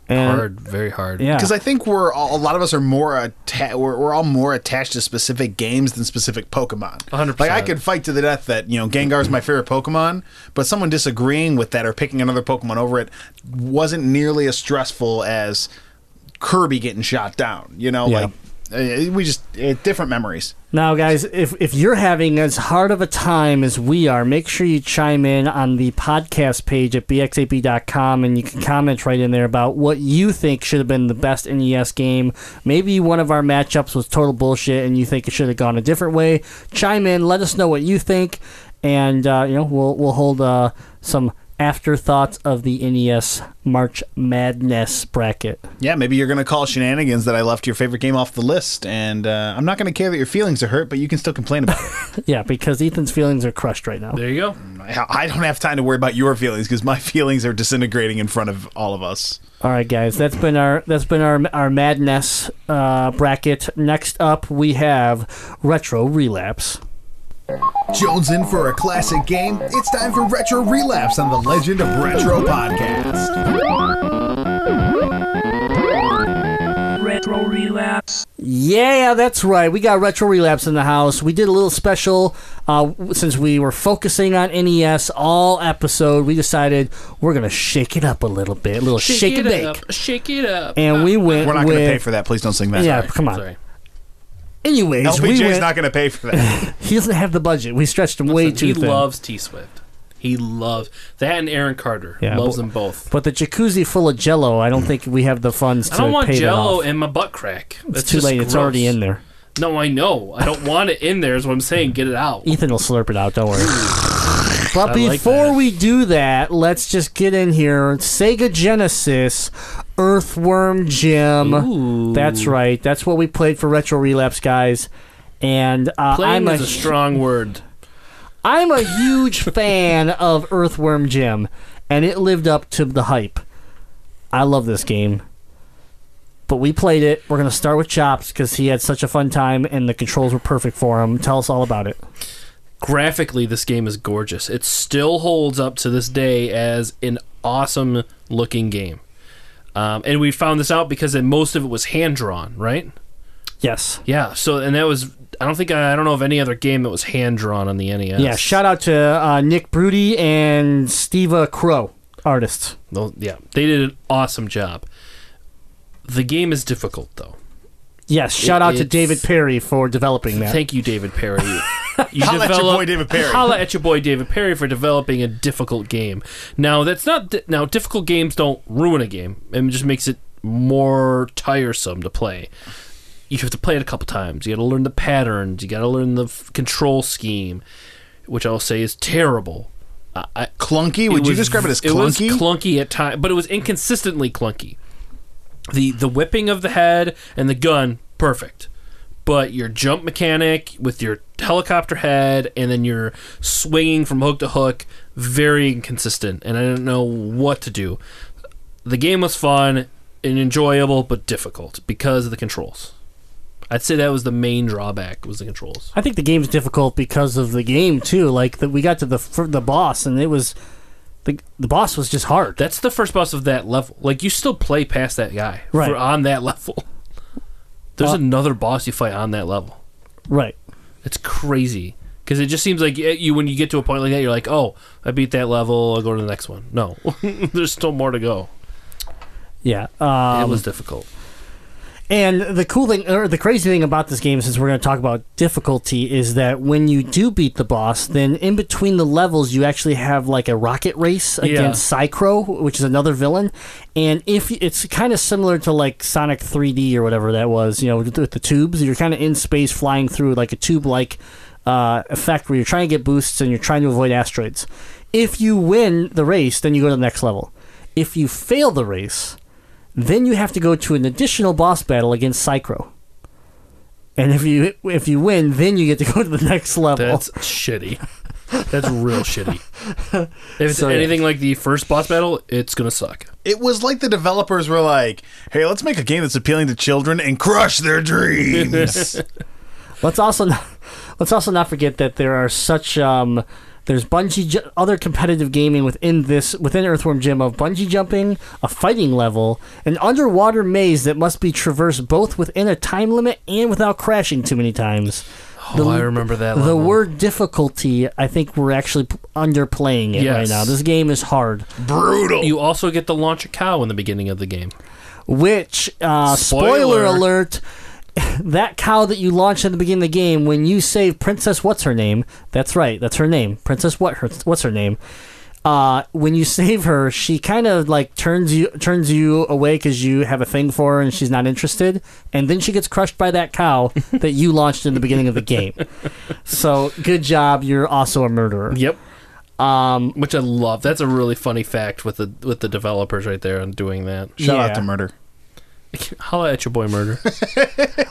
S2: And,
S5: hard, very hard.
S2: uh, Yeah.
S6: because I think we're all, a lot of us are more atta- we're, we're all more attached to specific games than specific Pokemon.
S5: 100%.
S6: Like I could fight to the death that you know Gengar's my favorite Pokemon, but someone disagreeing with that or picking another Pokemon over it wasn't nearly as stressful as Kirby getting shot down. You know,
S2: Yeah.
S6: like uh, we just uh, different memories.
S2: now, guys, if if you're having as hard of a time as we are, make sure you chime in on the podcast page at bxap.com and you can comment right in there about what you think should have been the best NES game. Maybe one of our matchups was total bullshit and you think it should have gone a different way. Chime in, let us know what you think, and uh, you know we'll we'll hold uh, some afterthoughts of the NES March Madness bracket.
S6: Yeah, maybe you're gonna call shenanigans that I left your favorite game off the list, and uh, I'm not gonna care that your feelings are hurt, but you can still complain about it.
S2: Yeah, because Ethan's feelings are crushed right now.
S5: There you go.
S6: I I don't have time to worry about your feelings because my feelings are disintegrating in front of all of us.
S2: All right, guys, that's been our that's been our our madness uh, bracket. Next up, we have retro relapse.
S3: Jones in for a classic game. It's time for Retro Relapse on the Legend of Retro podcast.
S7: Retro Relapse.
S2: Yeah, that's right. We got Retro Relapse in the house. We did a little special uh, since we were focusing on NES all episode. We decided we're gonna shake it up a little bit, a little shake, and bake,
S5: up. Shake it up.
S2: and we went.
S6: We're not
S2: with,
S6: going to pay for that. Please don't sing that.
S2: Yeah, come on.
S5: Sorry.
S2: Anyways,
S6: LPJ's
S2: we went,
S6: not going to pay for that.
S2: he doesn't have the budget. We stretched him way
S5: Listen,
S2: too
S5: he
S2: thin.
S5: loves T Swift. He loves that and Aaron Carter.
S2: Yeah,
S5: loves
S2: but-
S5: them both.
S2: but the jacuzzi full of Jello, I don't think we have the funds to
S5: I don't want
S2: pay
S5: Jello
S2: that off.
S5: in my butt crack. That's
S2: It's too
S5: just
S2: late. It's already
S5: gross.
S2: in there.
S5: No, I know. I don't want it in there. Is what I'm saying. Get it out.
S2: Ethan will slurp it out. Don't worry. But
S5: like
S2: before
S5: that.
S2: we do that, let's just get in here. Sega Genesis, Earthworm Jim. That's right. That's what we played for Retro Relapse, guys. And uh, I'm
S5: Playing is a strong word.
S2: I'm a huge fan of Earthworm Jim, and it lived up to the hype. I love this game. But we played it. We're going to start with Chops because he had such a fun time and the controls were perfect for him. Tell us all about it.
S5: graphically this game is gorgeous it still holds up to this day as an awesome looking game um, and we found this out because then most of it was hand drawn right
S2: Yes.
S5: yeah so and that was i don't think i don't know of any other game that was hand drawn on the E nes
S2: Yeah, shout out to uh, Nick Broody and Steve uh, Crow, artists.
S5: Those- yeah they did an awesome job the game is difficult though
S2: Yes, shout out to
S5: it's-
S2: David Perry for developing that.
S5: Thank you, David Perry. You
S6: Holla at your boy, David Perry.
S5: Holla at your boy David Perry for developing a difficult game. Now that's not di- now difficult games don't ruin a game. It just makes it more tiresome to play. You have to play it a couple times. You got to learn the patterns. You got to learn the f- control scheme, which I'll say is terrible. I, I,
S6: Clunky? Would
S5: it
S6: you
S5: was-
S6: describe it as
S5: It was
S6: clunky?
S5: clunky at times, but it was inconsistently clunky. The the whipping of the head and the gun, perfect. But your jump mechanic with your helicopter head and then your swinging from hook to hook, very inconsistent. And I didn't know what to do. The game was fun and enjoyable, but difficult because of the controls. I'd say that was the main drawback was the controls.
S2: I think the game's difficult because of the game too. Like that, we got to the fir- the boss, and it was the the boss was just hard.
S5: That's the first boss of that level. Like you still play past that guy
S2: Right.
S5: for on that level. There's
S2: Uh,
S5: another boss you fight on that level.
S2: right.
S5: It's crazy because it just seems like eh, you when you get to a point like that, you're like, oh, I beat that level. I'll go to the next one. No, there's still more to go.
S2: Yeah. Um,
S5: it was difficult.
S2: And the cool thing, or the crazy thing about this game, since we're going to talk about difficulty, is that when you do beat the boss, then in between the levels, you actually have like a rocket race against Psychro, which is another villain. And if y- it's kind of similar to like Sonic 3D or whatever that was, you know, with the tubes, you're kind of in space flying through like a tube like uh, effect where you're trying to get boosts and you're trying to avoid asteroids. If you win the race, then you go to the next level. If you fail the race, then you have to go to an additional boss battle against Psychro. And if you if you win, then you get to go to the next level.
S5: That's shitty. That's real shitty. If it's
S2: So, yeah.
S5: anything like the first boss battle, it's gonna suck.
S6: It was like the developers were like, hey, let's make a game that's appealing to children and crush their dreams.
S2: let's also not, let's also not forget that there are such um, there's bungee ju- other competitive gaming within this within Earthworm Jim of bungee jumping, a fighting level, an underwater maze that must be traversed both within a time limit and without crashing too many times.
S5: Oh, I remember that.
S2: The
S5: level.
S2: word difficulty, I think we're actually p- underplaying it right
S5: Yes.
S2: now. This game is hard.
S6: Brutal.
S5: You also get to launch a cow in the beginning of the game.
S2: Which uh, spoiler.
S5: Spoiler.
S2: alert, that cow that you launched at the beginning of the game when you save Princess what's her name? That's right, that's her name, Princess what her what's her name? Uh, when you save her, she kind of like turns you turns you away because you have a thing for her and she's not interested, and then she gets crushed by that cow that you launched in the beginning of the game. So good job, you're also a murderer.
S5: Yep.
S2: Um,
S5: which I love. That's a really funny fact with the with the developers right there on doing that.
S6: Shout
S2: yeah.
S6: out to Murder.
S5: Holla at your boy, murder.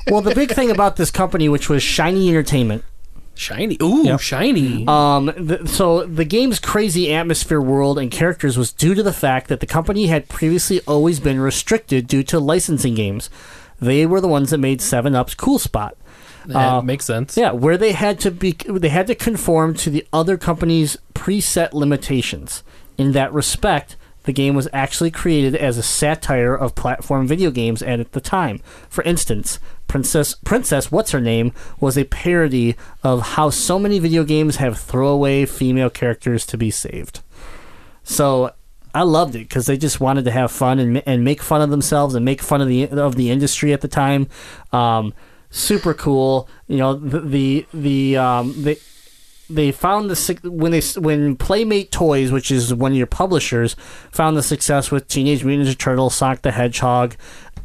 S2: well, the big thing about this company, which was Shiny Entertainment,
S5: shiny, ooh, shiny.
S2: Um, th- so the game's crazy atmosphere, world, and characters was due to the fact that the company had previously always been restricted due to licensing games. They were the ones that made Seven Up's Cool Spot.
S5: That uh, makes sense.
S2: Yeah, where they had to be, they had to conform to the other company's preset limitations. In that respect, the game was actually created as a satire of platform video games and at the time. For instance, Princess Princess What's Her Name was a parody of how so many video games have throwaway female characters to be saved. So I loved it because they just wanted to have fun and ma- and make fun of themselves and make fun of the of the industry at the time. Um, super cool, you know the the, the um, they they found the suc- when they s- when Playmate Toys, which is one of your publishers, found the success with Teenage Mutant Ninja Turtles, Sonic the Hedgehog,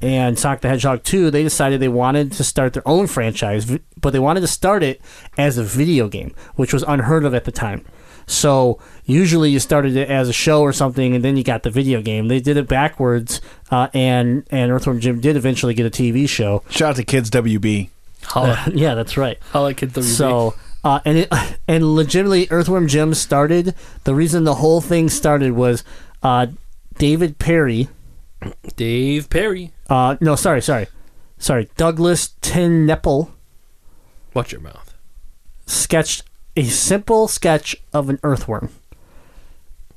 S2: and Sonic the Hedgehog Two. They decided they wanted to start their own franchise, v- but they wanted to start it as a video game, which was unheard of at the time. So usually you started it as a show or something, and then you got the video game. They did it backwards, uh, and and Earthworm Jim did eventually get a TV show.
S6: Shout out to Kids WB.
S5: Holla,
S2: Yeah, that's right.
S5: holla kid WB.
S2: So, uh, and it, and legitimately, Earthworm Jim started. The reason the whole thing started was uh, David Perry.
S5: Dave Perry.
S2: Uh, no, sorry, sorry, sorry. Douglas Tinnepple
S5: Watch your mouth.
S2: sketched a simple sketch of an earthworm,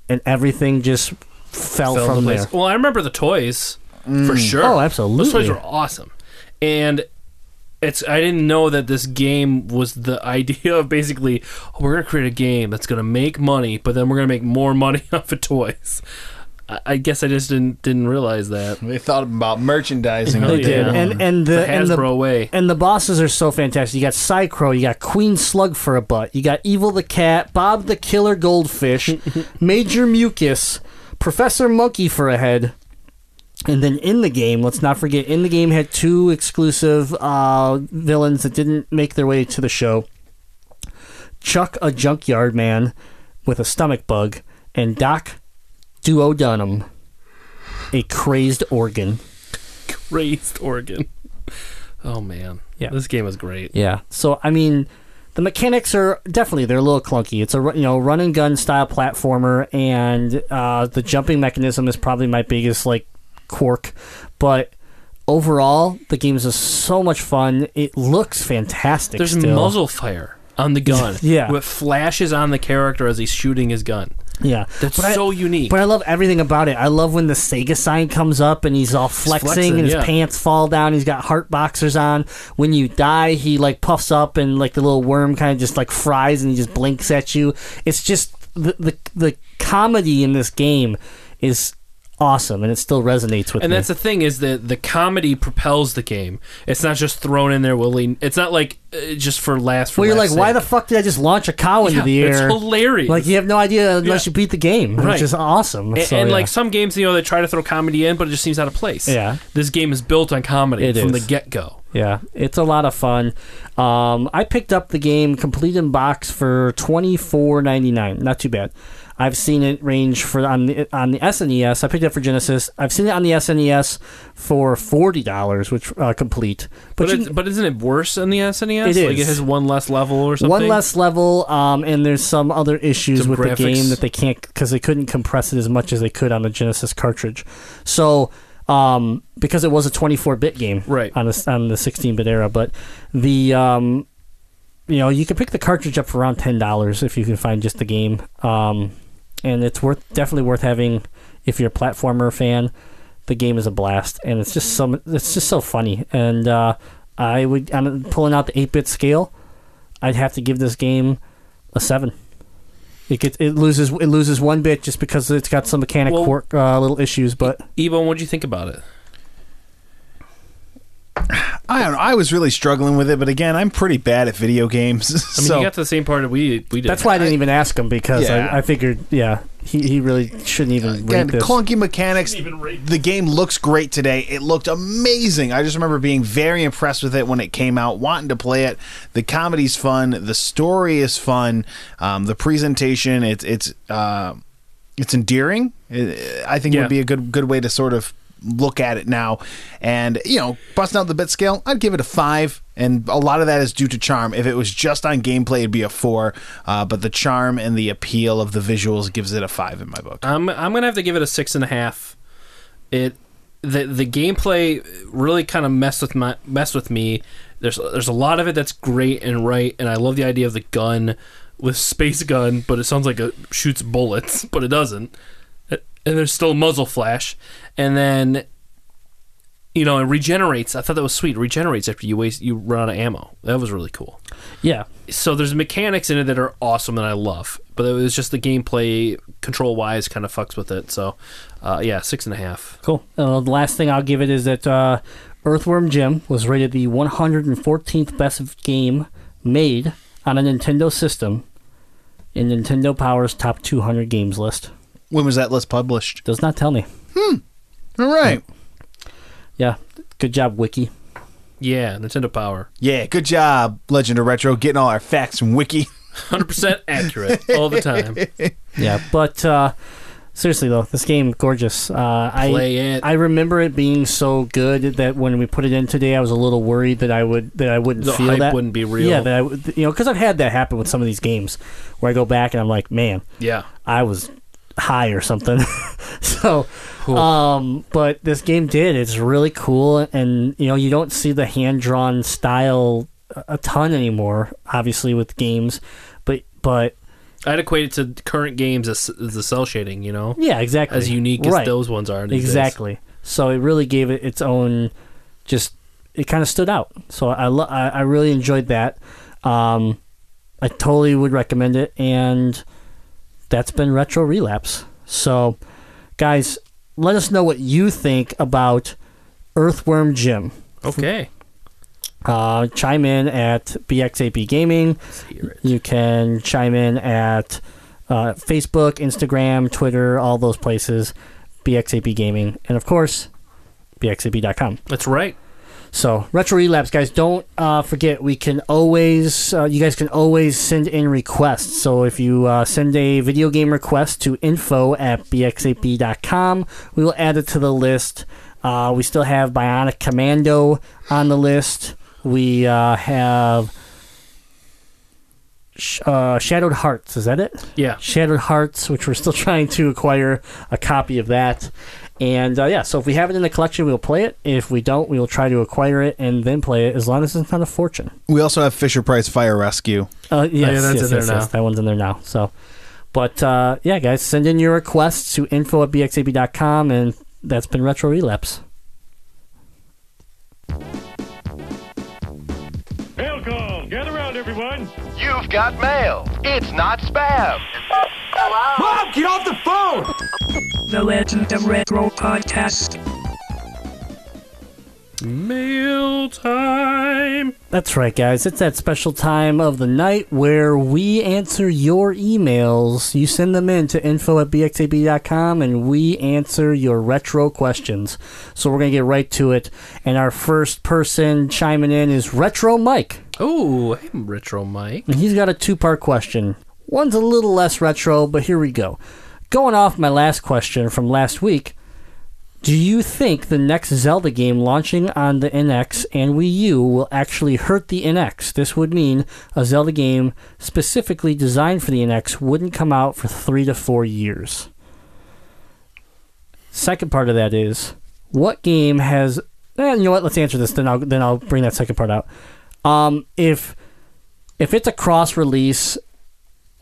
S2: and everything just fell,
S5: Fell
S2: from
S5: into
S2: there.
S5: place. Well, I remember the toys for sure.
S2: Oh, absolutely.
S5: Those toys were awesome, and it's I didn't know that this game was the idea of basically oh, we're gonna create a game that's gonna make money, but then we're gonna make more money off of toys. I, I guess I just didn't didn't realize that.
S6: They thought about merchandising.
S5: They
S2: They did,
S5: Yeah.
S2: and and the,
S5: The
S2: and the
S5: Hasbro way.
S2: and the bosses are so fantastic. You got Psycro, you got Queen Slug for a butt, you got Evil the Cat, Bob the Killer Goldfish, Major Mucus, Professor Monkey for a head. And then in the game, let's not forget, in the game had two exclusive uh, villains that didn't make their way to the show. Chuck, a junkyard man with a stomach bug, and Doc Duodunum, a crazed organ.
S5: Raised Oregon. Oh man,
S2: Yeah.
S5: this game is great.
S2: Yeah. So I mean, the mechanics are definitely they're a little clunky. It's a ru- you know run and gun style platformer, and uh, the jumping mechanism is probably my biggest like quirk. But overall, the game is just so much fun. It looks fantastic.
S5: There's
S2: still.
S5: muzzle fire on the gun.
S2: Yeah.
S5: what flashes on the character as he's shooting his gun.
S2: Yeah,
S5: That's
S2: I-
S5: so unique.
S2: But I love everything about it. I love when the Sega sign comes up and he's all flexing,
S5: flexing,
S2: and his
S5: yeah.
S2: pants fall down. He's got heart boxers on. When you die, he like puffs up and like the little worm kind of just like fries and he just blinks at you. It's just the the, the comedy in this game is awesome and it still resonates with
S5: And
S2: me.
S5: that's the thing is that the comedy propels the game. It's not just thrown in there willy. It's not like uh, just for last. For
S2: well, you're like,
S5: laugh's
S2: why the
S5: sake."
S2: fuck did I just launch a cow into
S5: Yeah,
S2: the air?
S5: it's hilarious.
S2: Like you have no idea unless
S5: Yeah.
S2: you beat the game,
S5: Right.
S2: which is awesome.
S5: And,
S2: So,
S5: and
S2: yeah.
S5: like some games, you know, they try to throw comedy in, but it just seems out of place.
S2: Yeah.
S5: this game is built on comedy
S2: It
S5: from
S2: is.
S5: the get go.
S2: Yeah, it's a lot of fun. Um, I picked up the game complete in box for twenty four ninety nine. Not too bad. I've seen it range for on the on the SNES. I picked it up for Genesis. I've seen it on the SNES for forty dollars, which uh, complete.
S5: But
S2: But, you
S5: it's,
S2: can-
S5: but isn't it worse than the SNES?
S2: It
S5: Like
S2: is.
S5: it has one less level or something.
S2: one less level, um, and there's some other issues
S5: Some
S2: with the
S5: graphics.
S2: game that they can't because they couldn't compress it as much as they could on the Genesis cartridge. So, um, because it was a 24-bit game,
S5: Right.
S2: on the on the 16-bit era, but the um, you know, you can pick the cartridge up for around ten dollars if you can find just the game, um, and it's worth definitely worth having if you're a platformer fan. The game is a blast, and it's just some it's just so funny. And uh, I would I'm pulling out the eight bit scale. I'd have to give this game a seven. It gets it loses it loses one bit just because it's got some mechanic
S5: Well-
S2: quirk, uh, little issues, but
S5: Ebon, what'd you think about it?
S6: I don't know. I was really struggling with it, but again, I'm pretty bad at video games.
S5: I mean,
S6: so
S5: you got to the same part that we we did.
S2: that's why I didn't even ask him because
S6: Yeah.
S2: I, I figured yeah he, he really shouldn't even rate
S6: again,
S2: this.
S6: clunky mechanics. The game looks great today. It looked amazing. I just remember being very impressed with it when it came out, wanting to play it. The comedy's fun. The story is fun. Um, the presentation, it's it's uh, it's endearing. It, I think it
S5: Yeah.
S6: would be a good good way to sort of look at it now. And you know, busting out the bit scale, I'd give it a five. And a lot of that is due to charm. If it was just on gameplay, it'd be a four. Uh, but the charm and the appeal of the visuals gives it a five in my book.
S5: I'm I'm gonna have to give it a six and a half. It the the gameplay really kind of messed with my messed with me. There's there's a lot of it that's great and right, and I love the idea of the gun with space gun, but it sounds like it shoots bullets, but it doesn't. And there's still muzzle flash, and then you know it regenerates. I thought that was sweet. It regenerates after you waste you run out of ammo. That was really cool
S2: Yeah.
S5: so there's mechanics in it that are awesome that I love, but it was just the gameplay control wise kind of fucks with it. So, uh, yeah, six and a half.
S2: Cool. Uh, the last thing I'll give it is that uh, Earthworm Jim was rated the 114th best game made on a Nintendo system in Nintendo Power's top 200 games list.
S6: When was that list published?
S2: Does not tell me.
S5: Hmm.
S6: All right.
S2: Yeah. Good job, Wiki.
S5: Yeah, Nintendo Power,
S6: Yeah, good job, Legend of Retro, getting all our facts from Wiki.
S5: hundred percent accurate all the time.
S2: yeah, but uh, seriously though, this game gorgeous. Uh,
S5: Play
S2: I
S5: it.
S2: I remember it being so good that when we put it in today, I was a little worried that I would that I wouldn't
S5: The
S2: feel
S5: hype
S2: that
S5: wouldn't be real.
S2: Yeah, that I, would- you know, because I've had that happen with some of these games where I go back and I'm like, man,
S5: Yeah,
S2: I was high or something. so, um, but this game did. It's really cool, and you know you don't see the hand drawn style a- a ton anymore. Obviously, with games, but but
S5: I'd equate it to current games as, as the cell shading. You know,
S2: yeah, exactly.
S5: as unique as
S2: Right.
S5: those ones are. these days.
S2: Exactly. So it really gave it its own. Just it kind of stood out. So I lo- I, I really enjoyed that. Um, I totally would recommend it, and that's been retro relapse. So, guys, let us know what you think about Earthworm Jim.
S5: Okay.
S2: Uh, chime in at BXAP Gaming. You can chime in at uh, Facebook, Instagram, Twitter, all those places. BXAP Gaming. And of course, BXAP.com.
S5: That's right.
S2: So, Retro Relapse, guys, don't uh, forget we can always, uh, you guys can always send in requests. So, if you uh, send a video game request to info at bxap.com, we will add it to the list. Uh, we still have Bionic Commando on the list. We uh, have sh- uh, Shadowed Hearts, is that it?
S5: Yeah.
S2: Shattered Hearts, which we're still trying to acquire a copy of that. And uh, yeah, so if we have it in the collection, we'll play it. If we don't, we will try to acquire it and then play it, as long as it's not a fortune.
S6: We also have Fisher Price Fire Rescue.
S2: Uh, yes,
S5: Oh, yeah, that's
S2: yes,
S5: in there
S2: yes, yes,
S5: now.
S2: that one's in there now. So, but uh, yeah, guys, send in your requests to info at bxab.com, and that's been Retro Relapse.
S8: Mail call. Gather around, everyone.
S9: You've got mail. It's not spam.
S7: The Legend of Retro Podcast.
S5: Mail time.
S2: That's right, guys. It's that special time of the night where we answer your emails. You send them in to info at bxab.com and we answer your retro questions. So we're going to get right to it. And our first person chiming in is Retro Mike.
S5: Oh, hey, retro Mike.
S2: And he's got a two part question. One's a little less retro, but here we go. Going off my last question from last week, do you think the next Zelda game launching on the NX and Wii U will actually hurt the NX? This would mean a Zelda game specifically designed for the NX wouldn't come out for three to four years. Second part of that is what game has? Eh, you know what? Let's answer this. Then I'll then I'll bring that second part out. Um, if if it's a cross release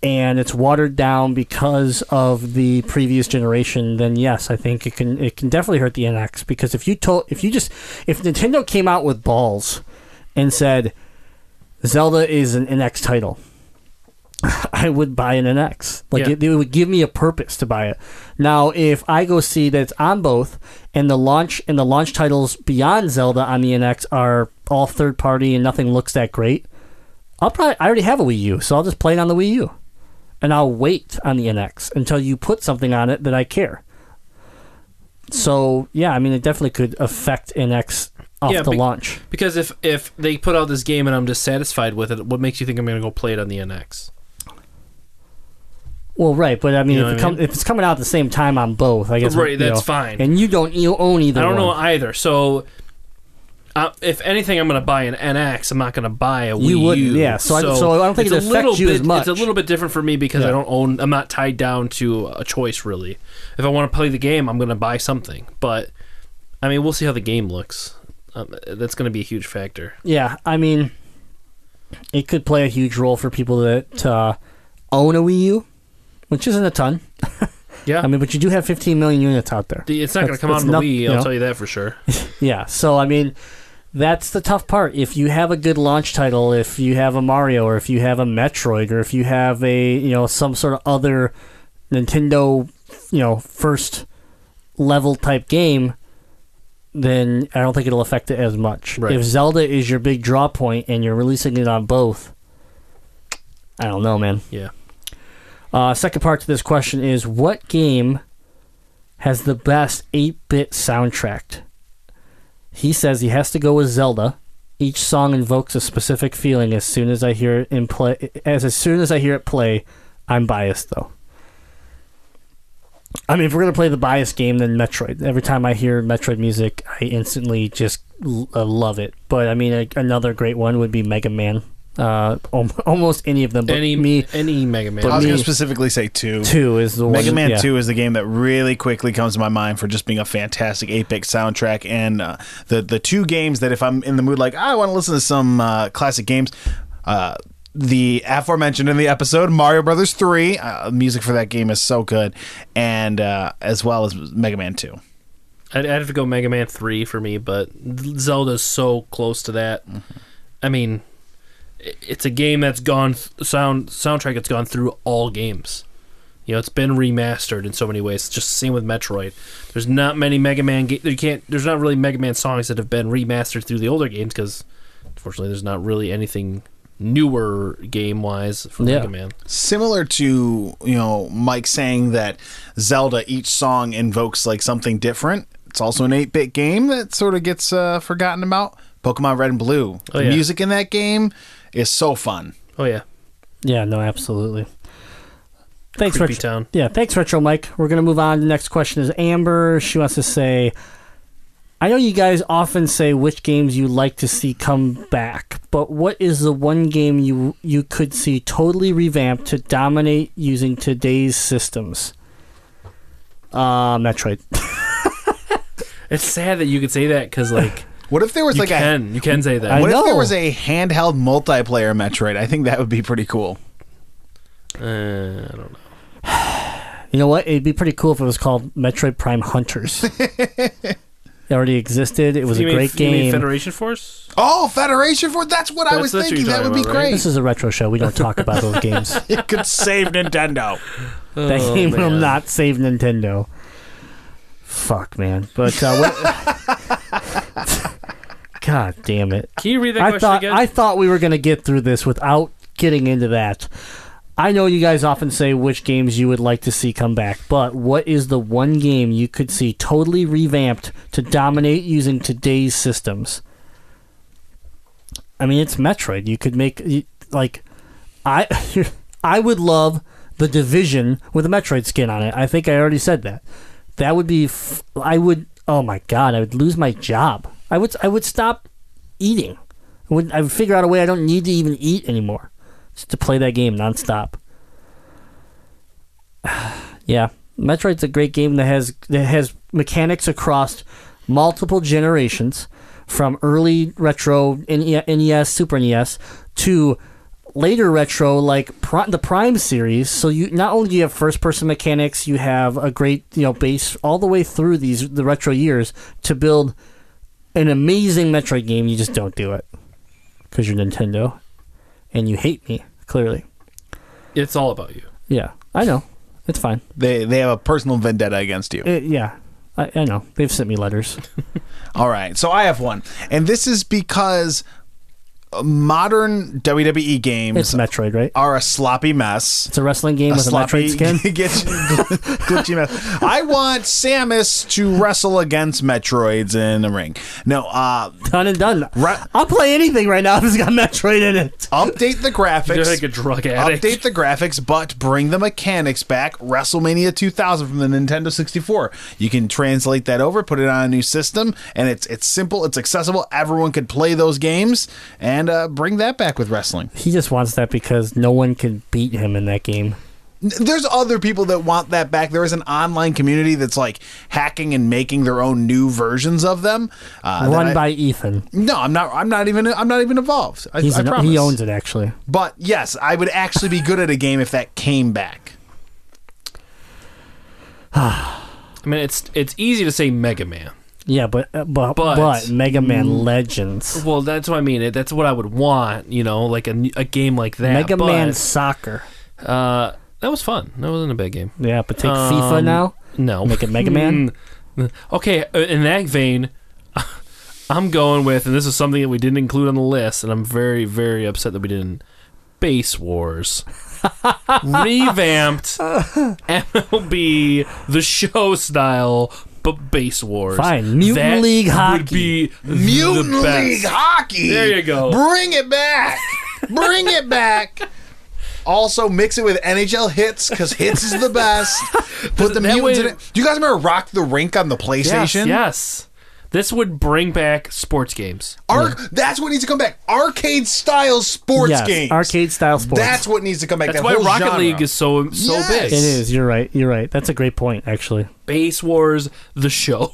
S2: and it's watered down because of the previous generation, then yes, I think it can it can definitely hurt the NX because if you told if you just if Nintendo came out with balls and said Zelda is an NX title, I would buy an NX. Like
S5: Yeah.
S2: it, it would give me a purpose to buy it. Now, if I go see that it's on both, and the launch and the launch titles beyond Zelda on the NX are all third party and nothing looks that great, I'll probably I already have a Wii U, so I'll just play it on the Wii U, and I'll wait on the NX until you put something on it that I care. So yeah, I mean it definitely could affect NX off
S5: Yeah,
S2: the
S5: be-
S2: launch.
S5: Because if if they put out this game and I'm dissatisfied with it, what makes you think I'm gonna go play it on the NX?
S2: Well, right, but I mean,
S5: You know
S2: if,
S5: what
S2: it
S5: I
S2: come,
S5: mean?
S2: if it's coming out at the same time on both, I guess
S5: Right,
S2: you
S5: that's
S2: know,
S5: fine.
S2: And you don't you own either.
S5: I don't
S2: one.
S5: know either. So, uh, if anything, I'm going to buy an NX. I'm not going to buy a
S2: You
S5: Wii
S2: wouldn't,
S5: U.
S2: yeah. So I- so I don't think
S5: it's
S2: it
S5: a little
S2: affects you
S5: bit,
S2: as much.
S5: It's a little bit different for me because
S2: Yeah.
S5: I don't own. I'm not tied down to a choice really. If I want to play the game, I'm going to buy something. But I mean, we'll see how the game looks. Um, that's going to be a huge factor.
S2: Yeah, I mean, it could play a huge role for people that uh, own a Wii U, which isn't a ton.
S5: Yeah,
S2: I mean, but you do have 15 million units out there.
S5: Uh. The- it's not going
S2: That's-
S5: to come
S2: that's
S5: out on the
S2: noth-
S5: Wii.
S2: you
S5: I'll
S2: know.
S5: tell you that for sure.
S2: Yeah, so I mean, that's the tough part. If you have a good launch title, if you have a Mario, or if you have a Metroid, or if you have a you know some sort of other Nintendo, you know, first level type game, then I don't think it'll affect it as much.
S5: Right.
S2: If Zelda is your big draw point and you're releasing it on both, I don't know, man.
S5: Yeah.
S2: Uh, second part to this question is what game has the best 8 bit soundtrack? He says he has to go with Zelda. Each song invokes a specific feeling as soon as I hear it in play as as soon as I hear it play. I'm biased though. I mean, if we're gonna play the bias game, then Metroid. Every time I hear Metroid music, I instantly just l- uh, love it. But I mean, a, another great one would be Mega Man. Uh, al- almost any of them, but
S5: Any
S2: me
S5: any Mega Man.
S2: But
S6: I was
S2: me-
S6: going to specifically say two.
S2: two is the one.
S6: Mega Man
S2: yeah.
S6: 2 is the game that really quickly comes to my mind for just being a fantastic 8-bit soundtrack and uh, the the two games that if I'm in the mood like I want to listen to some uh, classic games uh, the aforementioned in the episode Mario Brothers 3 uh, music for that game is so good and uh, as well as Mega Man 2
S5: I'd, I'd have to go Mega Man 3 for me, but Zelda's so close to that. I mean, i- it's a game that's gone th- sound soundtrack that's gone through all games. You know, it's been remastered in so many ways. It's just the same with Metroid. There's not many Mega Man ga- you can't there's not really Mega Man songs that have been remastered through the older games cuz unfortunately there's not really anything newer game-wise for
S2: Yeah.
S5: Mega Man.
S6: similar to you know Mike saying that Zelda each song invokes like something different. It's also an 8-bit game that sort of gets uh, forgotten about. Pokemon Red and Blue.
S5: Oh,
S6: the
S5: yeah.
S6: music in that game is so fun.
S5: Oh yeah.
S2: Yeah, no, absolutely. Thanks,
S5: Creepy
S2: Retro.
S5: Town.
S2: Yeah, thanks, Retro Mike. We're gonna move on. The next question is Amber. She wants to say, "I know you guys often say which games you like to see come back, but what is the one game you you could see totally revamped to dominate using today's systems?" Uh, Metroid.
S5: It's sad that you could say that cuz like
S6: What if there was
S5: you
S6: like a
S5: can you can say that.
S2: I
S6: what if there
S2: know.
S6: was a handheld multiplayer Metroid? I think that would be pretty cool.
S5: Uh, I don't know.
S2: You know what? It'd be pretty cool if it was called Metroid Prime Hunters. it already existed. It was
S5: You
S2: a
S5: mean-
S2: great
S5: you mean
S2: game.
S5: Federation Force?
S6: Oh, Federation Force. That's what I
S5: That's-
S6: was
S5: that's what
S6: thinking.
S5: you're
S6: That would be
S5: talking about, right?
S6: great.
S2: This is a retro show. We don't talk about those games.
S6: it could save Nintendo.
S2: That
S5: Oh,
S2: game will
S5: man.
S2: not save Nintendo. Fuck, man. But uh, what? God damn it!
S5: Can you read that
S2: I
S5: question
S2: thought
S5: again?
S2: I thought we were gonna get through this without getting into that. I know you guys often say which games you would like to see come back, but what is the one game you could see totally revamped to dominate using today's systems? I mean, it's Metroid. You could make you- like I I would love the division with a Metroid skin on it. I think I already said that. That would be f- I would oh my god, I would lose my job. I would I would stop eating. I would I would figure out a way I don't need to even eat anymore just to play that game nonstop. yeah, Metroid's a great game that has that has mechanics across multiple generations, from early retro E, NE- NES, Super NES to later retro like pri- the Prime series. So you not only do you have first person mechanics, you have a great you know base all the way through these the retro years to build an amazing Metroid game. You just don't do it because you're Nintendo and you hate me clearly.
S5: It's all about you.
S2: Yeah, I know. It's fine.
S6: They they have a personal vendetta against you.
S2: It, Uh, yeah, I, I know. They've sent me letters.
S6: All right, so I have one, and this is because modern WWE
S2: It's
S6: games
S2: Metroid, right?
S6: are a sloppy mess.
S2: It's a wrestling game with a Metroid skin.
S6: glitchy, glitchy mess. I want Samus to wrestle against Metroids in the ring. No, uh,
S2: Done and done.
S6: Right.
S2: I'll play anything right now if it's got Metroid in it.
S6: update the
S5: You're
S6: graphics.
S5: like a drug addict.
S6: Update the graphics, but bring the mechanics back. WrestleMania 2000 from the Nintendo 64. You can translate that over, put it on a new system, and it's it's simple, it's accessible. Everyone could play those games, and uh, bring that back with wrestling.
S2: He just wants that because no one can beat him in that game.
S6: there's other people that want that back. There is an online community that's like hacking and making their own new versions of them. Uh, that
S2: Run
S6: I-
S2: by Ethan.
S6: No, I'm not. I'm not even. I'm not even involved. I,
S2: He's
S6: I
S2: an,
S6: promise.
S2: he owns it actually.
S6: But yes, I would actually be good at a game if that came back.
S5: I mean, it's it's easy to say Mega Man.
S2: Yeah, but uh, but,
S5: But-
S2: but Mega Man
S6: Mm.
S2: Legends,
S5: Well, that's what I mean. It- That's what I would want. You know, like a, n- a game like that.
S2: Mega
S5: but,
S2: Man Soccer.
S5: Uh, that was fun. That wasn't a bad game.
S2: Yeah, but take
S5: Um,
S2: FIFA now.
S5: No,
S2: Make it Mega Man?
S5: Mm. okay, uh, in that vein, I'm going with, and this is something that we didn't include on the list, and I'm very, very upset that we didn't. Base Wars, revamped MLB the show style, but Base Wars.
S2: Fine, Mutant
S5: That
S2: League
S5: would
S2: Hockey.
S5: be
S6: Mutant
S5: the best.
S6: League Hockey.
S5: There you go.
S6: Bring it back. Bring it back. Also, mix it with NHL hits because hits is the best. Put the
S5: That
S6: mutants in
S5: way-
S6: it. Do you guys remember Rock the Rink on the
S5: Yes,
S6: PlayStation?
S5: yes. This would bring back sports games.
S6: Arc. That's what needs to come back. Arcade style sports
S2: yes,
S6: games.
S2: arcade style sports.
S6: That's what needs to come back.
S5: That's
S6: that
S5: why
S6: whole
S5: Rocket
S6: genre.
S5: League is so so
S6: Yes.
S5: big.
S2: it is. You're right. You're right. That's a great point actually.
S5: Base Wars, the show.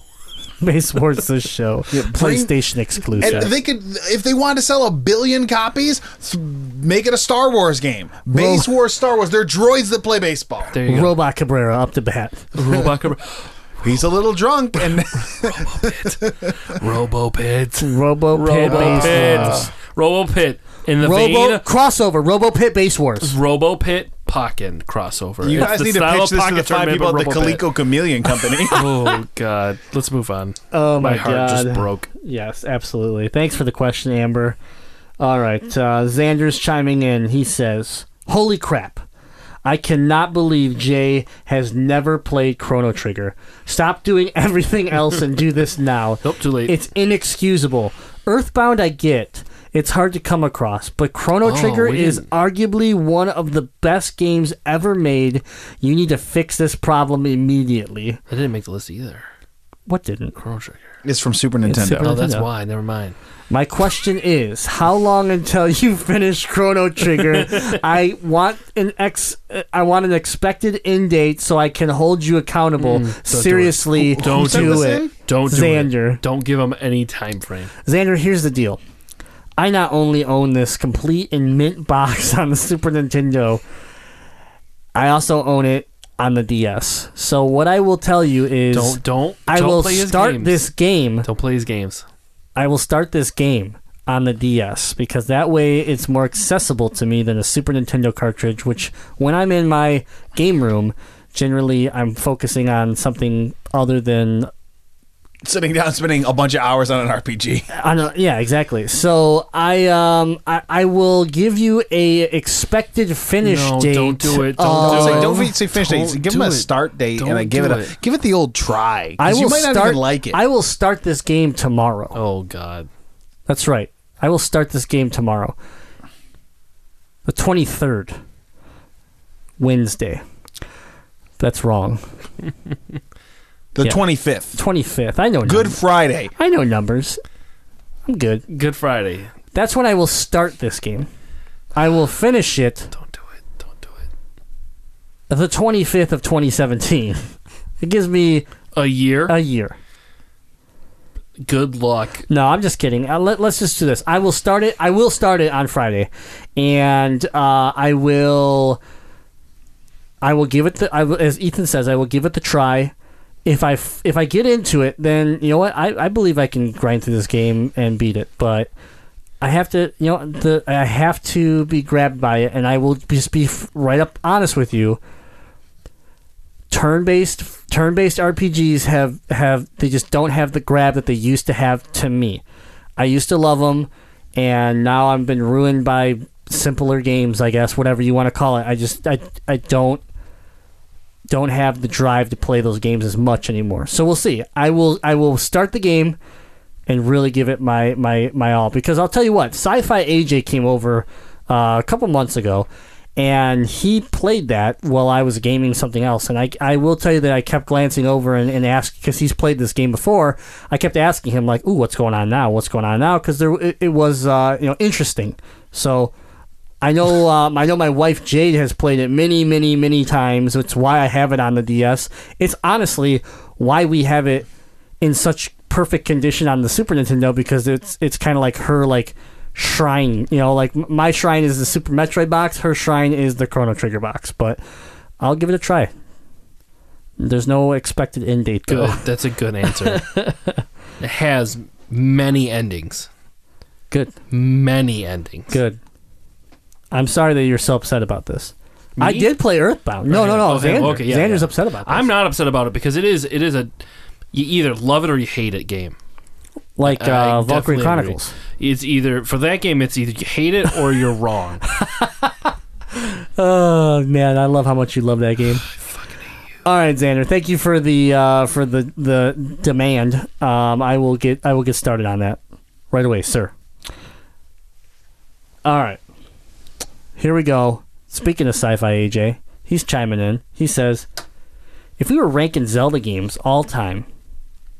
S2: Base Wars this show, PlayStation exclusive.
S6: And they could, if they wanted to sell a billion copies, th- make it a Star Wars game. Base Wars, Star Wars. They're droids that play baseball.
S5: There you go.
S2: Robot Cabrera up to bat.
S5: Robot Cobra-
S6: He's a little drunk, and
S5: Robo Pit.
S2: Robo Pit
S5: Robo
S2: Base Wars.
S5: Pit. Robo Pit. In the
S2: Robo
S5: vein,
S2: crossover. Robo Pit Base Wars.
S5: Robo Pit Pokken crossover.
S6: you
S5: It's
S6: guys
S5: the
S6: need to
S5: style
S6: pitch
S5: of
S6: this to the
S5: Pokken
S6: five
S5: tournament,
S6: people
S5: but
S6: at the
S5: Robo Pit.
S6: Coleco Chameleon Company.
S5: Oh God, let's move on.
S2: Oh my,
S5: My heart
S2: god.
S5: just broke.
S2: Yes, absolutely. Thanks for the question, Amber. All right, uh, Xander's chiming in. He says, "Holy crap! I cannot believe Jay has never played Chrono Trigger. Stop doing everything else and do this now.
S5: Nope, too late.
S2: It's inexcusable. Earthbound, I get." It's hard to come across, but Chrono
S5: Oh,
S2: Trigger
S5: we
S2: is
S5: didn't-
S2: arguably one of the best games ever made. You need to fix this problem immediately.
S5: I didn't make the list either.
S2: What didn't?
S5: Chrono Trigger.
S6: It's from Super Nintendo.
S2: Super
S5: Oh, that's
S2: Nintendo.
S5: why. Never mind.
S2: My question is, how long until you finish Chrono Trigger? I want an ex uh, I want an expected end date so I can hold you
S5: Mm,
S2: accountable. Seriously,
S5: Don't
S2: do
S5: do
S2: it.
S5: Don't do
S2: Xander.
S5: it. Don't give them any time frame.
S2: Xander, here's the deal. I not only own this complete and mint box on the Super Nintendo, I also own it on the DS. So what I will tell you is
S5: Don't don't.
S2: I
S5: don't
S2: will
S5: play his
S2: start
S5: games.
S2: this game
S5: Don't play his games.
S2: I will start this game on the DS because that way it's more accessible to me than a Super Nintendo cartridge, which when I'm in my game room, generally I'm focusing on something other than
S6: Sitting down, spending a bunch of hours on an RPG.
S2: on a, yeah, exactly. So I um I, I will give you a expected finish
S5: No,
S2: date.
S5: don't do it. Don't
S2: of-
S5: do
S6: It's
S5: it.
S6: like, don't be- say finish date.
S5: don't
S6: Give him
S5: do
S6: a
S5: it.
S6: start date,
S5: Don't
S6: and I give
S5: do
S6: it a
S5: it.
S6: give it the old try. 'cause
S2: I will
S6: you might
S2: start
S6: not even like it.
S2: I will start this game tomorrow.
S5: Oh God.
S2: That's right. I will start this game tomorrow. The 23rd. Wednesday. That's wrong.
S6: the
S2: yeah.
S6: twenty fifth,
S2: 25th. I know
S6: Good
S2: numbers.
S6: Friday.
S2: I know numbers. I'm good.
S5: Good Friday.
S2: That's when I will start this game. I will finish it
S5: Don't do it. Don't do it.
S2: the 25th of 2017. It gives me
S5: A year.
S2: a year.
S5: Good luck.
S2: No, I'm just kidding. Uh, let, let's just do this. I will start it. I will start it on Friday, and uh, I will. I will give it the. I will, as Ethan says, I will give it the try. If I f- if I get into it, then you know what I, I believe I can grind through this game and beat it. But I have to, you know, the I have to be grabbed by it, and I will just be f- right up honest with you. Turn-based turn-based RPGs have have they just don't have the grab that they used to have to me. I used to love them, and now I've been ruined by simpler games, I guess, whatever you want to call it. I just I I don't don't have the drive to play those games as much anymore. So we'll see. I will I will start the game and really give it my my my all because I'll tell you what, Sci-Fi AJ came over uh, a couple months ago and he played that while I was gaming something else and I, I will tell you that I kept glancing over and, and asking because he's played this game before I kept asking him like ooh what's going on now what's going on now because there it, it was uh, you know interesting so I know. Um, I know. My wife Jade has played it many, many, many times. It's why I have it on the DS. It's honestly why we have it in such perfect condition on the Super Nintendo because it's it's kind of like her like shrine. You know, like m- my shrine is the Super Metroid box. Her shrine is the Chrono Trigger box. But I'll give it a try. There's no expected end date though.
S5: Good. That's a good answer. it has many endings.
S2: Good.
S5: Many endings.
S2: Good. I'm sorry that you're so upset about this. I
S5: Me?
S2: did play Earthbound. Oh, No, no, no.
S5: Okay,
S2: Xander.
S5: okay, yeah,
S2: Xander's
S5: yeah.
S2: upset about this.
S5: I'm not upset about it because it is it is a you either love it or you hate it game.
S2: like
S5: I
S2: uh, Valkyrie
S5: definitely
S2: Chronicles.
S5: agree. It's either for that game it's either you hate it or you're wrong.
S2: Oh man, I love how much you love that game. All right, Xander. Thank you for the uh, for the the demand. Um, I will get I will get started on that right away, sir. All right, here we go. Speaking of sci-fi, AJ, he's chiming in. He says, "If we were ranking Zelda games all time,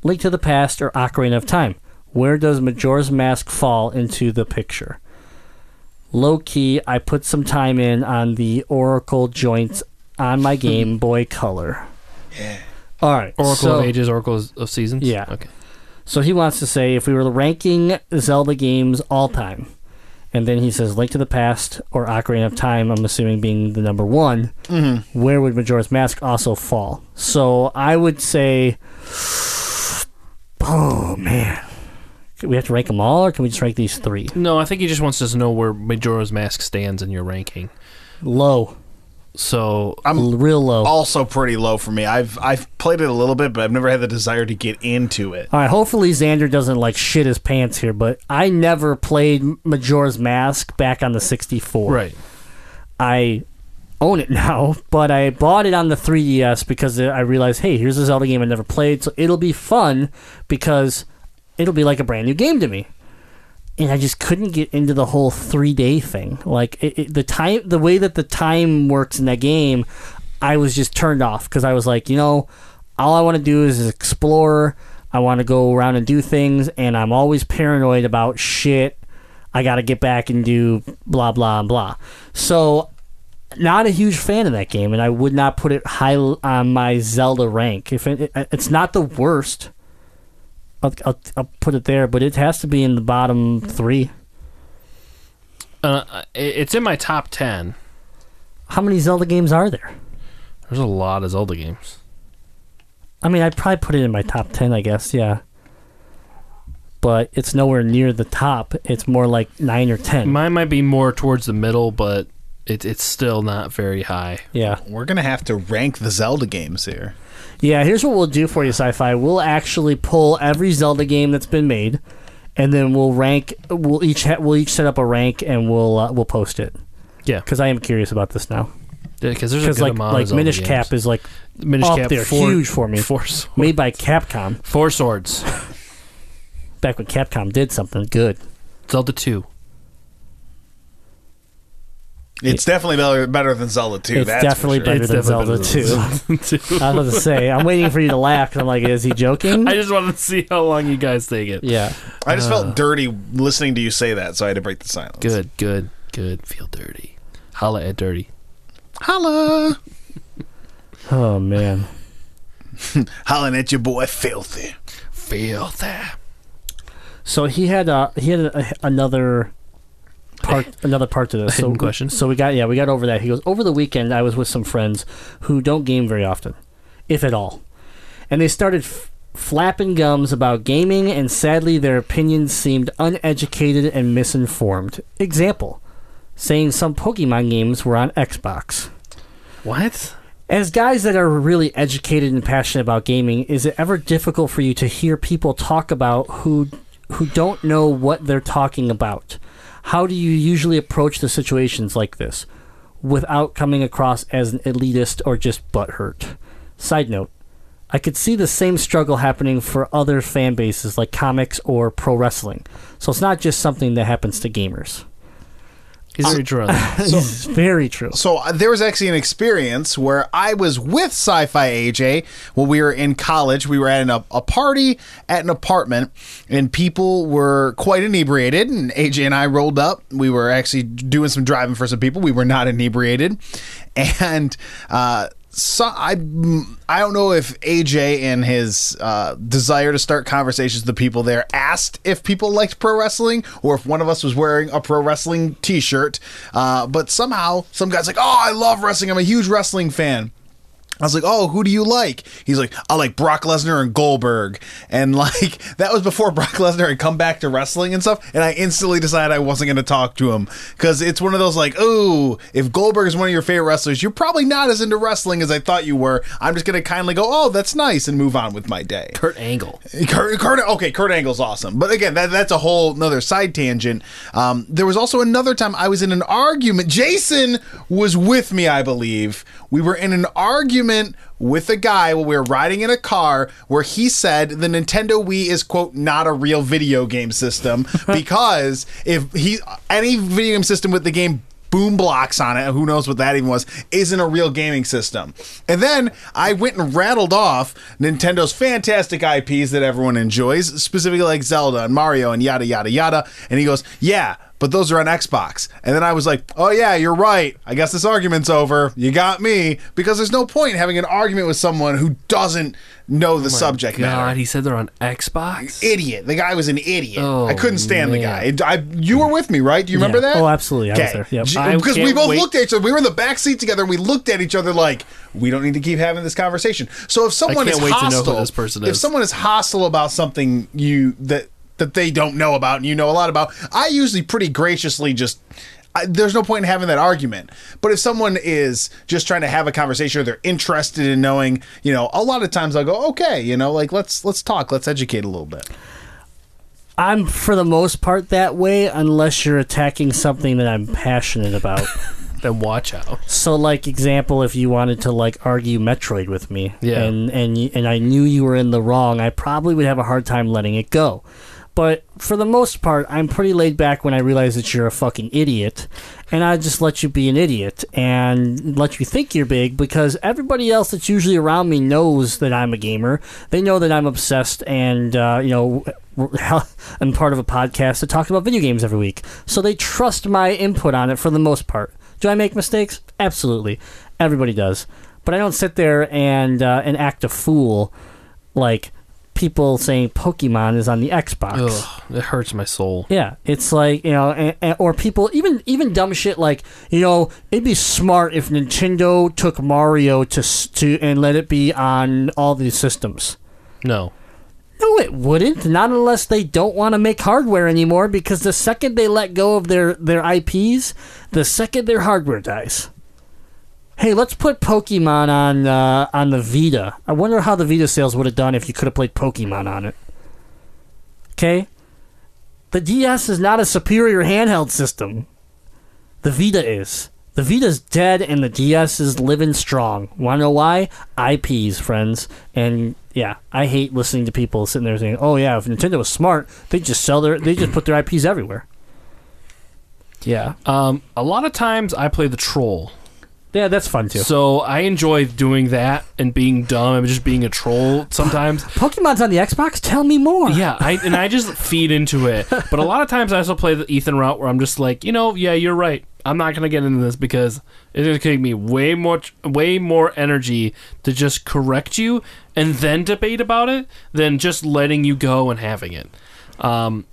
S2: Link to the Past or Ocarina of Time, where does Majora's Mask fall into the picture?" low key, I put some time in on the Oracle joints on my Game Boy Color. All right.
S5: Oracle
S2: so,
S5: of Ages, Oracle of Seasons.
S2: Yeah.
S5: Okay.
S2: So he wants to say if we were ranking Zelda games all time, and then he says Link to the Past or Ocarina of Time, I'm assuming being the number one, where would Majora's Mask also fall? So I would say, oh man. Do We have to rank them all, or can we just rank these three?
S5: No, I think he just wants us to know where Majora's Mask stands in your ranking.
S2: Low,
S5: So
S6: I'm
S2: real low.
S6: also pretty low for me. I've I've played it a little bit, but I've never had the desire to get into it.
S2: All right, hopefully Xander doesn't like shit his pants here, but I never played Majora's Mask back on the 64.
S5: right.
S2: I own it now, but I bought it on the 3DS because I realized, hey, here's a Zelda game I never played, so it'll be fun because it'll be like a brand new game to me. And I just couldn't get into the whole three day thing. Like it, it, the time, the way that the time works in that game, I was just turned off because I was like, you know, all I want to do is explore. I want to go around and do things, and I'm always paranoid about shit. I got to get back and do blah blah and blah. So, not a huge fan of that game, and I would not put it high l- on my Zelda rank. If it, it- it's not the worst, I'll, I'll, I'll put it there, but it has to be in the bottom three.
S5: Uh, it- it's in my top ten.
S2: How many Zelda games are there?
S5: There's a lot of Zelda games.
S2: I mean, I'd probably put it in my top ten, I guess. Yeah, but it's nowhere near the top. It's more like nine or ten.
S5: Mine might be more towards the middle, but it, it's still not very high.
S2: yeah.
S6: We're gonna have to rank the Zelda games here.
S2: Yeah, here's what we'll do for you, sci-fi. We'll actually pull every Zelda game that's been made, and then we'll rank. We'll each ha- we'll each set up a rank, and we'll uh, we'll post it
S5: Yeah,
S2: because I am curious about this now.
S5: because there's a
S2: Because
S5: good
S2: like
S5: amount
S2: like
S5: of Zelda
S2: Minish
S5: games.
S2: Cap is like
S5: Minish
S2: up
S5: Cap
S2: there,
S5: four,
S2: huge for me,
S5: Four, swords.
S2: made by Capcom
S5: four swords.
S2: back when Capcom did something good.
S5: Zelda two.
S6: It's definitely better better than Zelda 2.
S2: it's
S6: that's for
S2: definitely
S6: sure.
S2: better
S5: It's
S2: than
S5: definitely
S2: Zelda Two. I was about to say, I'm waiting for you to laugh because I'm like, is he joking?
S5: I just wanted to see how long you guys take it.
S2: yeah.
S6: I just
S2: Uh,
S6: felt dirty listening to you say that, so I had to break the silence.
S5: Good, good, good. Feel dirty. Holla at dirty.
S6: Holla.
S2: Oh man.
S6: Hollering at your boy filthy.
S5: Feel that.
S2: So he had uh he had a, another part another part to this. So,
S5: Hidden question?
S2: So we got yeah we got over that. He goes over the weekend I was with some friends who don't game very often, if at all, and they started f- flapping gums about gaming and sadly their opinions seemed uneducated and misinformed. Example, saying some Pokemon games were on Xbox.
S5: What?
S2: As guys that are really educated and passionate about gaming, is it ever difficult for you to hear people talk about who who don't know what they're talking about? How do you usually approach the situations like this without coming across as an elitist or just butthurt? Side note, I could see the same struggle happening for other fan bases like comics or pro wrestling. So it's not just something that happens to gamers.
S5: He's very true. on that.
S2: it's very true.
S6: So uh, there was actually an experience where I was with Sci-Fi AJ when we were in college. We were at an, a, a party at an apartment, and people were quite inebriated. And AJ and I rolled up. We were actually doing some driving for some people. We were not inebriated, and. Uh, so I, I don't know if AJ and his uh, desire to start conversations with the people there asked if people liked pro wrestling or if one of us was wearing a pro wrestling T-shirt. Uh, but somehow, some guy's like, "Oh, I love wrestling. I'm a huge wrestling fan." I was like, "Oh, who do you like?" He's like, "I like Brock Lesnar and Goldberg," and like that was before Brock Lesnar had come back to wrestling and stuff. And I instantly decided I wasn't going to talk to him because it's one of those like, "Oh, if Goldberg is one of your favorite wrestlers, you're probably not as into wrestling as I thought you were." I'm just going to kindly go, "Oh, that's nice," and move on with my day.
S5: Kurt Angle.
S6: Kurt, Kurt, okay, Kurt Angle's awesome, but again, that, that's a whole another side tangent. Um, there was also another time I was in an argument. Jason was with me, I believe. We were in an argument with a guy while we were riding in a car, where he said the Nintendo Wii is quote not a real video game system because if he any video game system with the game boom blocks on it, who knows what that even was, isn't a real gaming system. And then I went and rattled off Nintendo's fantastic IPs that everyone enjoys, specifically like Zelda and Mario and yada, yada, yada. And he goes, Yeah, but those are on Xbox. And then I was like, Oh, yeah, you're right. I guess this argument's over. You got me. Because there's no point in having an argument with someone who doesn't know the subject matter
S5: God, he said they're on Xbox.
S6: idiot. The guy was an idiot.
S5: Oh,
S6: I couldn't stand
S5: man.
S6: the guy. I, you were with me, right? Do you remember
S2: Yeah.
S6: that?
S2: Oh, absolutely. I was there. Yep.
S6: J-
S5: I
S6: Because we
S5: can't
S6: both
S5: wait-
S6: looked at each other. We were in the back seat together, and we looked at each other like we don't need to keep having this conversation. So if someone
S5: can't
S6: is
S5: wait to know who
S6: hostile,
S5: this person
S6: if
S5: is.
S6: someone is hostile about something you that that they don't know about and you know a lot about, I usually pretty graciously just. I, there's no point in having that argument. But if someone is just trying to have a conversation or they're interested in knowing, you know, a lot of times I'll go, okay, you know, like let's let's talk, let's educate a little bit.
S2: I'm for the most part that way, unless you're attacking something that I'm passionate about.
S5: Then watch out.
S2: so, like example, if you wanted to like argue Metroid with me,
S5: Yeah.
S2: and and y- and I knew you were in the wrong, I probably would have a hard time letting it go. But for the most part, I'm pretty laid back when I realize that you're a fucking idiot, and I just let you be an idiot and let you think you're big because everybody else that's usually around me knows that I'm a gamer. They know that I'm obsessed and uh, you know I'm part of a podcast that talks about video games every week, so they trust my input on it for the most part. Do I make mistakes? Absolutely, everybody does. But I don't sit there and uh, and act a fool like people saying Pokemon is on the Xbox.
S5: Ugh, it hurts my soul.
S2: Yeah, it's like you know, and, and, or people even even dumb shit like you know, it'd be smart if Nintendo took Mario to s- to and let it be on all these systems.
S5: No.
S2: No, it wouldn't. Not unless they don't want to make hardware anymore. Because the second they let go of their their IPs, the second their hardware dies. Hey, let's put Pokemon on uh, on the Vita. I wonder how the Vita sales would have done if you could have played Pokemon on it. Okay, the DS is not a superior handheld system. The Vita is. The Vita's dead and the DS is living strong. Wanna know why? IPs, friends. And yeah, I hate listening to people sitting there saying, Oh yeah, if Nintendo was smart, they just sell their they just put their IPs everywhere. Yeah.
S5: Um, a lot of times I play the troll.
S2: Yeah, that's fun too.
S5: So I enjoy doing that and being dumb and just being a troll sometimes.
S2: Pokemon's on the Xbox? Tell me more.
S5: Yeah, I, and I just feed into it. But a lot of times I also play the Ethan route where I'm just like, you know, yeah, you're right. I'm not gonna get into this because it's gonna take me way more, way more energy to just correct you and then debate about it than just letting you go and having it. Um,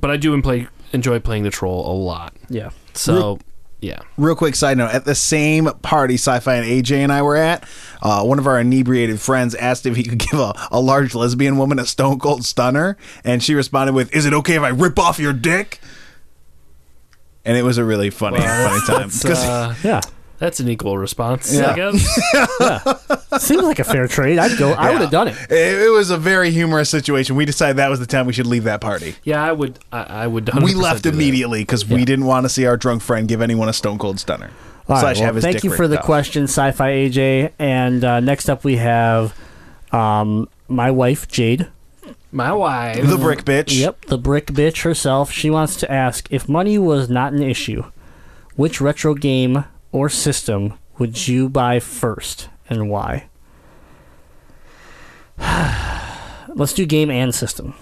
S5: but I do en- play, enjoy playing the troll a lot.
S2: Yeah.
S5: So, yeah,
S6: Real quick side note: at the same party Sci-Fi and AJ and I were at, uh, one of our inebriated friends asked if he could give a, a large lesbian woman a Stone Cold Stunner, and she responded with, "Is it okay if I rip off your dick?" And it was a really funny, funny time.
S5: that's,
S6: 'Cause-
S5: uh,
S2: Yeah.
S5: that's an equal response,
S6: Yeah.
S5: I guess.
S2: Seems like a fair trade. I'd go I would have done it.
S6: it, it was a very humorous situation. We decided that was the time we should leave that party.
S5: Yeah, I would. I, I would. 100%
S6: We left
S5: do that.
S6: immediately because we didn't want to see our drunk friend give anyone a Stone Cold Stunner.
S2: All right,
S6: Slash
S2: well,
S6: have his
S2: thank
S6: dick
S2: you for
S6: ripped
S2: the
S6: off.
S2: question, Sci-Fi AJ. And uh, next up, we have um, my wife, Jade.
S5: My wife.
S6: The brick bitch.
S2: Yep, the brick bitch herself. She wants to ask if money was not an issue, Which retro game or system would you buy first and why? Let's do game and system.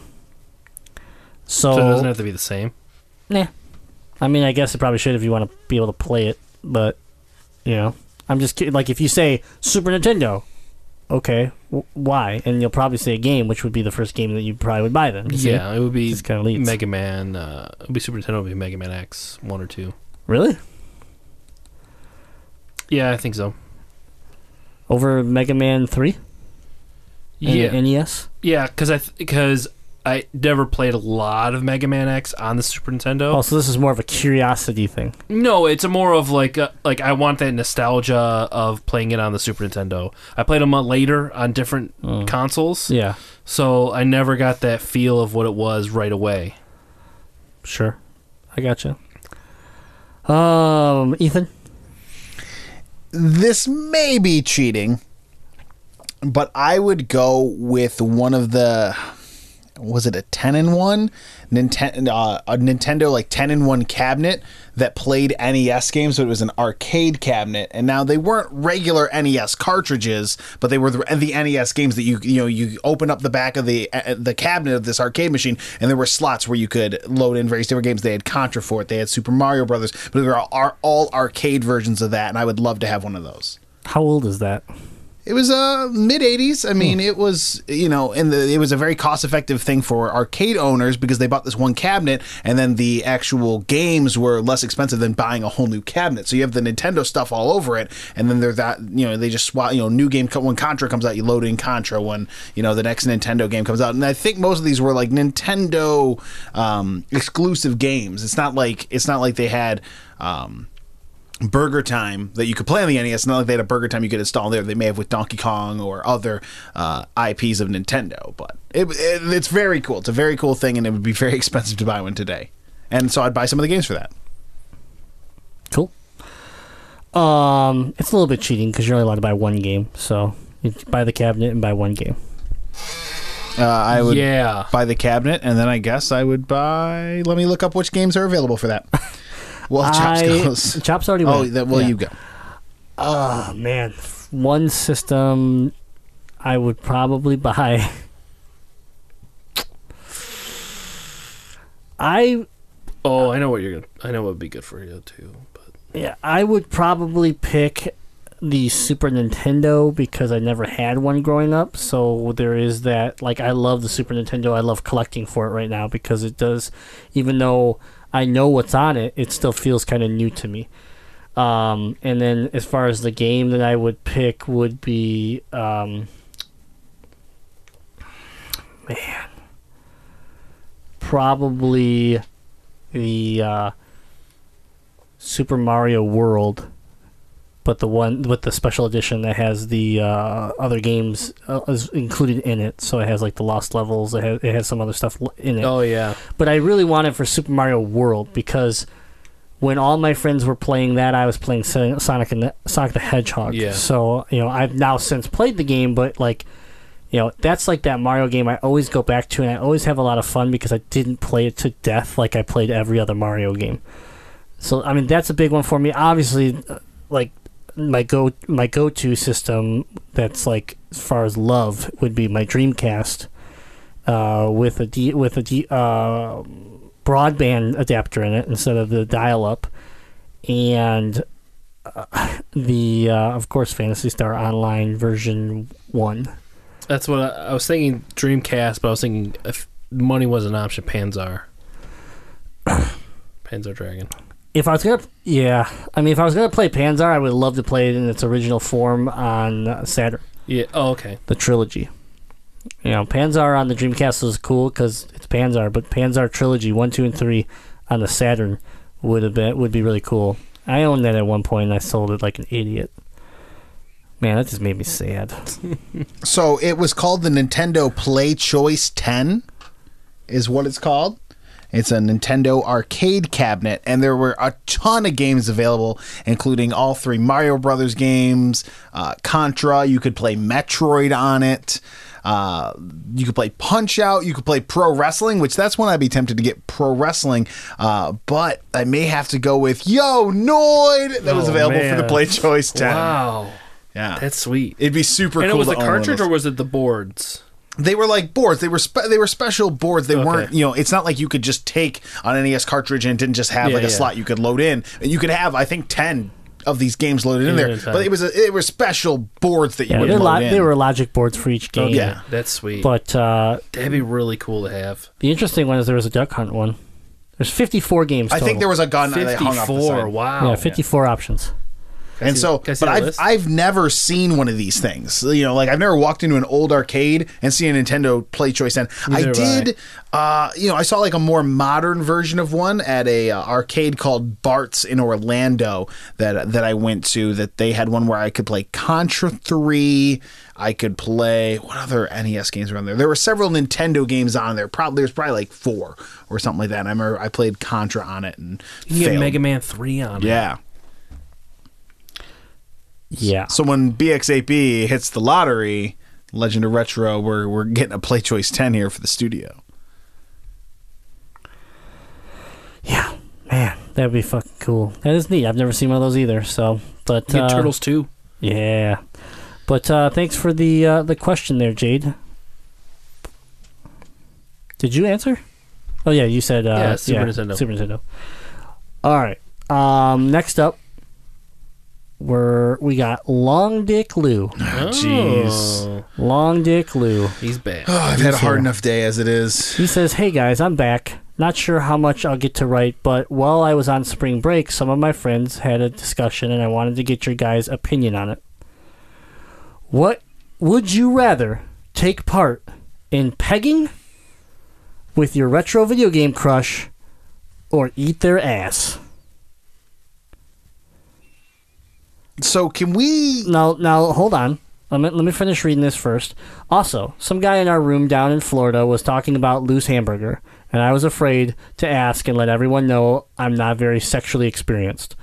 S2: So,
S5: So it doesn't have to be the same.
S2: Nah. I mean, I guess it probably should if you want to be able to play it, but you know, I'm just kidding. Like if you say Super Nintendo, okay, w- why? And you'll probably say a game, which would be the first game that you probably would buy then. you see?
S5: Yeah, it would be
S2: Just kinda leads.
S5: Mega Man. Uh, it would be Super Nintendo. It would be Mega Man X one or two.
S2: Really?
S5: Yeah, I think so.
S2: Over Mega Man Three? and E
S5: Yeah,
S2: NES.
S5: yeah, because I because I never played a lot of Mega Man X on the Super Nintendo.
S2: Oh, so this is more of a curiosity thing.
S5: No, it's a more of like a, like I want that nostalgia of playing it on the Super Nintendo. I played them on- later on different consoles,
S2: Mm. Yeah.
S5: so I never got that feel of what it was right away.
S2: Sure. I gotcha. Um, Ethan.
S6: this may be cheating, but I would go with one of the was it a 10 in 1 Nintendo uh, a Nintendo like 10 in 1 cabinet that played NES games but it was an arcade cabinet and now they weren't regular NES cartridges but they were the, the NES games that you you know you open up the back of the uh, the cabinet of this arcade machine and there were slots where you could load in various different games they had Contra Fort they had Super Mario Brothers but they were all, are all arcade versions of that and I would love to have one of those
S2: How old is that?
S6: it was uh mid 80s. I mean, it was you know, and the, it was a very cost effective thing for arcade owners because they bought this one cabinet, and then the actual games were less expensive than buying a whole new cabinet. So you have the Nintendo stuff all over it, and then they're that you know they just swap you know new game co- when Contra comes out, you load in Contra when you know the next Nintendo game comes out, and I think most of these were like Nintendo um, exclusive games. It's not like it's not like they had. Um, Burger Time that you could play on the NES. Not like they had a Burger Time you could install there. They may have with Donkey Kong or other uh, IPs of Nintendo, but it, it, it's very cool. It's a very cool thing, and it would be very expensive to buy one today. And so I'd buy some of the games for that.
S2: Cool. Um, it's a little bit cheating because you're only allowed to buy one game, so you buy the cabinet and buy one game.
S6: Uh, I would
S5: Yeah,
S6: buy the cabinet, and then I guess I would buy. Let me look up which games are available for that. Well, Chops
S2: I-
S6: goes.
S2: Chops already
S6: Oh,
S2: went.
S6: that, well,
S2: Yeah.
S6: you go.
S2: Oh man, one system I would probably buy. I
S5: Oh, I know what you're. gonna I know what would be good for you too. But
S2: yeah, I would probably pick the Super Nintendo because I never had one growing up. So there is that. Like, I love the Super Nintendo. I love collecting for it right now because it does, even though I know what's on it, it still feels kind of new to me. Um, and then as far as the game that I would pick would be, um, man, probably the uh, Super Mario World, but the one with the special edition that has the uh, other games uh, is included in it. So it has like the lost levels. It has, it has some other stuff l- in it
S5: oh yeah,
S2: but I really want it for Super Mario World because when all my friends were playing that, I was playing Son- Sonic and the, Sonic the Hedgehog.
S5: Yeah.
S2: So you know, I've now since played the game, but like, you know, that's like that Mario game I always go back to, and I always have a lot of fun because I didn't play it to death like I played every other Mario game. So I mean, that's a big one for me. Obviously, uh, like my go my go to system that's like as far as love would be my Dreamcast uh, with a D, with a D, uh, broadband adapter in it instead of the dial up, and uh, the uh, of course Fantasy Star Online version one.
S5: that's what I, I was thinking. Dreamcast, but I was thinking if money was an option, Panzer. Panzer Dragon.
S2: If I was gonna, yeah, I mean, if I was gonna play Panzer, I would love to play it in its original form on uh, Saturn.
S5: Yeah. Oh, okay.
S2: the trilogy. You know, Panzer on the Dreamcast was cool because it's Panzer, but Panzer trilogy one, two, and three on the Saturn would have been would be really cool. I owned that at one point and I sold it like an idiot. Man, that just made me sad.
S6: So it was called the Nintendo Play Choice 10, is what it's called. It's a Nintendo arcade cabinet, and there were a ton of games available, including all three Mario Brothers games, uh, Contra. You could play Metroid on it. Uh, you could play Punch Out. You could play Pro Wrestling, which that's when I'd be tempted to get Pro Wrestling. Uh, but I may have to go with Yo Noid. That was
S5: Oh,
S6: available for
S5: man.
S6: the Play Choice 10.
S5: Wow.
S6: Yeah.
S5: That's sweet.
S6: It'd be super
S5: and
S6: cool.
S5: it was
S6: to
S5: the
S6: own one of
S5: cartridge
S6: those.
S5: or was it the boards?
S6: They were like boards. They were spe- they were special boards. They weren't you know. It's not like you could just take on NES cartridge and it didn't just have
S5: Yeah,
S6: like a
S5: yeah.
S6: slot you could load in. And you could have I think ten of these games loaded in
S5: Yeah,
S6: there.
S5: it's
S6: But
S5: fine.
S6: it was a, it were special boards that you
S2: Yeah,
S6: would
S2: they're
S6: load
S2: lo-
S6: in.
S2: they were logic boards for each game.
S6: Oh, Yeah.
S5: That's sweet.
S2: But uh,
S5: That'd be really cool to have.
S2: the interesting one is there was a Duck Hunt one. There's 54 games.
S6: I think
S2: total.
S6: there Oh, was a gun that Oh, they hung off the side.
S5: 54. Wow.
S2: yeah 54 options.
S6: and so,
S5: can I see
S6: but
S5: the
S6: I've,
S5: list?
S6: I've never seen one of these things. You know, like I've never walked into an old arcade and seen a Nintendo Play Choice. And I
S5: Neither have
S6: did, uh, you know, I saw like a more modern version of one at a uh, arcade called Bart's in Orlando that that I went to. That they had one where I could play Contra Three. I could play what other NES games were on there? There were several Nintendo games on there. Probably there's probably like four or something like that. And I remember I played Contra on it and
S5: You can get
S6: failed.
S5: Mega Man 3 on it.
S6: yeah.
S2: Yeah.
S6: So when BX8B hits the lottery, Legend of Retro, we're we're getting a Play Choice 10 here for the studio.
S2: Yeah. Man, that'd be fucking cool. That is neat. I've never seen one of those either. So, but
S5: You get
S2: uh,
S5: Turtles 2.
S2: Yeah. But uh, thanks for the uh, the question there, Jade. Did you answer? Oh yeah, you said uh,
S5: Yeah, Super Nintendo.
S2: Super Nintendo. All right. Um, next up, we're we got Long Dick Lou.
S5: Jeez.
S2: Long Dick Lou.
S5: Oh, he's back.
S6: Oh, I've had a hard enough day as it is.
S2: He says, Hey guys, I'm back. Not sure how much I'll get to write, but while I was on spring break, some of my friends had a discussion and I wanted to get your guys' opinion on it. What would you rather take part in pegging with your retro video game crush or eat their ass?
S6: So can we
S2: Now, now hold on. Let me, let me finish reading this first. Also, some guy in our room down in Florida was talking about loose hamburger, and I was afraid to ask and let everyone know I'm not very sexually experienced.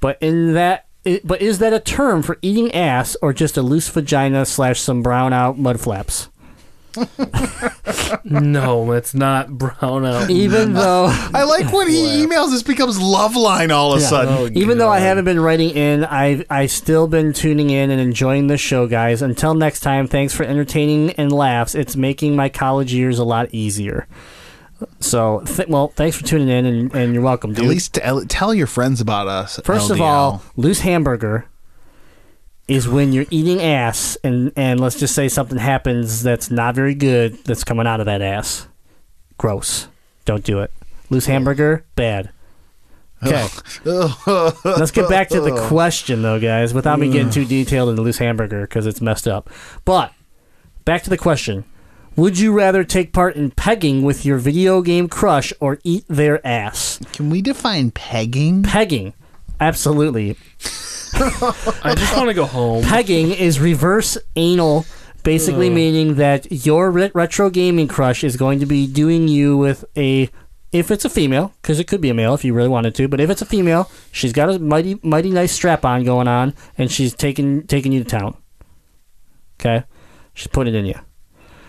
S2: But in that, i- but is that a term for eating ass or just a loose vagina slash some brown out mud flaps?
S5: no, it's not brown out.
S2: Even though
S6: I like when he emails this becomes love line all of a
S2: Yeah.
S6: sudden.
S2: Even though I haven't been writing in, I've I still been tuning in and enjoying the show, guys. Until next time, thanks for entertaining and laughs. It's making my college years a lot easier. So, th- well, thanks for tuning in, and, and you're welcome, dude.
S6: At least tell, tell your friends about us.
S2: First of
S6: LDL.
S2: all, loose hamburger is when you're eating ass, and and let's just say something happens that's not very good that's coming out of that ass. Gross. Don't do it. Loose hamburger, bad. Okay. Let's get back to the question, though, guys, without me getting too detailed in the loose hamburger because it's messed up. But back to the question Would you rather take part in pegging with your video game crush or eat their ass?
S6: can we define pegging?
S2: Pegging. Absolutely.
S5: I just want to go home.
S2: Pegging is reverse anal, basically meaning that your re- retro gaming crush is going to be doing you with a. If it's a female, because it could be a male if you really wanted to, but if it's a female, she's got a mighty, mighty nice strap on going on, and she's taking taking you to town. Okay, she's putting it in you,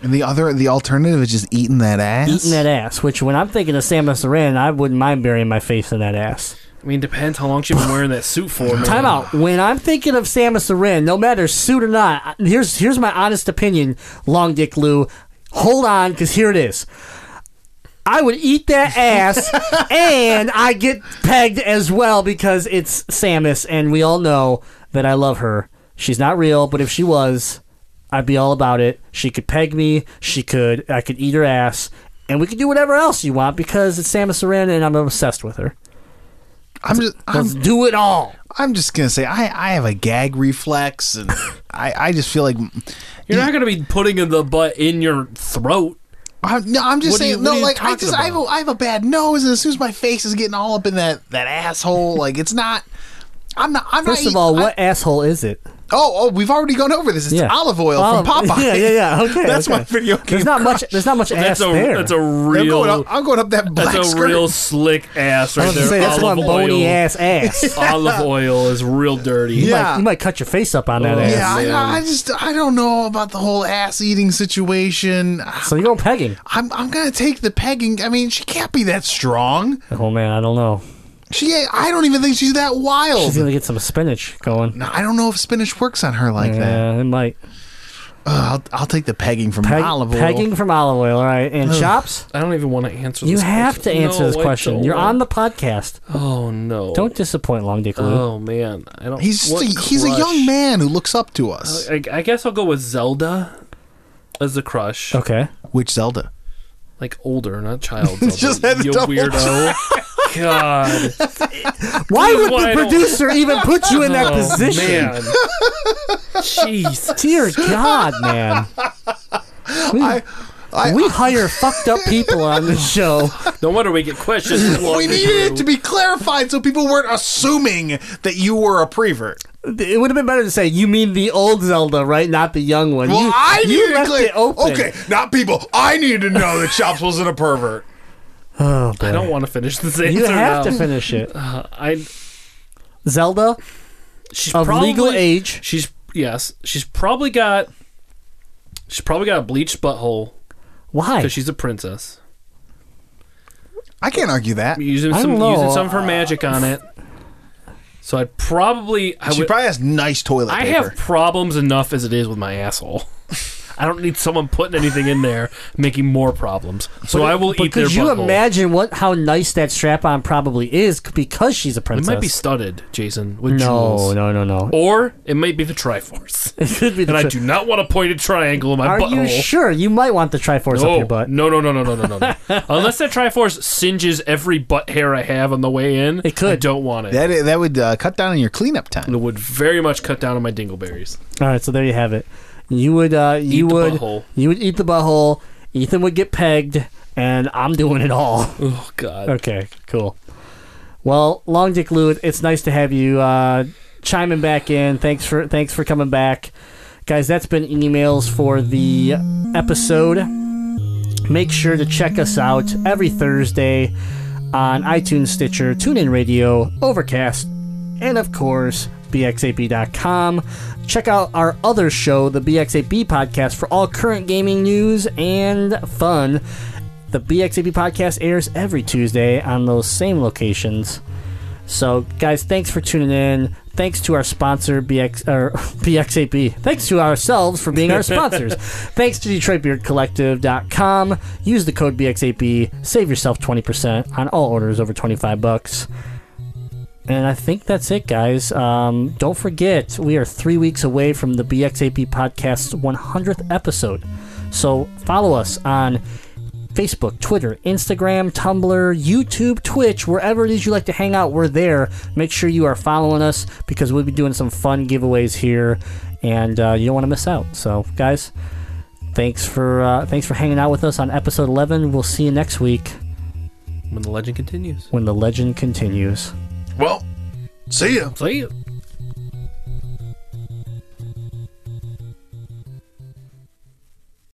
S6: And the other, the alternative is just eating that ass.
S2: eating that ass. Which, when I'm thinking of Samus Aran, I wouldn't mind burying my face in that ass.
S5: I mean, depends how long she's been wearing that suit for. man.
S2: Time out. When I'm thinking of Samus Aran, no matter suit or not, here's here's my honest opinion, Long Dick Lou. Hold on, because here it is. I would eat that ass, and I get pegged as well because it's Samus, and we all know that I love her. She's not real, but if she was, I'd be all about it. She could peg me. She could. I could eat her ass, and we could do whatever else you want because it's Samus Aran, and I'm obsessed with her.
S6: I'm just, I'm
S2: Let's do it all.
S6: I'm just gonna say I, I have a gag reflex and I, I just feel like
S5: You're not going to be putting the butt in your throat.
S6: I'm, no, I'm just
S5: What are you-
S6: saying
S5: what are
S6: no
S5: you
S6: like I
S5: talking
S6: just I have, a,
S5: about?
S6: I have a bad nose and as soon as my face is getting all up in that that asshole like it's not I'm not I'm not
S2: First of
S6: eating-
S2: all,
S6: I-
S2: what asshole is it?
S6: Oh, oh, we've already gone over this. It's
S2: Yeah.
S6: olive oil from
S2: Olive-
S6: Popeye.
S2: Yeah, yeah, yeah. Okay.
S6: That's
S2: okay.
S6: my video game.
S2: There's not much.
S6: crush.
S2: There's not much ass
S5: That's a
S2: there.
S5: that's a
S6: I'm going,
S5: real
S6: up, I'm going up that black
S5: that's a
S6: skirt.
S5: real slick ass
S2: I
S5: right
S2: was
S5: there.
S2: gonna say that's one
S5: olive oil.
S2: bony ass ass.
S5: olive oil is real dirty.
S2: You might-
S6: Yeah.
S2: you might cut your face up on that
S5: Oh,
S2: ass.
S6: yeah,
S5: man.
S6: I, I just I don't know about the whole ass eating situation.
S2: So you go pegging.
S6: I'm I'm gonna take the pegging. I mean, she can't be that strong.
S2: Oh man, I don't know.
S6: She ain't- I don't even think she's that wild.
S2: She's gonna get some spinach going.
S6: No, I don't know if spinach works on her like that.
S2: Yeah, it might.
S6: Ugh, I'll, I'll take the pegging from
S2: Peg-
S6: olive oil.
S2: Pegging from olive oil. All right, and chops.
S5: I don't even want to answer.
S2: You
S5: this
S2: have to
S5: question.
S2: answer
S5: No,
S2: this
S5: I
S2: question.
S5: don't
S2: You're
S5: want-
S2: on the podcast.
S5: Oh no!
S2: Don't disappoint Long Dick Lou.
S5: Oh man, I don't.
S6: He's just
S5: what
S6: a, he's a
S5: crush?
S6: young man who looks up to us.
S5: I, I guess I'll go with Zelda as the crush.
S2: Okay.
S6: Which Zelda?
S5: Like older, not child. Zelda.
S6: Just had to
S5: you
S6: double
S5: weirdo. God.
S2: Why
S5: This is
S2: would
S5: why
S2: the
S5: I don't-
S2: producer even put you in that
S5: Oh,
S2: position?
S5: Man. Jeez.
S2: Dear God, man. We, we hire fucked up people on this show.
S5: No wonder we get questions. as long
S6: We
S5: as
S6: needed
S5: you-
S6: it to be clarified so people weren't assuming that you were a prevert.
S2: It would have been better to say, you mean the old Zelda, right? Not the young one.
S6: Well,
S2: you,
S6: I
S2: you
S6: needed
S2: left
S6: to clear.
S2: it open.
S6: Okay, not people. I needed to know that Chops wasn't a pervert.
S2: Oh, boy.
S5: I don't want to finish this answer.
S2: you have
S5: now.
S2: to finish it.
S5: I.
S2: Zelda
S5: She's
S2: of
S5: probably,
S2: legal age.
S5: She's yes. She's probably got. She's probably got a bleached butthole
S2: Why?
S5: because she's a princess.
S6: I can't argue that.
S5: Using
S2: I
S5: some
S2: don't know.
S5: using some of her magic on it. So I'd probably I
S6: She
S5: would,
S6: probably has nice toilet
S5: I
S6: paper.
S5: have problems enough as it is with my asshole. I don't need someone putting anything in there, making more problems. So I will
S2: but
S5: eat their
S2: could you
S5: butthole.
S2: imagine what how nice that strap on probably is c- because she's a
S5: It
S2: princess?
S5: might be studded, Jason, with
S2: no,
S5: jewels.
S2: no, no, no.
S5: Or it might be the Triforce.
S2: It could be the
S5: and I
S2: tri-
S5: do not want a pointed triangle in my
S2: Are
S5: butthole.
S2: you sure? You might want the Triforce
S5: No,
S2: up your butt.
S5: no, no, no, no, no, no, no, no. Unless that Triforce singes every butt hair I have on the way in,
S2: It could.
S5: I don't want it.
S6: that i- that would uh, cut down on your cleanup
S5: And
S6: time.
S5: it would very much cut down on my dingleberries.
S2: All right, so there you have it. You would, uh, you
S5: the
S2: would,
S5: butthole.
S2: you would eat the butthole. Ethan would get pegged, and I'm doing it all.
S5: Oh God.
S2: okay, cool. Well, Long Dick Lou, it's nice to have you uh, chiming back in. Thanks for thanks for coming back, guys. That's been emails for the episode. Make sure to check us out every Thursday on iTunes, Stitcher, TuneIn Radio, Overcast, and of course bxap.com check out our other show the bxap podcast for all current gaming news and fun the bxap podcast airs every tuesday on those same locations so guys thanks for tuning in thanks to our sponsor bx or bxap thanks to ourselves for being our sponsors thanks to detroitbeardcollective.com use the code bxap save yourself 20% on all orders over 25 bucks and I think that's it, guys. Um, don't forget, we are three weeks away from the BXAP podcast's 100th episode. So follow us on Facebook, Twitter, Instagram, Tumblr, YouTube, Twitch, wherever it is you like to hang out, we're there. Make sure you are following us because we'll be doing some fun giveaways here, and uh, you don't want to miss out. So, guys, thanks for uh, thanks for hanging out with us on episode 11. We'll see you next week
S5: When the legend continues.
S2: when the legend continues.
S4: Well, see ya.
S5: See you.